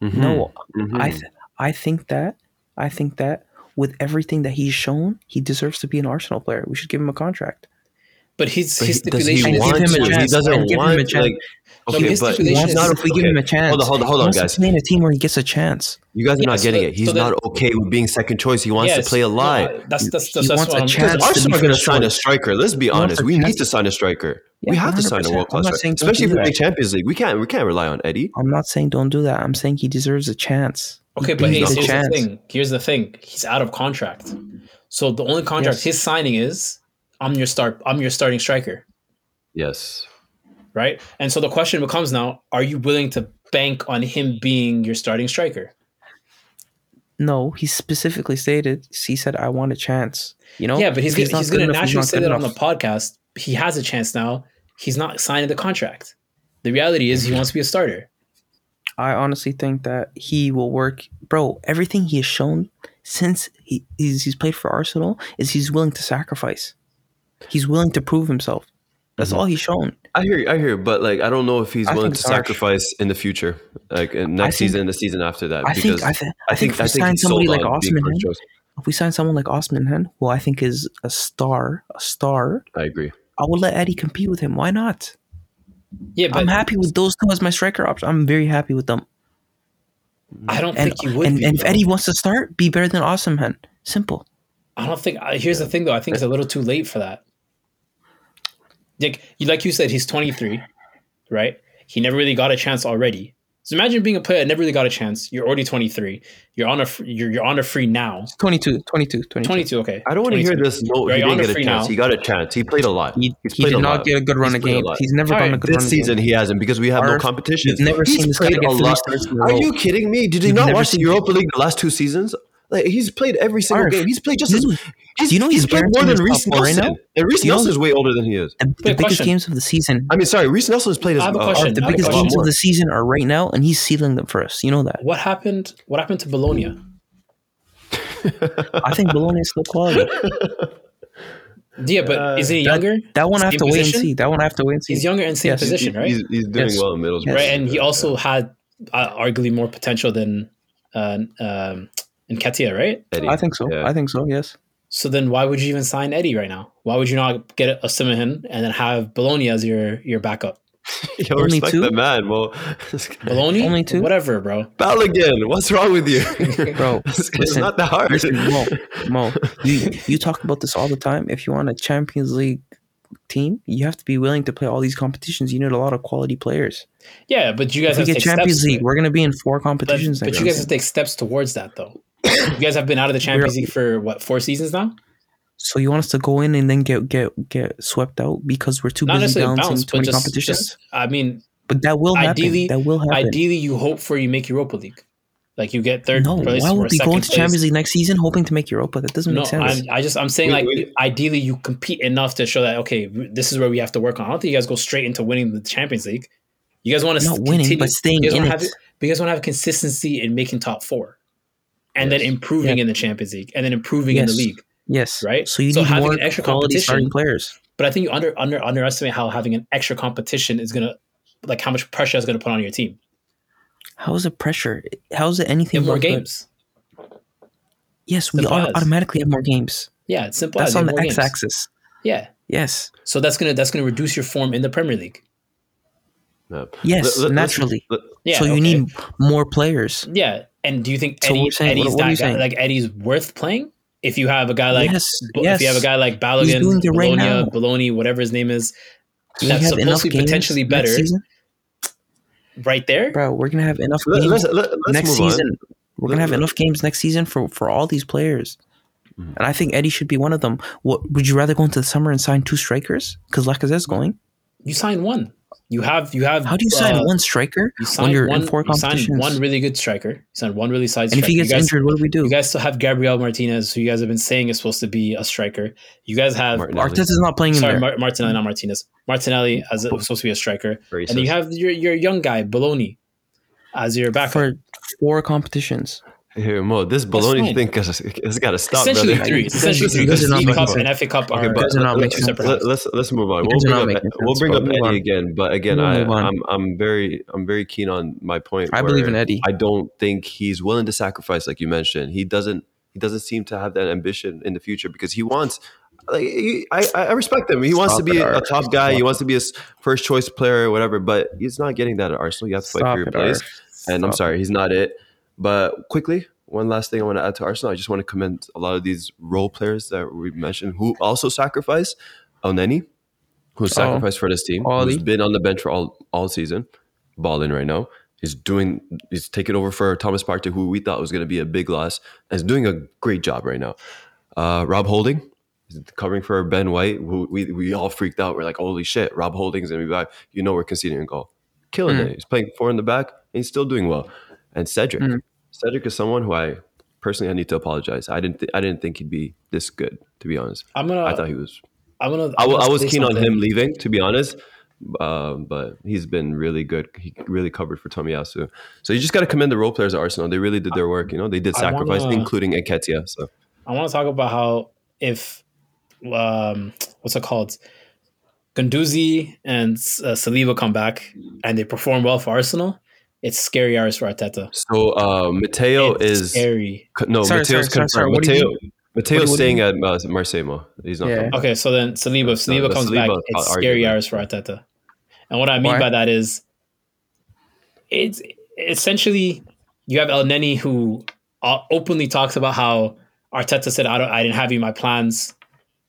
[SPEAKER 2] Mhm,
[SPEAKER 1] No,
[SPEAKER 2] mhm.
[SPEAKER 1] I th- I think that I think that with everything that he's shown, he deserves to be an Arsenal player. We should give him a contract.
[SPEAKER 3] But his
[SPEAKER 2] But he-
[SPEAKER 3] his
[SPEAKER 2] does he
[SPEAKER 3] stipulation is
[SPEAKER 2] want
[SPEAKER 1] give him a
[SPEAKER 2] to? He
[SPEAKER 1] chance.
[SPEAKER 2] doesn't
[SPEAKER 1] And give him a
[SPEAKER 2] want.
[SPEAKER 1] chance.
[SPEAKER 2] Like,
[SPEAKER 3] No,
[SPEAKER 2] okay,
[SPEAKER 3] his
[SPEAKER 2] but
[SPEAKER 1] He
[SPEAKER 3] stipulation
[SPEAKER 1] wants
[SPEAKER 3] is-
[SPEAKER 1] not if we give him a
[SPEAKER 2] okay,
[SPEAKER 1] chance.
[SPEAKER 2] Hold on, hold on, hold
[SPEAKER 1] he
[SPEAKER 2] on,
[SPEAKER 1] wants
[SPEAKER 2] guys.
[SPEAKER 1] to play in a team where he gets a chance.
[SPEAKER 2] You guys are
[SPEAKER 3] Yeah,
[SPEAKER 2] not
[SPEAKER 3] so
[SPEAKER 2] getting
[SPEAKER 3] that-
[SPEAKER 2] it. He's
[SPEAKER 3] so that-
[SPEAKER 2] not okay with being second choice. He wants
[SPEAKER 3] Yes.
[SPEAKER 2] to play a
[SPEAKER 3] No,
[SPEAKER 2] lie.
[SPEAKER 3] I- that's that's
[SPEAKER 1] He
[SPEAKER 3] that's, that's
[SPEAKER 1] wants
[SPEAKER 3] what
[SPEAKER 1] a
[SPEAKER 3] I'm.
[SPEAKER 1] chance.
[SPEAKER 2] Because
[SPEAKER 1] has to
[SPEAKER 2] Arsenal
[SPEAKER 1] be
[SPEAKER 2] are going to
[SPEAKER 1] first
[SPEAKER 2] sign a
[SPEAKER 1] choice.
[SPEAKER 2] striker. Let's be
[SPEAKER 1] wants
[SPEAKER 2] honest.
[SPEAKER 1] a
[SPEAKER 2] We
[SPEAKER 1] chance
[SPEAKER 2] need
[SPEAKER 1] to-
[SPEAKER 2] to sign a striker.
[SPEAKER 1] Yeah,
[SPEAKER 2] we have to sign a
[SPEAKER 1] 100%.
[SPEAKER 2] world
[SPEAKER 1] I'm not
[SPEAKER 2] class striker,
[SPEAKER 1] saying don't
[SPEAKER 2] especially
[SPEAKER 1] do
[SPEAKER 2] if we
[SPEAKER 1] that.
[SPEAKER 2] make Champions League. We can't. We can't rely on Eddie.
[SPEAKER 1] I'm not saying don't do that. I'm saying he deserves a chance.
[SPEAKER 3] Okay, but
[SPEAKER 1] He's
[SPEAKER 3] Ace,
[SPEAKER 1] the
[SPEAKER 3] here's
[SPEAKER 1] chance.
[SPEAKER 3] the thing. Here's the thing. He's out of contract. So the only contract
[SPEAKER 1] Yes.
[SPEAKER 3] his signing is, I'm your start. I'm your starting striker,
[SPEAKER 2] Yes.
[SPEAKER 3] right? And so the question becomes now: Are you willing to bank on him being your starting striker?
[SPEAKER 1] No, he specifically stated. He said, "I want a chance." You know.
[SPEAKER 3] yeah, but he's
[SPEAKER 1] If
[SPEAKER 3] he's,
[SPEAKER 1] not
[SPEAKER 3] he's
[SPEAKER 1] good
[SPEAKER 3] going to
[SPEAKER 1] enough, he's
[SPEAKER 3] naturally
[SPEAKER 1] not
[SPEAKER 3] say
[SPEAKER 1] good
[SPEAKER 3] that on the
[SPEAKER 1] enough.
[SPEAKER 3] podcast. He has a chance now. He's not signing the contract. The reality
[SPEAKER 1] Mm-hmm.
[SPEAKER 3] is, he wants to be a starter.
[SPEAKER 1] I honestly think that he will work, bro. Everything he has shown since he, he's, he's played for Arsenal is he's willing to sacrifice. He's willing to prove himself. That's all he's shown.
[SPEAKER 2] I hear, you, I hear, you, but like, I don't know if he's
[SPEAKER 1] I
[SPEAKER 2] willing
[SPEAKER 1] think
[SPEAKER 2] to
[SPEAKER 1] it's harsh.
[SPEAKER 2] sacrifice in the future, like in
[SPEAKER 1] I
[SPEAKER 2] next
[SPEAKER 1] think-
[SPEAKER 2] season, the season after that.
[SPEAKER 1] I think, I, th- I think if we sign
[SPEAKER 2] he's
[SPEAKER 1] somebody
[SPEAKER 2] sold
[SPEAKER 1] like
[SPEAKER 2] on being
[SPEAKER 1] Osman,
[SPEAKER 2] first
[SPEAKER 1] Hen,
[SPEAKER 2] choice.
[SPEAKER 1] if we sign someone like Osman Hen, who I think is a star, a star,
[SPEAKER 2] I agree.
[SPEAKER 1] I would let Eddie compete with him. Why not?
[SPEAKER 3] Yeah, but
[SPEAKER 1] I'm happy with those two as my striker option. I'm very happy with them.
[SPEAKER 3] I don't
[SPEAKER 1] And
[SPEAKER 3] think you would.
[SPEAKER 1] and,
[SPEAKER 3] be,
[SPEAKER 1] and if
[SPEAKER 3] though.
[SPEAKER 1] Eddie wants to start, be better than Osman Hen. Simple.
[SPEAKER 3] I don't think. I- Here's the thing, though. I think it's a little too late for that. Like you, like you said, he's 23, right? He never really got a chance already. So imagine being a player that never really got a chance. You're already 23. You're on a fr- you're, you're on a free now.
[SPEAKER 1] 22, 22, 22.
[SPEAKER 3] 22. Okay.
[SPEAKER 2] I don't want to hear
[SPEAKER 3] 22.
[SPEAKER 2] this. No,
[SPEAKER 3] Right,
[SPEAKER 2] he
[SPEAKER 3] on
[SPEAKER 2] didn't
[SPEAKER 3] the
[SPEAKER 2] get a
[SPEAKER 3] free
[SPEAKER 2] chance.
[SPEAKER 3] now.
[SPEAKER 2] He got a chance. He played a lot.
[SPEAKER 1] He,
[SPEAKER 2] He's
[SPEAKER 1] he
[SPEAKER 2] played
[SPEAKER 1] did
[SPEAKER 2] a
[SPEAKER 1] not
[SPEAKER 2] lot.
[SPEAKER 1] get a good
[SPEAKER 2] He's
[SPEAKER 1] run of
[SPEAKER 2] played a
[SPEAKER 1] games.
[SPEAKER 2] lot.
[SPEAKER 1] He's never
[SPEAKER 3] All
[SPEAKER 1] done
[SPEAKER 3] right,
[SPEAKER 1] a good run
[SPEAKER 2] This
[SPEAKER 1] of
[SPEAKER 2] season
[SPEAKER 1] games.
[SPEAKER 2] he hasn't because we have no
[SPEAKER 1] Arf,
[SPEAKER 2] competition.
[SPEAKER 1] you've never
[SPEAKER 2] He's
[SPEAKER 1] seen this guy
[SPEAKER 2] played
[SPEAKER 1] get
[SPEAKER 2] a
[SPEAKER 1] three
[SPEAKER 2] lot.
[SPEAKER 1] starts in a
[SPEAKER 2] Are
[SPEAKER 1] row.
[SPEAKER 2] you kidding me? Did you
[SPEAKER 1] You've
[SPEAKER 2] not
[SPEAKER 1] never
[SPEAKER 2] watch the
[SPEAKER 1] seen-
[SPEAKER 2] Europa League the last two seasons? Like he's played every single
[SPEAKER 1] Arf,
[SPEAKER 2] game. He's played just
[SPEAKER 1] you
[SPEAKER 2] as
[SPEAKER 1] know-
[SPEAKER 2] he's,
[SPEAKER 1] do you know
[SPEAKER 2] he's
[SPEAKER 1] he's
[SPEAKER 2] played more
[SPEAKER 1] guaranteed in
[SPEAKER 2] than
[SPEAKER 1] the
[SPEAKER 2] Reese
[SPEAKER 1] top four right
[SPEAKER 2] Nelson.
[SPEAKER 1] now?
[SPEAKER 2] and Reese
[SPEAKER 1] You know-
[SPEAKER 2] Nelson is way older than he is.
[SPEAKER 1] The, the
[SPEAKER 3] Wait,
[SPEAKER 1] biggest
[SPEAKER 3] question.
[SPEAKER 1] games of the season.
[SPEAKER 2] I mean, sorry, Reese Nelson has played as
[SPEAKER 3] I have a
[SPEAKER 2] uh,
[SPEAKER 3] question.
[SPEAKER 1] Arf, the
[SPEAKER 3] I have a
[SPEAKER 1] biggest
[SPEAKER 3] question.
[SPEAKER 1] games of the season are right now, and he's sealing them for us. You know that.
[SPEAKER 3] What happened? What happened to Bologna?
[SPEAKER 1] I think Bologna is still quality.
[SPEAKER 3] Yeah, but is he
[SPEAKER 1] that-
[SPEAKER 3] younger?
[SPEAKER 1] That one I have
[SPEAKER 3] Same
[SPEAKER 1] to wait and
[SPEAKER 3] position?
[SPEAKER 1] see. That one I have to wait and see.
[SPEAKER 3] He's younger and same
[SPEAKER 1] Yes.
[SPEAKER 3] position, right?
[SPEAKER 2] He's, he's doing
[SPEAKER 1] Yes.
[SPEAKER 2] well in Middlesbrough.
[SPEAKER 1] Yes.
[SPEAKER 3] right, and he
[SPEAKER 2] Yeah.
[SPEAKER 3] also had uh, arguably more potential than uh, um, Nketiah, right?
[SPEAKER 2] Eddie.
[SPEAKER 1] I think so.
[SPEAKER 2] Yeah.
[SPEAKER 1] I think so. Yes.
[SPEAKER 3] So then, why would you even sign Eddie right now? Why would you not get a Simihan and then have Bologna as your your backup?
[SPEAKER 2] Yo,
[SPEAKER 1] Only
[SPEAKER 2] respect
[SPEAKER 1] two?
[SPEAKER 2] the man, bro. (laughs)
[SPEAKER 3] Bologna,
[SPEAKER 1] Only two?
[SPEAKER 3] whatever, bro.
[SPEAKER 2] Balogun, what's wrong with you, (laughs)
[SPEAKER 1] Bro,
[SPEAKER 2] It's
[SPEAKER 1] listen.
[SPEAKER 2] not that hard. (laughs)
[SPEAKER 1] Listen, Mo,
[SPEAKER 3] (laughs)
[SPEAKER 1] Mo, you, you talk about this all the time. If you want a Champions League team, you have to be willing to play all these competitions. You need a lot of quality players.
[SPEAKER 3] Yeah, but you guys
[SPEAKER 1] If we get
[SPEAKER 3] have to take
[SPEAKER 1] Champions
[SPEAKER 3] steps to
[SPEAKER 1] League,
[SPEAKER 3] it.
[SPEAKER 1] we're going to be in four
[SPEAKER 3] But,
[SPEAKER 1] competitions.
[SPEAKER 3] but
[SPEAKER 1] next
[SPEAKER 3] you guys
[SPEAKER 1] season.
[SPEAKER 3] have to take steps towards that, though. you guys have been out of the Champions League for what four seasons now?
[SPEAKER 1] so you want us to go in and then get get get swept out because we're too
[SPEAKER 3] Not
[SPEAKER 1] busy
[SPEAKER 3] necessarily
[SPEAKER 1] balancing
[SPEAKER 3] bounce,
[SPEAKER 1] too
[SPEAKER 3] but
[SPEAKER 1] many
[SPEAKER 3] just,
[SPEAKER 1] competitions.
[SPEAKER 3] just I mean,
[SPEAKER 1] but that will happen.
[SPEAKER 3] ideally-
[SPEAKER 1] that will happen.
[SPEAKER 3] ideally, you hope for you make Europa League, like you get third
[SPEAKER 1] no,
[SPEAKER 3] place
[SPEAKER 1] why
[SPEAKER 3] or
[SPEAKER 1] would we
[SPEAKER 3] second
[SPEAKER 1] go into
[SPEAKER 3] place.
[SPEAKER 1] Champions League next season hoping to make Europa? That doesn't
[SPEAKER 3] No,
[SPEAKER 1] make sense.
[SPEAKER 3] I'm, I just I'm saying
[SPEAKER 2] Wait,
[SPEAKER 3] like
[SPEAKER 2] wait.
[SPEAKER 3] ideally you compete enough to show that okay w- this is where we have to work on. I don't think you guys go straight into winning the Champions League. You guys want to
[SPEAKER 1] Not winning, but staying
[SPEAKER 3] you guys
[SPEAKER 1] in
[SPEAKER 3] wanna
[SPEAKER 1] it.
[SPEAKER 3] have, You guys want to have consistency in making top four, and then
[SPEAKER 2] Yes.
[SPEAKER 3] improving
[SPEAKER 1] Yeah.
[SPEAKER 3] in the Champions League, and then improving in
[SPEAKER 1] Yes.
[SPEAKER 3] the league.
[SPEAKER 1] Yes.
[SPEAKER 3] Right?
[SPEAKER 1] So you
[SPEAKER 3] So
[SPEAKER 1] need
[SPEAKER 3] having
[SPEAKER 1] more
[SPEAKER 3] an extra
[SPEAKER 1] quality starting
[SPEAKER 3] competition-
[SPEAKER 1] players.
[SPEAKER 3] But I think you under under underestimate how having an extra competition is gonna like how much pressure is gonna put on your team.
[SPEAKER 1] How is it pressure? How is it
[SPEAKER 3] You
[SPEAKER 1] anything
[SPEAKER 3] have more
[SPEAKER 1] but good?
[SPEAKER 3] games.
[SPEAKER 1] Yes, we
[SPEAKER 3] Simple
[SPEAKER 1] are
[SPEAKER 3] as.
[SPEAKER 1] automatically have more games.
[SPEAKER 3] Yeah, it's simple.
[SPEAKER 1] That's
[SPEAKER 3] as you
[SPEAKER 1] on
[SPEAKER 3] have
[SPEAKER 1] the
[SPEAKER 3] more games.
[SPEAKER 1] x-axis.
[SPEAKER 3] Yeah,
[SPEAKER 1] Yes.
[SPEAKER 3] so that's gonna that's gonna reduce your form in the Premier League.
[SPEAKER 2] No.
[SPEAKER 1] Yes,
[SPEAKER 2] let's-
[SPEAKER 1] naturally.
[SPEAKER 2] let-
[SPEAKER 3] Yeah,
[SPEAKER 1] so you
[SPEAKER 3] okay.
[SPEAKER 1] need more players.
[SPEAKER 3] Yeah, and do you think
[SPEAKER 1] So
[SPEAKER 3] Eddie,
[SPEAKER 1] we're saying-
[SPEAKER 3] Eddie's
[SPEAKER 1] what- what are you
[SPEAKER 3] that guy,
[SPEAKER 1] saying?
[SPEAKER 3] like Eddie's worth playing? If you have a guy like
[SPEAKER 1] yes.
[SPEAKER 3] Bo-
[SPEAKER 1] yes.
[SPEAKER 3] if you have a guy like Balogun,
[SPEAKER 1] doing it right
[SPEAKER 3] Bologna,
[SPEAKER 1] now.
[SPEAKER 3] Bologna, whatever his name is,
[SPEAKER 1] We
[SPEAKER 3] that's
[SPEAKER 1] have
[SPEAKER 3] supposed
[SPEAKER 1] enough
[SPEAKER 3] to be
[SPEAKER 1] games
[SPEAKER 3] potentially
[SPEAKER 1] next
[SPEAKER 3] better.
[SPEAKER 1] season?
[SPEAKER 3] right there,
[SPEAKER 1] Bro, we're gonna have enough
[SPEAKER 2] let-
[SPEAKER 1] games
[SPEAKER 2] let's, let, let's
[SPEAKER 1] next
[SPEAKER 2] move
[SPEAKER 1] season. We're gonna
[SPEAKER 2] Let-
[SPEAKER 1] have
[SPEAKER 2] let-
[SPEAKER 1] enough games next season for for all these players.
[SPEAKER 2] Mhm.
[SPEAKER 1] And I think Eddie should be one of them. What would you rather go into the summer and sign two strikers? Because Lacazette's going.
[SPEAKER 3] you sign one. You have you have.
[SPEAKER 1] How do you
[SPEAKER 3] uh,
[SPEAKER 1] sign one striker
[SPEAKER 3] You sign
[SPEAKER 1] when you're
[SPEAKER 3] one.
[SPEAKER 1] in four
[SPEAKER 3] you sign
[SPEAKER 1] competitions?
[SPEAKER 3] one really good striker. You sign one really side.
[SPEAKER 1] and if
[SPEAKER 3] striker.
[SPEAKER 1] he gets
[SPEAKER 3] you guys,
[SPEAKER 1] injured, what do we do?
[SPEAKER 3] you guys still have Gabriel Martinez, who you guys have been saying is supposed to be a striker. You guys have
[SPEAKER 2] on.
[SPEAKER 1] Arteta's not playing him
[SPEAKER 3] sorry
[SPEAKER 1] there.
[SPEAKER 3] Mar- Martinelli, not Martinez. Martinelli as a, was supposed to be a striker,
[SPEAKER 2] Racist.
[SPEAKER 3] and you have your your young guy Bologna as your backup.
[SPEAKER 1] for four competitions.
[SPEAKER 2] Here, Mo, this Bologna
[SPEAKER 3] fine.
[SPEAKER 2] thing has, has got to stop.
[SPEAKER 3] essentially
[SPEAKER 2] brother.
[SPEAKER 3] three. It's essentially
[SPEAKER 2] This
[SPEAKER 3] three.
[SPEAKER 2] is-
[SPEAKER 3] Because
[SPEAKER 1] Those are not
[SPEAKER 3] League
[SPEAKER 1] my
[SPEAKER 3] Cup
[SPEAKER 1] concern.
[SPEAKER 3] and FA Cup
[SPEAKER 2] Okay,
[SPEAKER 3] are
[SPEAKER 2] but
[SPEAKER 1] Those are not
[SPEAKER 2] let-
[SPEAKER 1] making
[SPEAKER 2] let's, let,
[SPEAKER 3] sense.
[SPEAKER 2] us let's move on.
[SPEAKER 1] It
[SPEAKER 2] We'll
[SPEAKER 1] does
[SPEAKER 2] bring
[SPEAKER 1] not
[SPEAKER 2] up,
[SPEAKER 1] make any
[SPEAKER 2] we'll
[SPEAKER 1] sense,
[SPEAKER 2] bring
[SPEAKER 1] but
[SPEAKER 2] up
[SPEAKER 1] move
[SPEAKER 2] Eddie
[SPEAKER 1] on.
[SPEAKER 2] again, but again,
[SPEAKER 1] We'll
[SPEAKER 2] I,
[SPEAKER 1] move on.
[SPEAKER 2] I'm I'm very I'm very keen on my point.
[SPEAKER 1] I believe
[SPEAKER 2] where
[SPEAKER 1] in Eddie.
[SPEAKER 2] I don't think he's willing to sacrifice, like you mentioned. He doesn't he doesn't seem to have that ambition in the future because he wants. Like, he, I I respect him. He wants
[SPEAKER 1] Stop
[SPEAKER 2] to be
[SPEAKER 1] it,
[SPEAKER 2] a
[SPEAKER 1] Arf.
[SPEAKER 2] top guy. He
[SPEAKER 1] Stop
[SPEAKER 2] wants to be a s- first choice player or whatever. But he's not getting that at Arsenal. You have to fight for your place. And I'm sorry, he's not it. But quickly, one last thing I want to add to Arsenal. I just want to commend a lot of these role players that we mentioned who also sacrifice. Oneni, who sacrificed for this team,
[SPEAKER 1] Ollie.
[SPEAKER 2] who's been on the bench for all, all season, balling right now. He's doing he's taking over for Thomas Partey, who we thought was going to be a big loss, and is doing a great job right now. Uh, Rob Holding is covering for Ben White, who we, we all freaked out. We're like, holy shit, Rob Holding's gonna be back. You know we're conceding a goal. Killing
[SPEAKER 1] Mm.
[SPEAKER 2] it. He's playing four in the back and he's still doing well. And Cedric.
[SPEAKER 1] Mm.
[SPEAKER 2] Cedric is someone who I personally I need to apologize. I didn't th- I didn't think he'd be this good, to be honest.
[SPEAKER 3] I'm gonna.
[SPEAKER 2] I thought he was
[SPEAKER 3] I'm gonna.
[SPEAKER 2] I
[SPEAKER 3] I'm
[SPEAKER 2] wa-
[SPEAKER 3] gonna
[SPEAKER 2] I was
[SPEAKER 3] say
[SPEAKER 2] keen on
[SPEAKER 3] something.
[SPEAKER 2] him leaving, to be honest. Um, but he's been really good. He really covered for Tomiyasu. So you just got to commend the role players at Arsenal. They really did their work. You know, they did
[SPEAKER 3] I
[SPEAKER 2] sacrifice,
[SPEAKER 3] wanna-
[SPEAKER 2] including Eketia. So
[SPEAKER 3] I want to talk about how if um, what's it called? Gunduzi and uh, Saliba come back and they perform well for Arsenal, it's scary hours for Arteta.
[SPEAKER 2] So uh, Mateo
[SPEAKER 3] It's
[SPEAKER 2] is
[SPEAKER 3] scary.
[SPEAKER 2] co- no
[SPEAKER 1] Sorry, sorry,
[SPEAKER 2] Mateo's
[SPEAKER 1] sorry,
[SPEAKER 2] confirmed.
[SPEAKER 1] sorry, what do you
[SPEAKER 2] Mateo Mateo's
[SPEAKER 1] what do
[SPEAKER 2] staying at uh, Marseille. He's not.
[SPEAKER 1] Yeah.
[SPEAKER 2] coming.
[SPEAKER 3] Okay, so then Saliba, if
[SPEAKER 2] So
[SPEAKER 3] Saliba
[SPEAKER 2] the
[SPEAKER 3] comes
[SPEAKER 2] Saliba
[SPEAKER 3] back,
[SPEAKER 2] is
[SPEAKER 3] it's
[SPEAKER 2] not
[SPEAKER 3] scary
[SPEAKER 2] arguable.
[SPEAKER 3] hours for Arteta. And what I mean
[SPEAKER 1] Why?
[SPEAKER 3] by that is, it's essentially you have El Neni who uh, openly talks about how Arteta said, "I don't, I didn't have you in my plans,"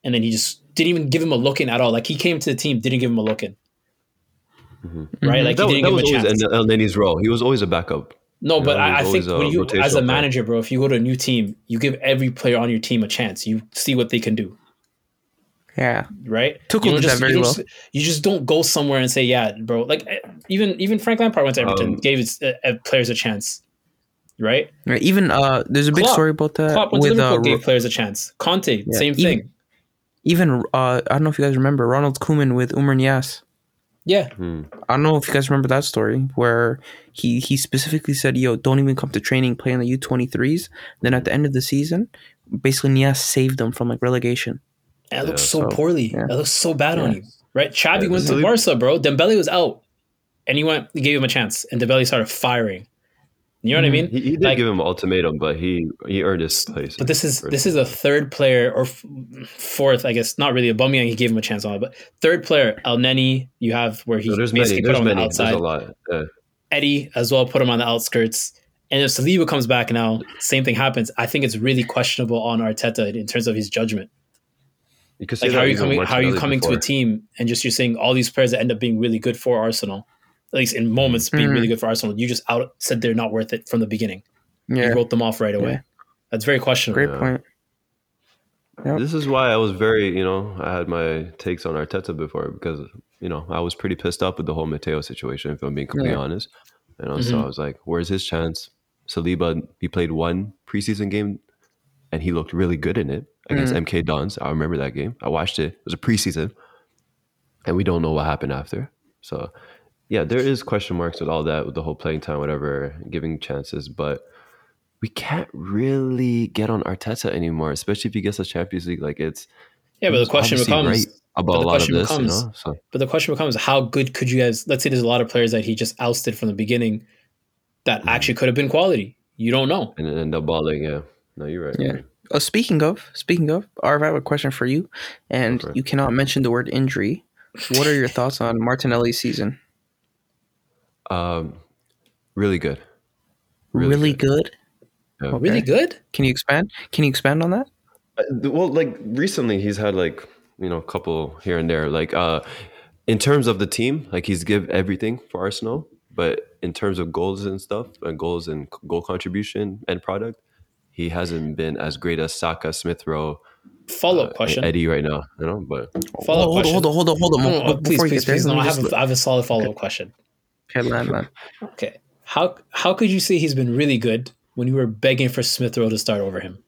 [SPEAKER 3] and then he just didn't even give him a look in at all. Like he came to the team, didn't give him a look in, right? Like
[SPEAKER 2] that, was- that
[SPEAKER 3] he didn't give him a
[SPEAKER 2] was
[SPEAKER 3] chance.
[SPEAKER 2] always El Nenny's role. He was always a backup.
[SPEAKER 3] No,
[SPEAKER 2] You
[SPEAKER 3] but
[SPEAKER 2] know,
[SPEAKER 3] I, I
[SPEAKER 2] there's
[SPEAKER 3] think
[SPEAKER 2] always a
[SPEAKER 3] when you, as
[SPEAKER 2] rotational
[SPEAKER 3] a
[SPEAKER 2] player.
[SPEAKER 3] manager, bro, if you go to a new team, you give every player on your team a chance. You see what they can do,
[SPEAKER 1] Yeah.
[SPEAKER 3] right?
[SPEAKER 1] Tuchel
[SPEAKER 3] you don't
[SPEAKER 1] did that very
[SPEAKER 3] you don't
[SPEAKER 1] well.
[SPEAKER 3] s- You just don't go somewhere and say, "Yeah, bro." Like eh, even even Frank Lampard went to
[SPEAKER 2] Um,
[SPEAKER 3] Everton, gave his, uh, uh, players a chance, right?
[SPEAKER 1] Right, Even uh, there's a big
[SPEAKER 3] Klopp-
[SPEAKER 1] story about that
[SPEAKER 3] Klopp went to
[SPEAKER 1] with
[SPEAKER 3] Liverpool,
[SPEAKER 1] uh,
[SPEAKER 3] gave players a chance. Conte,
[SPEAKER 1] Yeah,
[SPEAKER 3] same
[SPEAKER 1] even-
[SPEAKER 3] thing.
[SPEAKER 1] even uh, I don't know if you guys remember Ronald Koeman with Umar Nias.
[SPEAKER 3] Yeah,
[SPEAKER 2] Hmm.
[SPEAKER 1] I don't know if you guys remember that story where he he specifically said, "Yo, don't even come to training, play in the U twenty threes. Then at the end of the season, basically Nias saved them from like relegation.
[SPEAKER 3] and it looks
[SPEAKER 2] Yeah,
[SPEAKER 3] so,
[SPEAKER 1] so,
[SPEAKER 3] poorly.
[SPEAKER 1] yeah.
[SPEAKER 3] It looks so bad on
[SPEAKER 1] Yeah.
[SPEAKER 3] you, right? Chabi
[SPEAKER 2] Yeah,
[SPEAKER 3] went to
[SPEAKER 2] Dembele-
[SPEAKER 3] Barca, bro. Dembele was out, and he went. He gave him a chance, and Dembele started firing. You know what I
[SPEAKER 1] Mhm.
[SPEAKER 3] mean?
[SPEAKER 2] He, he did
[SPEAKER 3] Like-
[SPEAKER 2] give him an ultimatum, but he he earned his place.
[SPEAKER 3] But this is
[SPEAKER 2] Right.
[SPEAKER 3] this is a third player or f- fourth, I guess, not really a Aubameyang. He gave him a chance on it, but third player El Neni you have where he
[SPEAKER 2] So there's many.
[SPEAKER 3] basically put
[SPEAKER 2] There's
[SPEAKER 3] him on
[SPEAKER 2] many.
[SPEAKER 3] the
[SPEAKER 2] There's
[SPEAKER 3] outside.
[SPEAKER 2] a lot. Yeah.
[SPEAKER 3] Eddie as well put him on the outskirts. And if Saliba comes back now, same thing happens. I think it's really questionable on Arteta in terms of his judgment.
[SPEAKER 2] You could say
[SPEAKER 3] Like how
[SPEAKER 2] that
[SPEAKER 3] are you
[SPEAKER 2] even
[SPEAKER 3] coming how are you
[SPEAKER 2] Martinelli
[SPEAKER 3] coming to a
[SPEAKER 2] before.
[SPEAKER 3] team and just you're seeing all these players that end up being really good for Arsenal, at least in moments being
[SPEAKER 1] Mhm.
[SPEAKER 3] really good for Arsenal. You just out said they're not worth it from the beginning. You
[SPEAKER 1] Yeah,
[SPEAKER 3] wrote them off right away.
[SPEAKER 1] Yeah.
[SPEAKER 3] That's very questionable.
[SPEAKER 1] great
[SPEAKER 2] Yeah.
[SPEAKER 1] point. Yep.
[SPEAKER 2] This is why I was very, you know, I had my takes on Arteta before because, you know, I was pretty pissed up with the whole Mateo situation, if I'm being completely
[SPEAKER 1] Yeah.
[SPEAKER 2] honest. You know,
[SPEAKER 3] Mm-hmm.
[SPEAKER 2] so I was like, where's his chance? Saliba, he played one preseason game and he looked really good in it
[SPEAKER 3] Mm.
[SPEAKER 2] against MK Dons. I remember that game. I watched it. It was a preseason and we don't know what happened after. So, yeah, there is question marks with all that, with the whole playing time, whatever, giving chances, but we can't really get on Arteta anymore, especially if he gets a Champions League. Like it's
[SPEAKER 3] Yeah, but the
[SPEAKER 2] he's
[SPEAKER 3] question
[SPEAKER 2] obviously
[SPEAKER 3] becomes
[SPEAKER 2] right
[SPEAKER 3] but
[SPEAKER 2] about
[SPEAKER 3] the
[SPEAKER 2] a lot of
[SPEAKER 3] question
[SPEAKER 2] this,
[SPEAKER 3] becomes-
[SPEAKER 2] you know. So
[SPEAKER 3] But the question becomes, how good could you guys? Let's say there's a lot of players that he just ousted from the beginning that
[SPEAKER 1] Mm-hmm.
[SPEAKER 3] actually could have been quality. You don't know.
[SPEAKER 2] and then end up balling. Yeah, no, you're right.
[SPEAKER 1] Yeah. Oh, speaking of, speaking of, Arv, I have a question for you, and
[SPEAKER 2] Go for it.
[SPEAKER 1] you cannot mention the word injury. What (laughs) are your thoughts on Martinelli's season?
[SPEAKER 2] Um, really good.
[SPEAKER 1] Really,
[SPEAKER 2] Really
[SPEAKER 1] good.
[SPEAKER 2] Yeah.
[SPEAKER 3] Really
[SPEAKER 1] Okay.
[SPEAKER 3] good.
[SPEAKER 1] Can you expand? Can you expand on that?
[SPEAKER 2] Uh, Well, like recently, he's had like you know a couple here and there. Like uh, in terms of the team, like he's give everything for Arsenal, but in terms of goals and stuff, and goals and c- goal contribution and product, he hasn't been as great as Saka, Smith Rowe,
[SPEAKER 3] Follow up
[SPEAKER 2] uh,
[SPEAKER 3] question.
[SPEAKER 2] Eddie right now. You know, but
[SPEAKER 3] Follow
[SPEAKER 1] hold,
[SPEAKER 3] up question.
[SPEAKER 1] hold on, hold on, hold on,
[SPEAKER 3] No,
[SPEAKER 1] hold
[SPEAKER 3] no,
[SPEAKER 1] on.
[SPEAKER 3] no,
[SPEAKER 1] Before
[SPEAKER 3] please,
[SPEAKER 1] you get
[SPEAKER 3] please,
[SPEAKER 1] there,
[SPEAKER 3] please.
[SPEAKER 1] let me
[SPEAKER 3] No, I
[SPEAKER 1] just
[SPEAKER 3] have, a,
[SPEAKER 1] look.
[SPEAKER 3] I have a solid follow up question.
[SPEAKER 1] Okay, land, land.
[SPEAKER 3] Okay. How how could you say he's been really good when you were begging for Smith Rowe to start over him?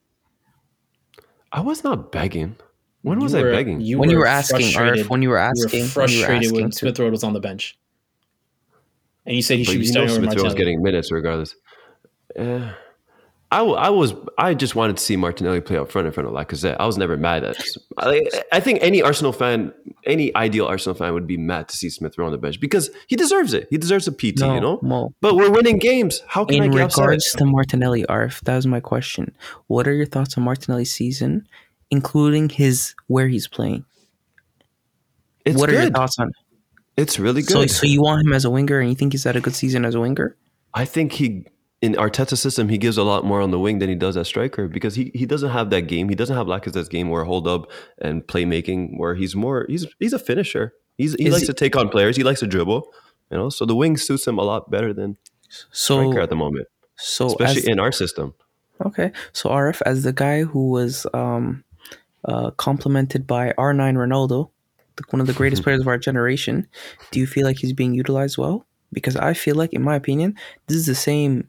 [SPEAKER 2] I was not begging. When
[SPEAKER 3] You
[SPEAKER 2] was I
[SPEAKER 3] were-
[SPEAKER 2] begging?
[SPEAKER 1] When you were asking,
[SPEAKER 3] frustrated-
[SPEAKER 1] Arf, when you were
[SPEAKER 3] you were
[SPEAKER 1] asking, when you were
[SPEAKER 3] frustrated
[SPEAKER 1] asking
[SPEAKER 3] when
[SPEAKER 1] to-
[SPEAKER 3] Smith Rowe was on the bench, and you said he
[SPEAKER 2] But
[SPEAKER 3] should be
[SPEAKER 2] you
[SPEAKER 3] starting
[SPEAKER 2] know
[SPEAKER 3] over
[SPEAKER 2] Smith Rowe's
[SPEAKER 3] Martinelli.
[SPEAKER 2] getting minutes regardless. Eh. I, w- I was I just wanted to see Martinelli play up front in front of Lacazette. I was never mad at. I, I think any Arsenal fan, any ideal Arsenal fan, would be mad to see Smith Rowe on the bench because he deserves it. He deserves a PT,
[SPEAKER 1] no,
[SPEAKER 2] you know.
[SPEAKER 1] Mo.
[SPEAKER 2] But we're winning games. How can I
[SPEAKER 1] In
[SPEAKER 2] get upset?
[SPEAKER 1] regards to Martinelli, Arf, that was my question. What are your thoughts on Martinelli's season, including his where he's playing?
[SPEAKER 2] It's
[SPEAKER 1] what are your
[SPEAKER 2] good.
[SPEAKER 1] thoughts on?
[SPEAKER 2] It's really
[SPEAKER 1] So,
[SPEAKER 2] good.
[SPEAKER 1] so you want him as a winger, and you think he's had a good season as a winger?
[SPEAKER 2] I think he in Arteta's system he gives a lot more on the wing than he does as striker because he, he doesn't have that game. He doesn't have Lacazette's game where hold up and playmaking where he's more he's he's a finisher. He's he
[SPEAKER 1] Is
[SPEAKER 2] likes
[SPEAKER 1] he-
[SPEAKER 2] to take on players. He likes to dribble. You know, so the wing suits him a lot better than
[SPEAKER 1] So,
[SPEAKER 2] striker at the moment,
[SPEAKER 1] so
[SPEAKER 2] especially
[SPEAKER 1] as,
[SPEAKER 2] in our system.
[SPEAKER 1] okay. So Arf, as the guy who was um, uh, complimented by R9 Ronaldo, the- one of the
[SPEAKER 2] (laughs)
[SPEAKER 1] greatest players of our generation, do you feel like he's being utilized well? Because I feel like, in my opinion, this is the same,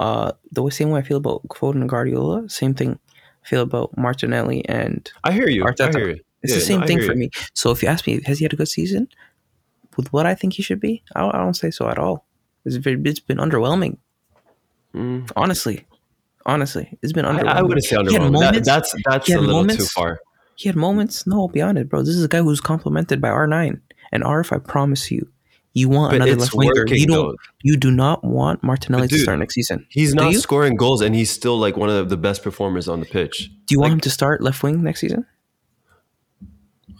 [SPEAKER 1] uh, the same way I feel about Foden and Guardiola. Same thing I feel about Martinelli and
[SPEAKER 2] I hear you.
[SPEAKER 1] Arteta.
[SPEAKER 2] I hear you.
[SPEAKER 1] It's the
[SPEAKER 2] Yeah,
[SPEAKER 1] same
[SPEAKER 2] no, I
[SPEAKER 1] thing
[SPEAKER 2] hear
[SPEAKER 1] for
[SPEAKER 2] you.
[SPEAKER 1] me. So if you ask me, has he had a good season? With what I think he should be, I, I don't say so at all. It's, very, it's been underwhelming,
[SPEAKER 2] Mm.
[SPEAKER 1] honestly. Honestly, it's been
[SPEAKER 2] I,
[SPEAKER 1] underwhelming.
[SPEAKER 2] I wouldn't
[SPEAKER 1] He
[SPEAKER 2] say
[SPEAKER 1] had
[SPEAKER 2] underwhelming. That,
[SPEAKER 1] moments-
[SPEAKER 2] that's that's
[SPEAKER 1] he
[SPEAKER 2] a
[SPEAKER 1] had
[SPEAKER 2] little too
[SPEAKER 1] moments-
[SPEAKER 2] far.
[SPEAKER 1] He had moments. No, I'll be honest, bro. This is a guy who's complimented by R9 and RF. I promise you, you want
[SPEAKER 2] But
[SPEAKER 1] another
[SPEAKER 2] it's
[SPEAKER 1] left winger.
[SPEAKER 2] working,
[SPEAKER 1] You don't.
[SPEAKER 2] though.
[SPEAKER 1] You do not want Martinelli
[SPEAKER 2] But
[SPEAKER 1] to
[SPEAKER 2] dude,
[SPEAKER 1] start next season.
[SPEAKER 2] He's
[SPEAKER 1] Do
[SPEAKER 2] not
[SPEAKER 1] you?
[SPEAKER 2] scoring goals, and he's still like one of the best performers on the pitch.
[SPEAKER 1] Do you want
[SPEAKER 2] like-
[SPEAKER 1] him to start left wing next season?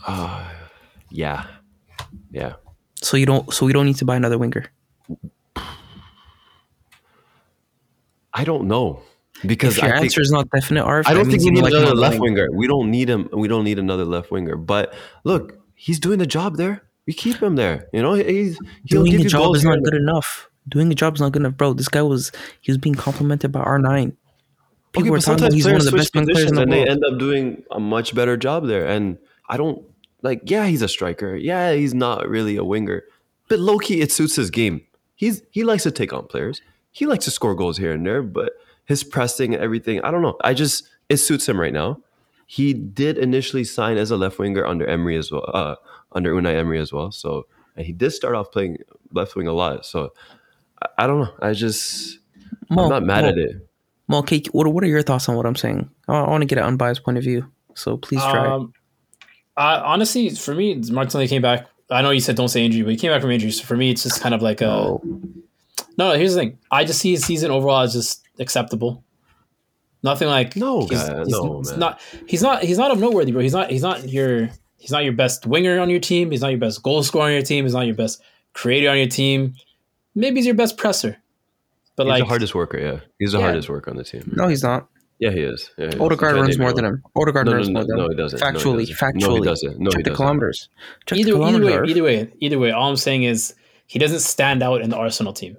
[SPEAKER 2] Ah, yeah, yeah.
[SPEAKER 1] So you don't. So we don't need to buy another winger.
[SPEAKER 2] I don't know because
[SPEAKER 1] If your
[SPEAKER 2] I think
[SPEAKER 1] answer is not definite, RF,
[SPEAKER 2] I
[SPEAKER 1] that
[SPEAKER 2] don't think
[SPEAKER 1] means
[SPEAKER 2] we
[SPEAKER 1] you
[SPEAKER 2] need
[SPEAKER 1] like
[SPEAKER 2] another
[SPEAKER 1] another
[SPEAKER 2] left
[SPEAKER 1] winger.
[SPEAKER 2] winger. We don't need him. We don't need another left winger. But look, he's doing the job there. We keep him there. You know, he's he'll
[SPEAKER 1] Doing
[SPEAKER 2] give
[SPEAKER 1] a
[SPEAKER 2] you
[SPEAKER 1] job
[SPEAKER 2] goals.
[SPEAKER 1] is not
[SPEAKER 2] here.
[SPEAKER 1] good enough. Doing a job is not good enough, bro. This guy was he was being complimented by R9. People
[SPEAKER 2] Okay,
[SPEAKER 1] were talking
[SPEAKER 2] but
[SPEAKER 1] about
[SPEAKER 2] sometimes
[SPEAKER 1] he's one of
[SPEAKER 2] players
[SPEAKER 1] the
[SPEAKER 2] switch
[SPEAKER 1] best wing players in
[SPEAKER 2] positions
[SPEAKER 1] the
[SPEAKER 2] and they
[SPEAKER 1] world.
[SPEAKER 2] end up doing a much better job there. And I don't like. Yeah, he's a striker. Yeah, he's not really a winger. But low key, it suits his game. He's he likes to take on players. He likes to score goals here and there. But his pressing and everything, I don't know. I just it suits him right now. He did initially sign as a left winger under Emery as well, uh, under Unai Emery as well. So and he did start off playing left wing a lot. So I, I don't know. I just
[SPEAKER 1] Mo,
[SPEAKER 2] I'm not mad
[SPEAKER 1] Mo,
[SPEAKER 2] at it.
[SPEAKER 1] Mo, okay, what, what are your thoughts on what I'm saying? I, I want to get an unbiased point of view, so please try.
[SPEAKER 3] Um, I, honestly, for me, Martinelli came back. I know you said don't say injury, but he came back from injury. So for me, it's just kind of like a
[SPEAKER 1] Oh,
[SPEAKER 3] no. no here's the thing: I just see his season overall as just acceptable. Nothing like
[SPEAKER 2] No,
[SPEAKER 3] he's,
[SPEAKER 2] guy,
[SPEAKER 3] he's,
[SPEAKER 2] no,
[SPEAKER 3] he's
[SPEAKER 2] man.
[SPEAKER 3] not. He's not. He's not of noteworthy, bro. He's not. He's not your. He's not your best winger on your team. He's not your best goal scorer on your team. He's not your best creator on your team. Maybe he's your best presser, but
[SPEAKER 2] He's
[SPEAKER 3] like
[SPEAKER 2] the hardest worker, yeah. He's the
[SPEAKER 3] Yeah.
[SPEAKER 2] hardest worker on the team.
[SPEAKER 1] no, he's not.
[SPEAKER 2] Yeah, he is. Yeah, he is.
[SPEAKER 1] Odegaard
[SPEAKER 2] Okay,
[SPEAKER 1] runs
[SPEAKER 2] maybe
[SPEAKER 1] more than
[SPEAKER 2] wrong.
[SPEAKER 1] him. Odegaard
[SPEAKER 2] No, no,
[SPEAKER 1] runs
[SPEAKER 2] no,
[SPEAKER 1] more than
[SPEAKER 2] no,
[SPEAKER 1] him.
[SPEAKER 2] he doesn't. no,
[SPEAKER 1] Factually,
[SPEAKER 2] he doesn't.
[SPEAKER 1] factually.
[SPEAKER 2] No, he doesn't. No,
[SPEAKER 1] Check
[SPEAKER 2] he
[SPEAKER 1] the
[SPEAKER 2] doesn't.
[SPEAKER 1] kilometers. Check
[SPEAKER 3] either
[SPEAKER 1] the
[SPEAKER 3] either
[SPEAKER 1] kilometers.
[SPEAKER 3] way,
[SPEAKER 1] Arif.
[SPEAKER 3] either way, either way. All I'm saying is he doesn't stand out in the Arsenal team.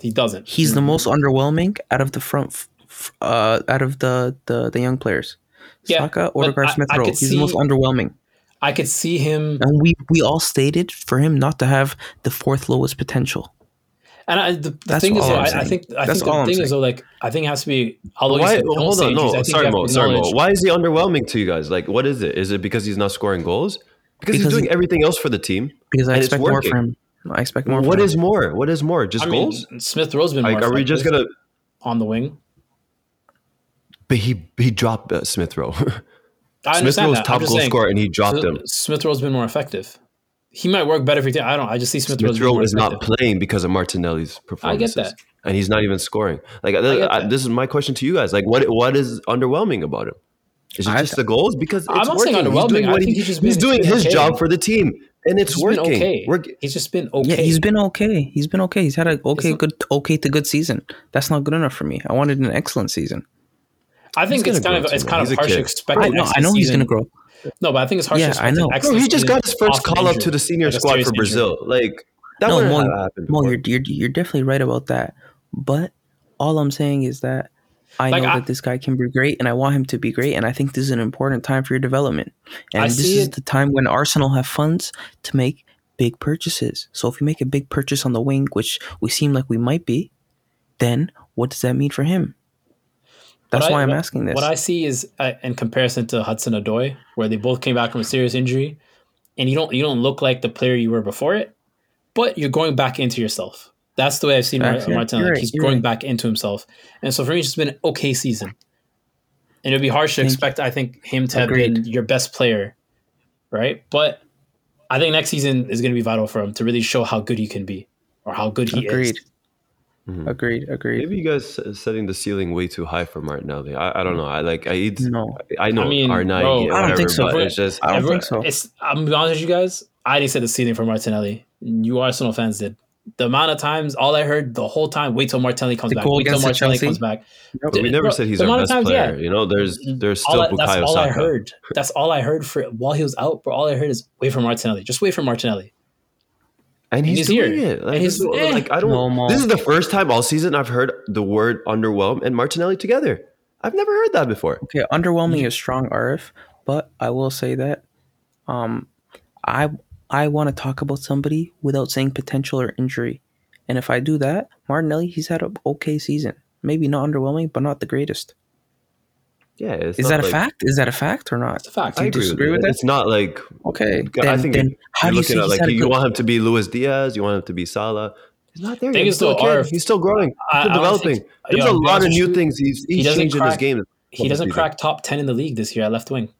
[SPEAKER 3] He doesn't.
[SPEAKER 1] he's the most underwhelming out of the front, f- f- uh, out of the the, the young players.
[SPEAKER 3] Yeah,
[SPEAKER 1] Saka,
[SPEAKER 3] but I-
[SPEAKER 1] Odegaard, Smith
[SPEAKER 3] I
[SPEAKER 1] Rowe.
[SPEAKER 3] could
[SPEAKER 1] He's the most
[SPEAKER 3] see-
[SPEAKER 1] underwhelming,
[SPEAKER 3] I could see him,
[SPEAKER 1] and we we all stated for him not to have the fourth lowest potential.
[SPEAKER 3] and I, the, the
[SPEAKER 1] That's
[SPEAKER 3] thing is,
[SPEAKER 1] all
[SPEAKER 3] though,
[SPEAKER 1] I'm
[SPEAKER 3] I, I
[SPEAKER 1] saying.
[SPEAKER 3] think I
[SPEAKER 1] That's
[SPEAKER 3] think the
[SPEAKER 1] all I'm
[SPEAKER 3] thing
[SPEAKER 1] saying.
[SPEAKER 3] is, though, like I think it has to be. Although Oh, you
[SPEAKER 2] Why?
[SPEAKER 3] said don't
[SPEAKER 2] Hold
[SPEAKER 3] say
[SPEAKER 2] on.
[SPEAKER 3] injuries,
[SPEAKER 2] No,
[SPEAKER 3] I think
[SPEAKER 2] sorry,
[SPEAKER 3] you have
[SPEAKER 2] Mo.
[SPEAKER 3] to
[SPEAKER 2] Sorry, Mo.
[SPEAKER 3] acknowledge-
[SPEAKER 2] Why is he underwhelming to you guys? Like, what is it? Is it because he's not scoring goals? Because, he's
[SPEAKER 1] Because he-
[SPEAKER 2] doing everything else for the team.
[SPEAKER 1] Because I
[SPEAKER 2] And it's
[SPEAKER 1] expect more
[SPEAKER 2] working.
[SPEAKER 1] from him. I expect more.
[SPEAKER 2] What
[SPEAKER 1] from
[SPEAKER 2] is
[SPEAKER 1] him.
[SPEAKER 2] more? What is more? Just
[SPEAKER 3] I mean,
[SPEAKER 2] goals?
[SPEAKER 3] Smith Rowe's been
[SPEAKER 2] Like,
[SPEAKER 3] more
[SPEAKER 2] are we just
[SPEAKER 3] effective
[SPEAKER 2] gonna?
[SPEAKER 3] on the wing?
[SPEAKER 2] But he he dropped uh, Smith Rowe. (laughs)
[SPEAKER 3] I
[SPEAKER 2] Smith
[SPEAKER 3] understand
[SPEAKER 2] Rowe's
[SPEAKER 3] that.
[SPEAKER 2] top
[SPEAKER 3] I'm just
[SPEAKER 2] goal
[SPEAKER 3] saying,
[SPEAKER 2] scorer, and he dropped him.
[SPEAKER 3] Smith, Smith Rowe's been more effective. He might work better for your team. I don't. I just see Smith, Rowe's
[SPEAKER 2] Smith
[SPEAKER 3] been
[SPEAKER 2] Rowe
[SPEAKER 3] more
[SPEAKER 2] is not
[SPEAKER 3] effective.
[SPEAKER 2] playing because of Martinelli's performances.
[SPEAKER 3] that.
[SPEAKER 2] And he's not even scoring. Like
[SPEAKER 3] get
[SPEAKER 2] I,
[SPEAKER 3] that.
[SPEAKER 2] this is my question to you guys. Like what what is underwhelming about him? Is it
[SPEAKER 1] I-
[SPEAKER 2] just the goals? Because it's
[SPEAKER 3] I'm not
[SPEAKER 2] working.
[SPEAKER 3] saying
[SPEAKER 2] He's doing
[SPEAKER 3] underwhelming. I
[SPEAKER 2] what
[SPEAKER 3] think
[SPEAKER 2] he-
[SPEAKER 3] he's just
[SPEAKER 2] he's
[SPEAKER 3] been-
[SPEAKER 2] doing
[SPEAKER 3] he's
[SPEAKER 2] his
[SPEAKER 3] okay.
[SPEAKER 2] job for the team, and it's
[SPEAKER 3] He's been
[SPEAKER 2] working.
[SPEAKER 3] okay.
[SPEAKER 2] We're,
[SPEAKER 3] He's just been okay.
[SPEAKER 1] Yeah, he's been okay. He's been okay. He's had an okay,
[SPEAKER 3] not-
[SPEAKER 1] good, okay to good season. That's not good enough for me. I wanted an excellent season.
[SPEAKER 3] I think
[SPEAKER 2] he's
[SPEAKER 3] it's
[SPEAKER 2] gonna
[SPEAKER 3] kind of
[SPEAKER 2] grow
[SPEAKER 3] it's
[SPEAKER 2] too,
[SPEAKER 3] kind
[SPEAKER 2] man.
[SPEAKER 3] of
[SPEAKER 2] He's a
[SPEAKER 3] hard to
[SPEAKER 2] kid.
[SPEAKER 3] expect.
[SPEAKER 1] I
[SPEAKER 3] an
[SPEAKER 1] know. I
[SPEAKER 3] excellent
[SPEAKER 1] know he's
[SPEAKER 3] season.
[SPEAKER 1] gonna grow.
[SPEAKER 3] No, but I think it's hard
[SPEAKER 1] Yeah,
[SPEAKER 3] to
[SPEAKER 1] I
[SPEAKER 3] expect. an
[SPEAKER 1] know.
[SPEAKER 3] excellent
[SPEAKER 2] Bro, he just
[SPEAKER 3] season
[SPEAKER 2] got his first
[SPEAKER 3] off an
[SPEAKER 2] call up
[SPEAKER 3] injury,
[SPEAKER 2] to the senior
[SPEAKER 3] like a
[SPEAKER 2] squad
[SPEAKER 3] serious
[SPEAKER 2] for
[SPEAKER 3] injury.
[SPEAKER 2] Brazil. Like that
[SPEAKER 1] no,
[SPEAKER 2] wouldn't
[SPEAKER 1] Mo,
[SPEAKER 2] have
[SPEAKER 1] you-
[SPEAKER 2] happened
[SPEAKER 1] Mo,
[SPEAKER 2] before.
[SPEAKER 1] you're, you're you're definitely right about that. But all I'm saying is that I
[SPEAKER 3] Like,
[SPEAKER 1] know
[SPEAKER 3] I-
[SPEAKER 1] that this guy can be great, and I want him to be great, and I think this is an important time for your development. And
[SPEAKER 3] I
[SPEAKER 1] this
[SPEAKER 3] see
[SPEAKER 1] is
[SPEAKER 3] it.
[SPEAKER 1] the time when Arsenal have funds to make big purchases. So if you make a big purchase on the wing, which we seem like we might be, then what does that mean for him? That's
[SPEAKER 3] What I-
[SPEAKER 1] why I'm asking this.
[SPEAKER 3] What I see is uh, in comparison to Hudson Odoi, where they both came back from a serious injury, and you don't you don't look like the player you were before it, but you're going back into yourself. That's the way I've seen Mar-
[SPEAKER 1] Facts, yeah.
[SPEAKER 3] Martin.
[SPEAKER 1] You're
[SPEAKER 3] Like
[SPEAKER 1] right,
[SPEAKER 3] he's
[SPEAKER 1] you're
[SPEAKER 3] growing
[SPEAKER 1] right.
[SPEAKER 3] back into himself, and so for me, it's just been an okay season. And it'd be harsh to
[SPEAKER 1] Thank you.
[SPEAKER 3] expect, I think, him to have been
[SPEAKER 1] Agreed.
[SPEAKER 3] your best player, right? But I think next season is going to be vital for him to really show how good he can be or how good he
[SPEAKER 1] agreed.
[SPEAKER 3] is. Mm-hmm.
[SPEAKER 2] Mhm.
[SPEAKER 1] Agreed. Agreed.
[SPEAKER 2] Maybe you guys s- setting the ceiling way too high for Martinelli. I, I don't know. I like I it's,
[SPEAKER 1] No,
[SPEAKER 2] I know
[SPEAKER 3] Mm. I mean,
[SPEAKER 2] R nine.
[SPEAKER 3] bro,
[SPEAKER 1] I don't think so.
[SPEAKER 2] But it's just
[SPEAKER 1] I don't
[SPEAKER 3] Everyone-
[SPEAKER 1] think so.
[SPEAKER 3] It's I'm gonna be honest with you guys. I didn't set the ceiling for Martinelli. You Arsenal fans did. The amount of times, all I heard the whole time, wait till Martinelli comes
[SPEAKER 1] The
[SPEAKER 3] back.
[SPEAKER 1] goal
[SPEAKER 3] Wait till
[SPEAKER 1] against
[SPEAKER 3] Martinelli
[SPEAKER 1] Chelsea?
[SPEAKER 3] comes back.
[SPEAKER 2] But we
[SPEAKER 3] Dude,
[SPEAKER 2] never
[SPEAKER 3] bro,
[SPEAKER 2] said he's
[SPEAKER 3] the
[SPEAKER 2] our
[SPEAKER 3] amount of
[SPEAKER 2] best
[SPEAKER 3] times,
[SPEAKER 2] player.
[SPEAKER 3] yeah. Mm-hmm.
[SPEAKER 2] You know, there's there's
[SPEAKER 3] All
[SPEAKER 2] still
[SPEAKER 3] I, that's
[SPEAKER 2] Bukayo
[SPEAKER 3] all I
[SPEAKER 2] Saka.
[SPEAKER 3] heard. That's all I heard for while he was out. Bro, all I heard is wait for Martinelli. Just wait for Martinelli.
[SPEAKER 2] And he's,
[SPEAKER 3] he's
[SPEAKER 2] doing
[SPEAKER 3] here.
[SPEAKER 2] it. Like,
[SPEAKER 3] And he's-
[SPEAKER 2] this is-
[SPEAKER 3] eh.
[SPEAKER 2] like, I don't.
[SPEAKER 1] No, Mo.
[SPEAKER 2] this is the first time all season I've heard the word underwhelm and Martinelli together. I've never heard that before.
[SPEAKER 1] Okay, underwhelming is strong, RF, but I will say that um, I I want to talk about somebody without saying potential or injury, and if I do that, Martinelli he's had an okay season, maybe not underwhelming, but not the greatest.
[SPEAKER 2] Yeah, it's
[SPEAKER 1] Is
[SPEAKER 2] not
[SPEAKER 1] that a
[SPEAKER 2] like-
[SPEAKER 1] fact? Is that a fact or not?
[SPEAKER 3] It's a fact.
[SPEAKER 2] I
[SPEAKER 1] you
[SPEAKER 2] agree
[SPEAKER 1] disagree
[SPEAKER 2] with,
[SPEAKER 1] with
[SPEAKER 2] that.
[SPEAKER 1] that?
[SPEAKER 2] It's not like
[SPEAKER 1] Okay, then,
[SPEAKER 2] I think
[SPEAKER 1] then how
[SPEAKER 2] you're
[SPEAKER 1] do you
[SPEAKER 2] looking
[SPEAKER 1] say
[SPEAKER 2] at
[SPEAKER 1] he's
[SPEAKER 2] like
[SPEAKER 1] had a
[SPEAKER 2] you
[SPEAKER 1] good-
[SPEAKER 2] want him to be Luis Diaz, you want him to be Salah. He's not there. yet.
[SPEAKER 3] Thing
[SPEAKER 2] He's
[SPEAKER 3] is,
[SPEAKER 2] still a
[SPEAKER 3] though,
[SPEAKER 2] kid.
[SPEAKER 3] Arif,
[SPEAKER 2] He's still growing.
[SPEAKER 3] I-
[SPEAKER 2] He's still
[SPEAKER 3] I honestly-
[SPEAKER 2] developing. There's
[SPEAKER 3] yeah,
[SPEAKER 2] a
[SPEAKER 3] to be
[SPEAKER 2] lot
[SPEAKER 3] honest
[SPEAKER 2] of
[SPEAKER 3] with
[SPEAKER 2] new
[SPEAKER 3] you,
[SPEAKER 2] things he's,
[SPEAKER 3] he
[SPEAKER 2] he's
[SPEAKER 3] doesn't
[SPEAKER 2] changing his
[SPEAKER 3] crack-
[SPEAKER 2] game.
[SPEAKER 3] he doesn't crack top ten in the league this year at left wing.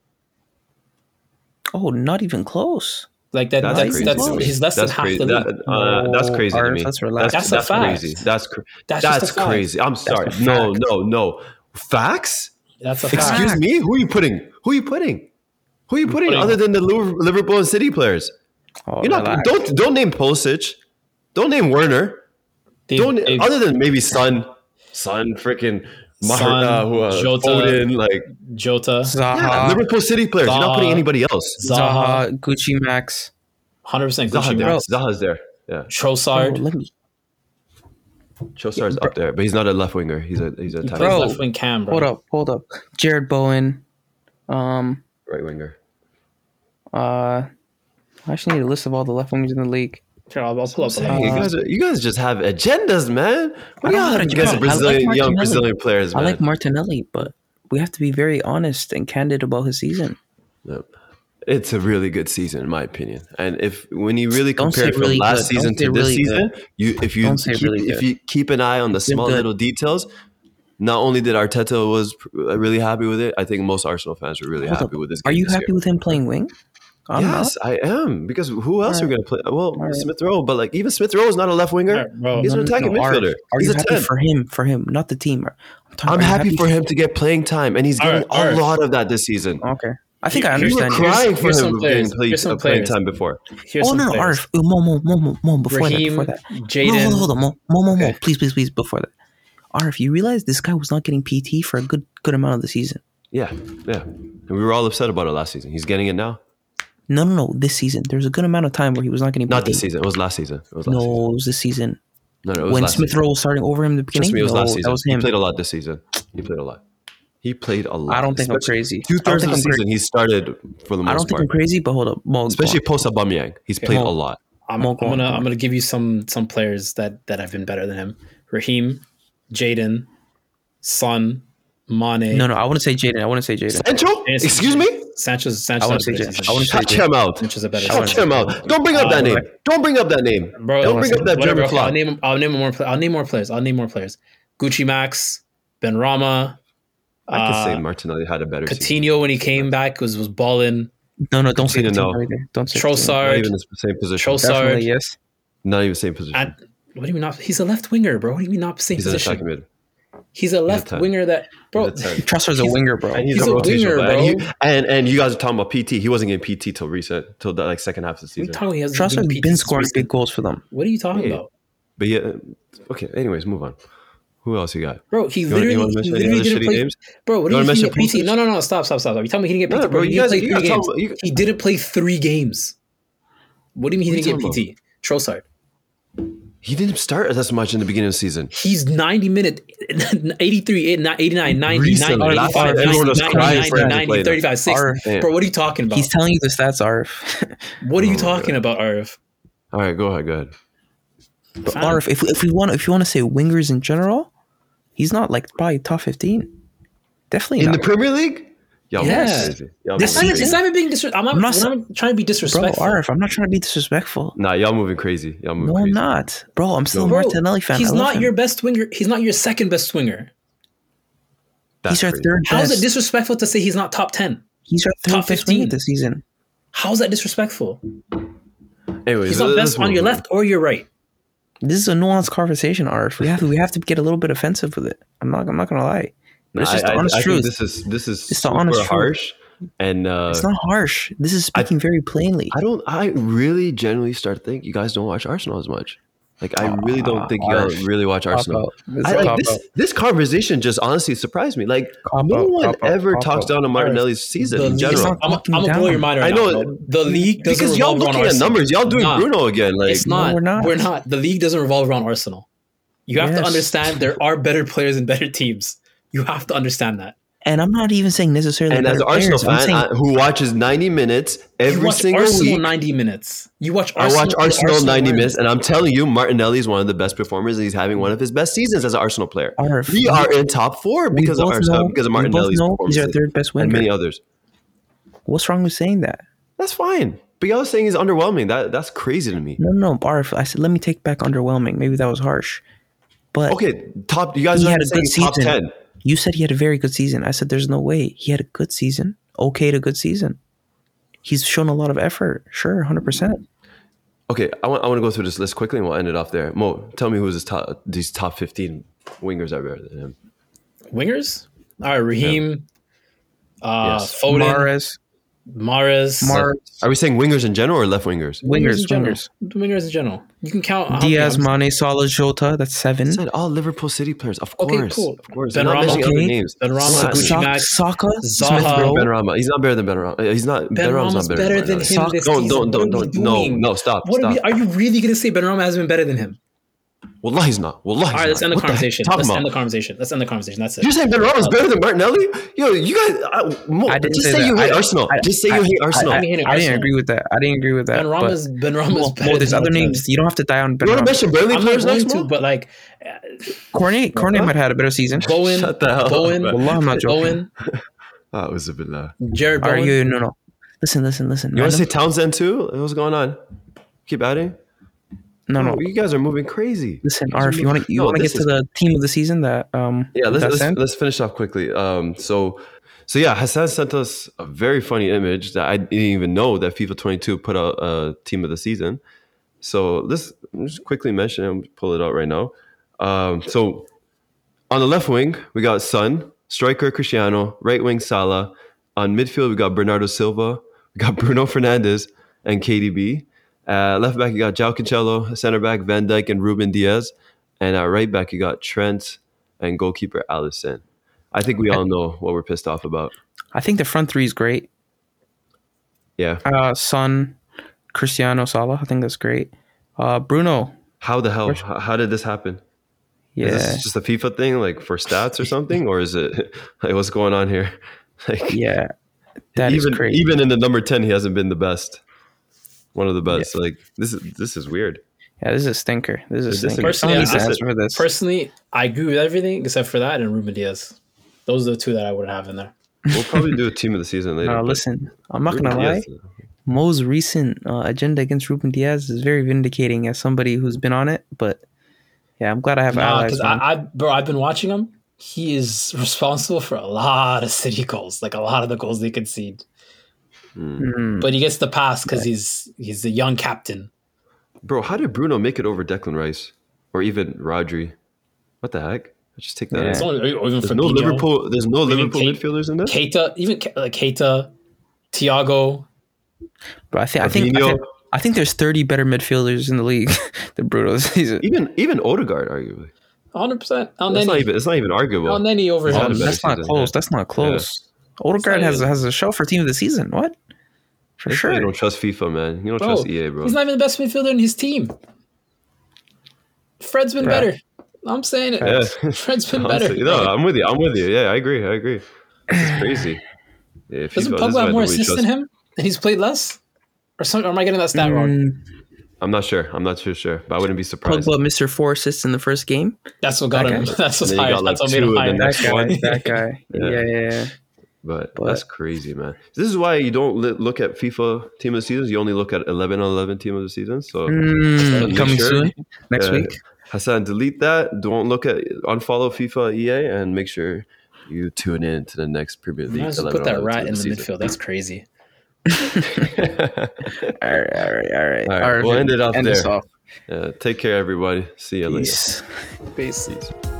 [SPEAKER 1] Oh, not even close.
[SPEAKER 3] Like that,
[SPEAKER 2] That's
[SPEAKER 3] that's that's,
[SPEAKER 2] crazy to me.
[SPEAKER 3] he's less
[SPEAKER 2] That's
[SPEAKER 3] than half
[SPEAKER 2] crazy.
[SPEAKER 3] the league.
[SPEAKER 2] That- uh, that's
[SPEAKER 1] No,
[SPEAKER 2] crazy to
[SPEAKER 1] Art,
[SPEAKER 2] me.
[SPEAKER 1] let's relax.
[SPEAKER 2] That's,
[SPEAKER 3] That's
[SPEAKER 2] that's,
[SPEAKER 3] a fact.
[SPEAKER 2] crazy. That's cr-
[SPEAKER 3] That's,
[SPEAKER 2] that's,
[SPEAKER 3] just a fact.
[SPEAKER 2] crazy. I'm sorry.
[SPEAKER 1] a
[SPEAKER 2] No,
[SPEAKER 1] fact.
[SPEAKER 2] no, no. Facts?
[SPEAKER 3] That's a fact.
[SPEAKER 2] Excuse me. Who are you putting? Who are you putting? Who are you putting
[SPEAKER 3] putting-
[SPEAKER 2] other than the Liv- Liverpool and City players?
[SPEAKER 1] Oh,
[SPEAKER 2] You're not.
[SPEAKER 1] relax.
[SPEAKER 2] Don't don't name Pulisic. Don't name Werner.
[SPEAKER 3] They've-
[SPEAKER 2] Don't
[SPEAKER 3] they've-
[SPEAKER 2] other than maybe Sun. Sun freaking
[SPEAKER 3] Son,
[SPEAKER 2] Marta, who uh,
[SPEAKER 3] Jota.
[SPEAKER 2] Foden, like
[SPEAKER 3] Jota,
[SPEAKER 1] Zaha,
[SPEAKER 2] yeah, Liverpool City players. You're not
[SPEAKER 3] Zaha.
[SPEAKER 2] putting anybody else.
[SPEAKER 3] Zaha,
[SPEAKER 1] Zaha, Gucci Max.
[SPEAKER 3] hundred percent
[SPEAKER 2] Zaha
[SPEAKER 3] Gucci
[SPEAKER 2] there.
[SPEAKER 3] Mane,
[SPEAKER 2] Zaha's there. Yeah,
[SPEAKER 1] Oh,
[SPEAKER 3] Trossard,
[SPEAKER 1] let me,
[SPEAKER 2] Chostar's up there, but he's not a left winger. He's a he's a
[SPEAKER 3] he
[SPEAKER 2] type
[SPEAKER 3] plays
[SPEAKER 1] Bro.
[SPEAKER 3] left wing cam. Bro.
[SPEAKER 1] hold up, hold up. Jared Bowen. Um,
[SPEAKER 2] right winger.
[SPEAKER 1] uh, I actually need a list of all the left wingers in the league.
[SPEAKER 3] Here, I'll, I'll pull up. the
[SPEAKER 2] Dang,
[SPEAKER 3] lineup.
[SPEAKER 2] you guys, are, you guys just have agendas,
[SPEAKER 1] Uh, I
[SPEAKER 2] man. What do
[SPEAKER 1] don't
[SPEAKER 2] y'all
[SPEAKER 1] have
[SPEAKER 2] have
[SPEAKER 1] an
[SPEAKER 2] against
[SPEAKER 1] agenda. I like
[SPEAKER 2] Brazilian
[SPEAKER 1] Martinelli.
[SPEAKER 2] young Brazilian players,
[SPEAKER 1] I
[SPEAKER 2] man?
[SPEAKER 1] like Martinelli, but we have to be very honest and candid about his season.
[SPEAKER 2] Yep. It's a really good season, in my opinion. And if when you really
[SPEAKER 1] Don't
[SPEAKER 2] compare
[SPEAKER 1] say
[SPEAKER 2] it from
[SPEAKER 1] really
[SPEAKER 2] last
[SPEAKER 1] good.
[SPEAKER 2] season
[SPEAKER 1] Don't
[SPEAKER 2] to
[SPEAKER 1] say really
[SPEAKER 2] this season, you if you
[SPEAKER 1] Don't say
[SPEAKER 2] keep,
[SPEAKER 1] really
[SPEAKER 2] if
[SPEAKER 1] good.
[SPEAKER 2] you keep an eye on the small
[SPEAKER 1] good.
[SPEAKER 2] little details, not only did Arteta was pr- uh, really happy with it, I think most Arsenal fans were really
[SPEAKER 1] Hold
[SPEAKER 2] happy
[SPEAKER 1] up.
[SPEAKER 2] with this.
[SPEAKER 1] Are
[SPEAKER 2] game
[SPEAKER 1] you
[SPEAKER 2] this
[SPEAKER 1] happy
[SPEAKER 2] year.
[SPEAKER 1] with him playing wing? I'm
[SPEAKER 2] yes, I am because who else are we
[SPEAKER 1] Alright.
[SPEAKER 2] going to play? Well,
[SPEAKER 1] Alright.
[SPEAKER 2] Smith Rowe, but like even Smith Rowe is not a left winger.
[SPEAKER 3] Alright, bro.
[SPEAKER 2] He's an
[SPEAKER 1] No, no,
[SPEAKER 2] attacking
[SPEAKER 1] no, Arif,
[SPEAKER 2] midfielder.
[SPEAKER 1] Are
[SPEAKER 2] He's
[SPEAKER 1] you
[SPEAKER 2] a
[SPEAKER 1] happy
[SPEAKER 2] ten.
[SPEAKER 1] for him? For him, not the team. I'm, talking-
[SPEAKER 2] I'm
[SPEAKER 1] are you
[SPEAKER 2] happy for him to get playing time, and he's getting
[SPEAKER 3] Alright, alright.
[SPEAKER 2] a lot of that this season.
[SPEAKER 1] Okay, I think
[SPEAKER 3] You-
[SPEAKER 1] I
[SPEAKER 3] you
[SPEAKER 2] We
[SPEAKER 1] understand.
[SPEAKER 2] were
[SPEAKER 1] you.
[SPEAKER 2] crying for
[SPEAKER 3] here's
[SPEAKER 2] him getting
[SPEAKER 3] some players.
[SPEAKER 2] play,
[SPEAKER 3] Here's some
[SPEAKER 2] uh, playing
[SPEAKER 3] players.
[SPEAKER 2] time before.
[SPEAKER 3] Here's
[SPEAKER 1] oh
[SPEAKER 3] some
[SPEAKER 1] no, no,
[SPEAKER 3] players.
[SPEAKER 1] Arif, uh, Mo, Mo, Mo, Mo, Mo, before
[SPEAKER 3] Raheem,
[SPEAKER 1] that, before that. No,
[SPEAKER 3] Jaden.
[SPEAKER 1] hold on, hold on, Mo, Mo, Mo, Mo,
[SPEAKER 3] Okay.
[SPEAKER 1] please, please, please, before that. Arif, you realize this guy was not getting PT for a good, good amount of the season.
[SPEAKER 2] Yeah, yeah. And we were all upset about it last season. He's getting it now.
[SPEAKER 1] No, no, no, this season. There's a good amount of time where he was not getting PT.
[SPEAKER 2] Not this season. It was last season. It was last
[SPEAKER 1] No,
[SPEAKER 2] season.
[SPEAKER 1] it was this season.
[SPEAKER 2] No, no. It was
[SPEAKER 1] When
[SPEAKER 2] last
[SPEAKER 1] Smith
[SPEAKER 2] season.
[SPEAKER 1] Rowe was starting over him in the beginning,
[SPEAKER 2] Trust me, it was
[SPEAKER 1] no,
[SPEAKER 2] last season.
[SPEAKER 1] that was
[SPEAKER 2] He
[SPEAKER 1] him.
[SPEAKER 2] played a lot this season. He played a lot. He played a lot.
[SPEAKER 1] I don't think I'm
[SPEAKER 2] Especially-
[SPEAKER 1] crazy. I
[SPEAKER 2] Two
[SPEAKER 1] don't
[SPEAKER 2] thirds of
[SPEAKER 1] think
[SPEAKER 2] the
[SPEAKER 1] I'm crazy.
[SPEAKER 2] season, he started for the
[SPEAKER 1] I
[SPEAKER 2] most
[SPEAKER 1] don't think I'm
[SPEAKER 2] part.
[SPEAKER 1] crazy, but hold up, Mo, go
[SPEAKER 2] Especially
[SPEAKER 1] on.
[SPEAKER 2] post Aubameyang, he's played
[SPEAKER 1] Mo.
[SPEAKER 2] a lot.
[SPEAKER 3] I'm,
[SPEAKER 1] Mo,
[SPEAKER 3] I'm
[SPEAKER 1] go on,
[SPEAKER 3] gonna
[SPEAKER 1] go on.
[SPEAKER 3] I'm gonna give you some some players that that have been better than him. Raheem, Jaden, Son, Mane.
[SPEAKER 1] No, no, I wouldn't say Jaden. I wouldn't say Jaden.
[SPEAKER 2] Sancho,
[SPEAKER 3] Yes.
[SPEAKER 2] excuse me,
[SPEAKER 3] Sanchez.
[SPEAKER 1] I
[SPEAKER 3] Sanchez.
[SPEAKER 1] wanna
[SPEAKER 3] had a
[SPEAKER 1] say
[SPEAKER 3] better
[SPEAKER 1] Jaden.
[SPEAKER 3] season.
[SPEAKER 1] I wanna say
[SPEAKER 2] shout him out.
[SPEAKER 3] Sanchez is a better.
[SPEAKER 2] Shout
[SPEAKER 3] season.
[SPEAKER 2] him out. Don't bring up
[SPEAKER 3] Uh,
[SPEAKER 2] that name. Don't bring up that name.
[SPEAKER 3] Bro,
[SPEAKER 2] Don't bring up that
[SPEAKER 3] whatever,
[SPEAKER 2] German
[SPEAKER 3] okay, I'll
[SPEAKER 2] flop.
[SPEAKER 3] name I'll name more. pla- I'll name more players. I'll name more players. Gucci Max, Ben Rama,
[SPEAKER 2] I could say
[SPEAKER 3] uh,
[SPEAKER 2] Martinelli had a better season.
[SPEAKER 3] Coutinho when he came back was was balling.
[SPEAKER 1] No, no, don't say Coutinho
[SPEAKER 2] Coutinho, no.
[SPEAKER 1] either. Don't say Coutinho.
[SPEAKER 2] Not even
[SPEAKER 3] Trossard.
[SPEAKER 2] the same position.
[SPEAKER 3] Trossard.
[SPEAKER 1] Definitely yes.
[SPEAKER 2] Not even same position.
[SPEAKER 3] And what do you mean not? He's a left winger, bro. What do you mean not same
[SPEAKER 2] he's an
[SPEAKER 3] position?
[SPEAKER 2] attacking mid.
[SPEAKER 3] He's a left
[SPEAKER 2] 10.
[SPEAKER 3] winger that bro.
[SPEAKER 2] He's a
[SPEAKER 1] (laughs)
[SPEAKER 2] 10.
[SPEAKER 1] Trossard's a winger, bro.
[SPEAKER 2] And he's,
[SPEAKER 3] He's
[SPEAKER 2] a,
[SPEAKER 3] a
[SPEAKER 2] rotational
[SPEAKER 3] winger,
[SPEAKER 2] player. And,
[SPEAKER 3] bro.
[SPEAKER 2] you, and and you guys are talking about PT. He wasn't getting PT till recent, till the like second half of the
[SPEAKER 3] What are you
[SPEAKER 2] season.
[SPEAKER 3] talking? He hasn't
[SPEAKER 1] Trossard's
[SPEAKER 3] been
[SPEAKER 1] been
[SPEAKER 3] PT
[SPEAKER 1] scoring
[SPEAKER 3] since-
[SPEAKER 1] big goals for them.
[SPEAKER 3] What are you talking
[SPEAKER 2] Yeah.
[SPEAKER 3] about,
[SPEAKER 2] But yeah, okay. Anyways, move on. Who else you got?
[SPEAKER 3] bro? He
[SPEAKER 2] You wanna-
[SPEAKER 3] literally,
[SPEAKER 2] you wanna
[SPEAKER 3] he
[SPEAKER 2] mention any
[SPEAKER 3] literally
[SPEAKER 2] other
[SPEAKER 3] didn't
[SPEAKER 2] shitty
[SPEAKER 3] play.
[SPEAKER 2] names?
[SPEAKER 3] Bro, what
[SPEAKER 2] You
[SPEAKER 3] do you
[SPEAKER 2] wanna
[SPEAKER 3] mean he
[SPEAKER 2] mention
[SPEAKER 3] didn't get
[SPEAKER 2] Pulisic?
[SPEAKER 3] PT? No, no, no. Stop, stop, stop. stop. You tell me he didn't get
[SPEAKER 2] No,
[SPEAKER 3] PT,
[SPEAKER 2] bro,
[SPEAKER 3] bro. He
[SPEAKER 2] you
[SPEAKER 3] didn't
[SPEAKER 2] guys-
[SPEAKER 3] play
[SPEAKER 2] you
[SPEAKER 3] three
[SPEAKER 2] gotta
[SPEAKER 3] games.
[SPEAKER 2] tell- you-
[SPEAKER 3] He didn't play three games. What do you mean he
[SPEAKER 2] What are you
[SPEAKER 3] didn't get PT? Trossard.
[SPEAKER 2] He didn't start as much in the beginning of the season.
[SPEAKER 3] He's 90 (laughs) minute, 83, 89, 90,
[SPEAKER 2] Recently,
[SPEAKER 3] 90,
[SPEAKER 2] last
[SPEAKER 3] 95,
[SPEAKER 2] time everyone was
[SPEAKER 3] 90,
[SPEAKER 2] crying for him to
[SPEAKER 3] 90,
[SPEAKER 2] play
[SPEAKER 3] 35, 60.
[SPEAKER 2] Arif.
[SPEAKER 3] Bro, what are you talking about?
[SPEAKER 1] He's telling you the stats, Arif.
[SPEAKER 3] What are you
[SPEAKER 2] Oh,
[SPEAKER 3] talking about, Arif?
[SPEAKER 2] All right, go ahead, go ahead.
[SPEAKER 1] But Arif, if, if we want, if you want to say wingers in general, he's not like probably top fifteen. Definitely
[SPEAKER 2] In
[SPEAKER 1] not.
[SPEAKER 2] the Premier League? Y'all
[SPEAKER 3] Yeah.
[SPEAKER 2] boys crazy. Y'all
[SPEAKER 1] This
[SPEAKER 3] It's
[SPEAKER 1] season-
[SPEAKER 2] moving
[SPEAKER 3] not, even- it's
[SPEAKER 2] crazy.
[SPEAKER 3] not even being disrespectful. I'm not,
[SPEAKER 1] I'm not
[SPEAKER 3] when I'm trying to be
[SPEAKER 1] bro,
[SPEAKER 3] disrespectful.
[SPEAKER 1] Arif, I'm not trying to be disrespectful.
[SPEAKER 2] Nah, y'all moving crazy. Y'all moving
[SPEAKER 1] No, I'm
[SPEAKER 2] crazy.
[SPEAKER 1] not, bro. I'm still
[SPEAKER 3] Bro,
[SPEAKER 1] a Martinelli fan.
[SPEAKER 3] he's
[SPEAKER 1] I love
[SPEAKER 3] not
[SPEAKER 1] him.
[SPEAKER 3] your best winger. He's not your second best winger.
[SPEAKER 2] That's
[SPEAKER 1] He's our
[SPEAKER 2] crazy.
[SPEAKER 1] third
[SPEAKER 3] How is it
[SPEAKER 1] best.
[SPEAKER 3] disrespectful to say he's not top 10?
[SPEAKER 1] he's our third
[SPEAKER 3] top
[SPEAKER 1] best winger
[SPEAKER 3] 15?
[SPEAKER 1] this season.
[SPEAKER 3] How is that disrespectful?
[SPEAKER 2] Anyways,
[SPEAKER 3] He's not
[SPEAKER 2] let's
[SPEAKER 3] best on
[SPEAKER 2] move
[SPEAKER 3] your left or your right.
[SPEAKER 1] This is a nuanced conversation, Arif. We have to, we have to get a little bit offensive with it. I'm not, I'm not gonna lie. But it's
[SPEAKER 2] I-
[SPEAKER 1] just the
[SPEAKER 2] I-
[SPEAKER 1] honest
[SPEAKER 2] I think
[SPEAKER 1] truth.
[SPEAKER 2] This is this is
[SPEAKER 1] It's the honest
[SPEAKER 2] super
[SPEAKER 1] truth.
[SPEAKER 2] harsh, and uh,
[SPEAKER 1] it's not harsh. This is speaking very plainly.
[SPEAKER 2] I don't. I really generally start to think you guys don't watch Arsenal as much. Like I really don't think y'all
[SPEAKER 1] Ah, harsh.
[SPEAKER 2] really watch
[SPEAKER 1] Cop
[SPEAKER 2] Arsenal.
[SPEAKER 1] out. It's
[SPEAKER 2] I,
[SPEAKER 1] a
[SPEAKER 2] like
[SPEAKER 1] cop
[SPEAKER 2] this.
[SPEAKER 1] out.
[SPEAKER 2] This conversation just honestly surprised me. Like
[SPEAKER 1] Cop
[SPEAKER 2] no
[SPEAKER 1] out,
[SPEAKER 2] one
[SPEAKER 1] cop out,
[SPEAKER 2] ever
[SPEAKER 1] cop
[SPEAKER 2] talks
[SPEAKER 1] out.
[SPEAKER 2] down on Martinelli's season
[SPEAKER 3] The
[SPEAKER 2] in
[SPEAKER 3] league-
[SPEAKER 2] general.
[SPEAKER 1] not
[SPEAKER 3] I'm, I'm
[SPEAKER 1] fucking
[SPEAKER 3] gonna blow
[SPEAKER 1] down.
[SPEAKER 3] your mind
[SPEAKER 2] I
[SPEAKER 3] right
[SPEAKER 2] know-
[SPEAKER 3] now. bro. The league doesn't
[SPEAKER 2] Because y'all
[SPEAKER 3] revolve around
[SPEAKER 2] looking at
[SPEAKER 3] Arsenal.
[SPEAKER 2] numbers, y'all doing
[SPEAKER 3] Nah.
[SPEAKER 2] Bruno again. Like
[SPEAKER 3] It's not.
[SPEAKER 1] we're
[SPEAKER 3] we're
[SPEAKER 1] not.
[SPEAKER 3] not. The league doesn't revolve around Arsenal. You have
[SPEAKER 1] Yes.
[SPEAKER 3] to understand there are better players and better teams. You have to understand that.
[SPEAKER 1] And I'm not even saying necessarily.
[SPEAKER 2] and as an
[SPEAKER 1] better
[SPEAKER 2] Arsenal
[SPEAKER 1] players. I'm
[SPEAKER 2] fan
[SPEAKER 1] saying-
[SPEAKER 2] I- who watches 90 minutes
[SPEAKER 3] you
[SPEAKER 2] every
[SPEAKER 3] watch
[SPEAKER 2] single
[SPEAKER 3] Arsenal
[SPEAKER 2] week,
[SPEAKER 3] 90 minutes. You watch
[SPEAKER 2] I
[SPEAKER 3] Arsenal.
[SPEAKER 2] watch
[SPEAKER 3] play
[SPEAKER 2] Arsenal 90
[SPEAKER 3] win.
[SPEAKER 2] minutes, and I'm telling you, Martinelli is one of the best performers, and he's having one of his best seasons as an Arsenal player.
[SPEAKER 1] Arif,
[SPEAKER 2] we are in top four
[SPEAKER 1] we
[SPEAKER 2] because of
[SPEAKER 1] both
[SPEAKER 2] Arsenal,
[SPEAKER 1] know-
[SPEAKER 2] because
[SPEAKER 1] we
[SPEAKER 2] of
[SPEAKER 1] both
[SPEAKER 2] Martinelli's
[SPEAKER 1] know he's our
[SPEAKER 2] performances
[SPEAKER 1] third best
[SPEAKER 2] and
[SPEAKER 1] winger.
[SPEAKER 2] many others.
[SPEAKER 1] What's wrong with saying that?
[SPEAKER 2] That's fine. But y'all saying he's underwhelming. That that's crazy to me.
[SPEAKER 1] No, no, Barf. I said, let me take back underwhelming. Maybe that was harsh, but
[SPEAKER 2] Okay, top. You guys
[SPEAKER 1] He
[SPEAKER 2] are
[SPEAKER 1] had a
[SPEAKER 2] saying
[SPEAKER 1] good
[SPEAKER 2] top
[SPEAKER 1] season.
[SPEAKER 2] ten.
[SPEAKER 1] You said he had a very good season. I said there's no way he had a good season. Okay, to good season. He's shown a lot of effort. Sure, hundred percent.
[SPEAKER 2] Okay, I want, I want to go through this list quickly and we'll end it off there. Mo, tell me who's his top, these top 15 wingers are better than him.
[SPEAKER 3] Wingers? All right, Raheem, uh,
[SPEAKER 2] Yes.
[SPEAKER 3] Foden, Mares.
[SPEAKER 1] Mares, Mares,
[SPEAKER 2] Are we saying wingers in general or left wingers?
[SPEAKER 1] wingers,
[SPEAKER 3] in general.
[SPEAKER 1] wingers.
[SPEAKER 3] Wingers in general. You can count. how many-
[SPEAKER 1] Diaz, Mane, Salah, Jota. That's seven.
[SPEAKER 2] I said all Liverpool City players, of
[SPEAKER 3] Okay,
[SPEAKER 2] course.
[SPEAKER 3] cool.
[SPEAKER 2] Of course.
[SPEAKER 3] Ben
[SPEAKER 2] I'm not
[SPEAKER 3] Rama.
[SPEAKER 2] mentioning
[SPEAKER 1] Okay.
[SPEAKER 2] other names.
[SPEAKER 3] Ben Rama,
[SPEAKER 1] Sa-
[SPEAKER 3] Gucci
[SPEAKER 1] Sa-
[SPEAKER 3] Mac,
[SPEAKER 1] Saka,
[SPEAKER 3] Zaha.
[SPEAKER 1] Smith Rowe.
[SPEAKER 2] Ben Rama. He's not better than Ben Rama. He's not
[SPEAKER 3] Ben
[SPEAKER 2] Ben Rama's
[SPEAKER 3] Rama's
[SPEAKER 2] not better,
[SPEAKER 3] better
[SPEAKER 2] than
[SPEAKER 3] than
[SPEAKER 2] Ben
[SPEAKER 3] him
[SPEAKER 2] Rama.
[SPEAKER 3] this
[SPEAKER 2] Don't
[SPEAKER 3] season.
[SPEAKER 2] don't don't
[SPEAKER 3] What are we
[SPEAKER 2] don't no
[SPEAKER 3] doing?
[SPEAKER 2] no stop
[SPEAKER 3] What are,
[SPEAKER 2] stop.
[SPEAKER 3] we, are you really going to say Ben Rama has been better than him?
[SPEAKER 2] Wallah, he's not. Wallah, he's
[SPEAKER 3] All right, let's
[SPEAKER 2] not.
[SPEAKER 3] end the
[SPEAKER 2] What heck
[SPEAKER 3] conversation.
[SPEAKER 2] you talking
[SPEAKER 3] let's
[SPEAKER 2] about?
[SPEAKER 3] end the conversation. Let's end the conversation. That's it.
[SPEAKER 2] You're saying Ben Rama's better than Martinelli? Yo, you guys, I, Mo,
[SPEAKER 1] I didn't
[SPEAKER 2] just
[SPEAKER 1] say
[SPEAKER 2] say,
[SPEAKER 1] that.
[SPEAKER 2] you hate
[SPEAKER 1] I-
[SPEAKER 2] Arsenal.
[SPEAKER 1] I-
[SPEAKER 2] just say you hate Arsenal.
[SPEAKER 1] I, I,
[SPEAKER 3] I'm hating
[SPEAKER 1] I didn't
[SPEAKER 3] Arsenal.
[SPEAKER 1] agree with that. I didn't agree with that.
[SPEAKER 3] ben Rama's Ben Rama's
[SPEAKER 1] but,
[SPEAKER 3] better.
[SPEAKER 1] well, there's
[SPEAKER 3] than
[SPEAKER 1] other
[SPEAKER 3] Martinelli.
[SPEAKER 1] names. You don't have to die on Ben
[SPEAKER 2] you want
[SPEAKER 1] Rama.
[SPEAKER 2] to mention Burnley
[SPEAKER 3] I'm not
[SPEAKER 2] players
[SPEAKER 3] going
[SPEAKER 2] next
[SPEAKER 3] to,
[SPEAKER 2] month?
[SPEAKER 3] but like
[SPEAKER 1] Cornet, Cornet might have had a better season.
[SPEAKER 3] Bowen,
[SPEAKER 2] Shut the hell up,
[SPEAKER 3] Bowen,
[SPEAKER 2] man.
[SPEAKER 1] Wallah, I'm not joking.
[SPEAKER 3] Bowen,
[SPEAKER 2] That was a bit loud.
[SPEAKER 3] Jared
[SPEAKER 1] Are
[SPEAKER 3] Bowen.
[SPEAKER 1] you no no? Listen, listen, listen.
[SPEAKER 2] You
[SPEAKER 1] I
[SPEAKER 2] want to
[SPEAKER 1] know-
[SPEAKER 2] say Townsend too? What's going on? Keep adding?
[SPEAKER 1] no no.
[SPEAKER 2] you guys are moving crazy.
[SPEAKER 1] Listen,
[SPEAKER 2] guys are
[SPEAKER 1] Arf, you
[SPEAKER 2] moving-
[SPEAKER 1] want to you
[SPEAKER 2] No,
[SPEAKER 1] want to
[SPEAKER 2] this
[SPEAKER 1] get to
[SPEAKER 2] is-
[SPEAKER 1] the team of the season that um
[SPEAKER 2] Yeah, let's
[SPEAKER 1] that
[SPEAKER 2] let's,
[SPEAKER 1] sent?
[SPEAKER 2] let's finish off quickly. Um, so so yeah, Hassan sent us a very funny image that I didn't even know that FIFA 22 put out a team of the season. So let's just quickly mention and pull it out right now. Um, so on the left wing we got Sun, striker Cristiano, right wing Salah. On midfield we got Bernardo Silva, we got (laughs) Bruno Fernandez and KDB. Uh, left back you got Jao Cancelo, center back Van Dijk and Ruben Diaz, and at right back you got Trent and goalkeeper Allison. I think we all know what we're pissed off about.
[SPEAKER 1] I think the front three is great.
[SPEAKER 2] Yeah.
[SPEAKER 1] Uh, Son, Cristiano, Salah. I think that's great. Uh, Bruno.
[SPEAKER 2] How the hell? h- How did this happen?
[SPEAKER 1] Yeah.
[SPEAKER 2] Is this just a FIFA thing, like for stats or something, or is it (laughs) like what's going on here? (laughs) Like
[SPEAKER 1] yeah. That is
[SPEAKER 2] even e-
[SPEAKER 1] crazy.
[SPEAKER 2] even in the number ten, he hasn't been the best. One of the best. Like this is this is weird.
[SPEAKER 1] yeah, this is a stinker. This is a
[SPEAKER 2] This is-
[SPEAKER 1] stinker. Someone
[SPEAKER 3] Personally,
[SPEAKER 1] needs to
[SPEAKER 2] I-
[SPEAKER 1] answer for this.
[SPEAKER 3] Personally, I agree with everything except for that and Ruben Diaz. Those are the two that I would have in there.
[SPEAKER 2] We'll probably do a team of the season
[SPEAKER 1] (laughs)
[SPEAKER 2] later.
[SPEAKER 1] no,
[SPEAKER 2] but
[SPEAKER 1] listen, I'm not gonna
[SPEAKER 2] Ruben
[SPEAKER 1] lie.
[SPEAKER 2] Diaz,
[SPEAKER 1] Mo's recent uh, agenda against Ruben Diaz is very vindicating as somebody who's been on it. But yeah, I'm glad I have
[SPEAKER 3] Nah,
[SPEAKER 1] allies.
[SPEAKER 3] because
[SPEAKER 1] man.
[SPEAKER 3] I, I, bro, I've been watching him. He is responsible for a lot of city goals, like a lot of the goals they concede.
[SPEAKER 2] hmm.
[SPEAKER 1] Mm.
[SPEAKER 3] But he gets the pass because he's he's a young captain.
[SPEAKER 2] Bro, how did Bruno make it over Declan Rice or even Rodri? What the heck? I just take that.
[SPEAKER 1] Yeah.
[SPEAKER 2] as
[SPEAKER 3] It's only, or even
[SPEAKER 2] There's no
[SPEAKER 3] Fabinho,
[SPEAKER 2] Liverpool. There's no
[SPEAKER 3] mean
[SPEAKER 2] Liverpool
[SPEAKER 3] Kate-
[SPEAKER 2] midfielders in there.
[SPEAKER 3] Keita, even Ke- like Keita, Thiago.
[SPEAKER 1] But I think I think, I
[SPEAKER 2] Fabinho.
[SPEAKER 1] think I think there's 30 better midfielders in the league (laughs) than Bruno's. He's a-
[SPEAKER 2] Even even Odegaard, arguably.
[SPEAKER 3] 100. percent On
[SPEAKER 2] That's not
[SPEAKER 3] any,
[SPEAKER 2] even. It's not even arguable.
[SPEAKER 3] on any
[SPEAKER 2] (laughs)
[SPEAKER 3] over
[SPEAKER 2] He's
[SPEAKER 1] Oh,
[SPEAKER 2] had a
[SPEAKER 3] him.
[SPEAKER 2] better
[SPEAKER 1] that's not
[SPEAKER 2] season,
[SPEAKER 1] close.
[SPEAKER 2] yeah.
[SPEAKER 1] That's not close. Odegaard
[SPEAKER 3] It's
[SPEAKER 1] has
[SPEAKER 3] not-
[SPEAKER 1] has a show for team of the season. What? For
[SPEAKER 2] That's why You
[SPEAKER 1] sure.
[SPEAKER 2] don't trust FIFA, man. You don't
[SPEAKER 3] Bro,
[SPEAKER 2] trust EA, bro.
[SPEAKER 3] he's not even the best midfielder in his team. Fred's been
[SPEAKER 1] Yeah.
[SPEAKER 3] better. I'm saying it.
[SPEAKER 2] (laughs) Yeah.
[SPEAKER 3] Fred's been better.
[SPEAKER 2] Honestly, no, I'm with you. I'm with you. Yeah, I agree. I agree. This is
[SPEAKER 3] (sighs)
[SPEAKER 2] crazy. Yeah, FIFA,
[SPEAKER 3] Doesn't
[SPEAKER 2] this is
[SPEAKER 3] Pogba
[SPEAKER 2] why
[SPEAKER 3] have more
[SPEAKER 2] nobody
[SPEAKER 3] assists
[SPEAKER 2] trusts-
[SPEAKER 3] than
[SPEAKER 2] Hmm.
[SPEAKER 3] him? And he's played less? Or, some, or am I getting that stat wrong?
[SPEAKER 1] Mm,
[SPEAKER 2] I'm not sure. I'm not too sure, but I wouldn't be surprised.
[SPEAKER 1] Pogba missed her four assists in the first game.
[SPEAKER 3] That's what got
[SPEAKER 1] that
[SPEAKER 3] him.
[SPEAKER 1] guy?
[SPEAKER 3] (laughs) That's what's
[SPEAKER 2] Then you
[SPEAKER 3] higher.
[SPEAKER 2] got, like,
[SPEAKER 3] That's what made
[SPEAKER 2] two
[SPEAKER 3] him
[SPEAKER 2] of
[SPEAKER 3] higher.
[SPEAKER 2] them.
[SPEAKER 1] That
[SPEAKER 2] That's
[SPEAKER 1] guy.
[SPEAKER 2] one.
[SPEAKER 1] That guy. (laughs) yeah.
[SPEAKER 2] Yeah.
[SPEAKER 1] yeah, yeah.
[SPEAKER 2] But,
[SPEAKER 1] But-
[SPEAKER 2] that's crazy, man. This is why you don't li- look at FIFA team of the seasons. You only look at 11 on 11 team of the season. So
[SPEAKER 3] Hmm.
[SPEAKER 1] Mm,
[SPEAKER 2] Make
[SPEAKER 1] coming
[SPEAKER 2] sure-
[SPEAKER 1] soon next
[SPEAKER 2] Yeah.
[SPEAKER 1] week.
[SPEAKER 2] Hassan, delete that. Don't look at unfollow FIFA EA and make sure you tune in to the next Premier
[SPEAKER 3] Might
[SPEAKER 2] League.
[SPEAKER 3] as well
[SPEAKER 2] 11
[SPEAKER 3] put that
[SPEAKER 2] on 11
[SPEAKER 3] rat in the
[SPEAKER 2] season.
[SPEAKER 3] midfield. That's crazy.
[SPEAKER 1] All right, all right, all right.
[SPEAKER 2] All right, we'll end it off
[SPEAKER 1] End
[SPEAKER 2] there. (laughs)
[SPEAKER 1] us off.
[SPEAKER 2] yeah, take care, everybody. See you later.
[SPEAKER 1] Peace. Peace.
[SPEAKER 2] Peace.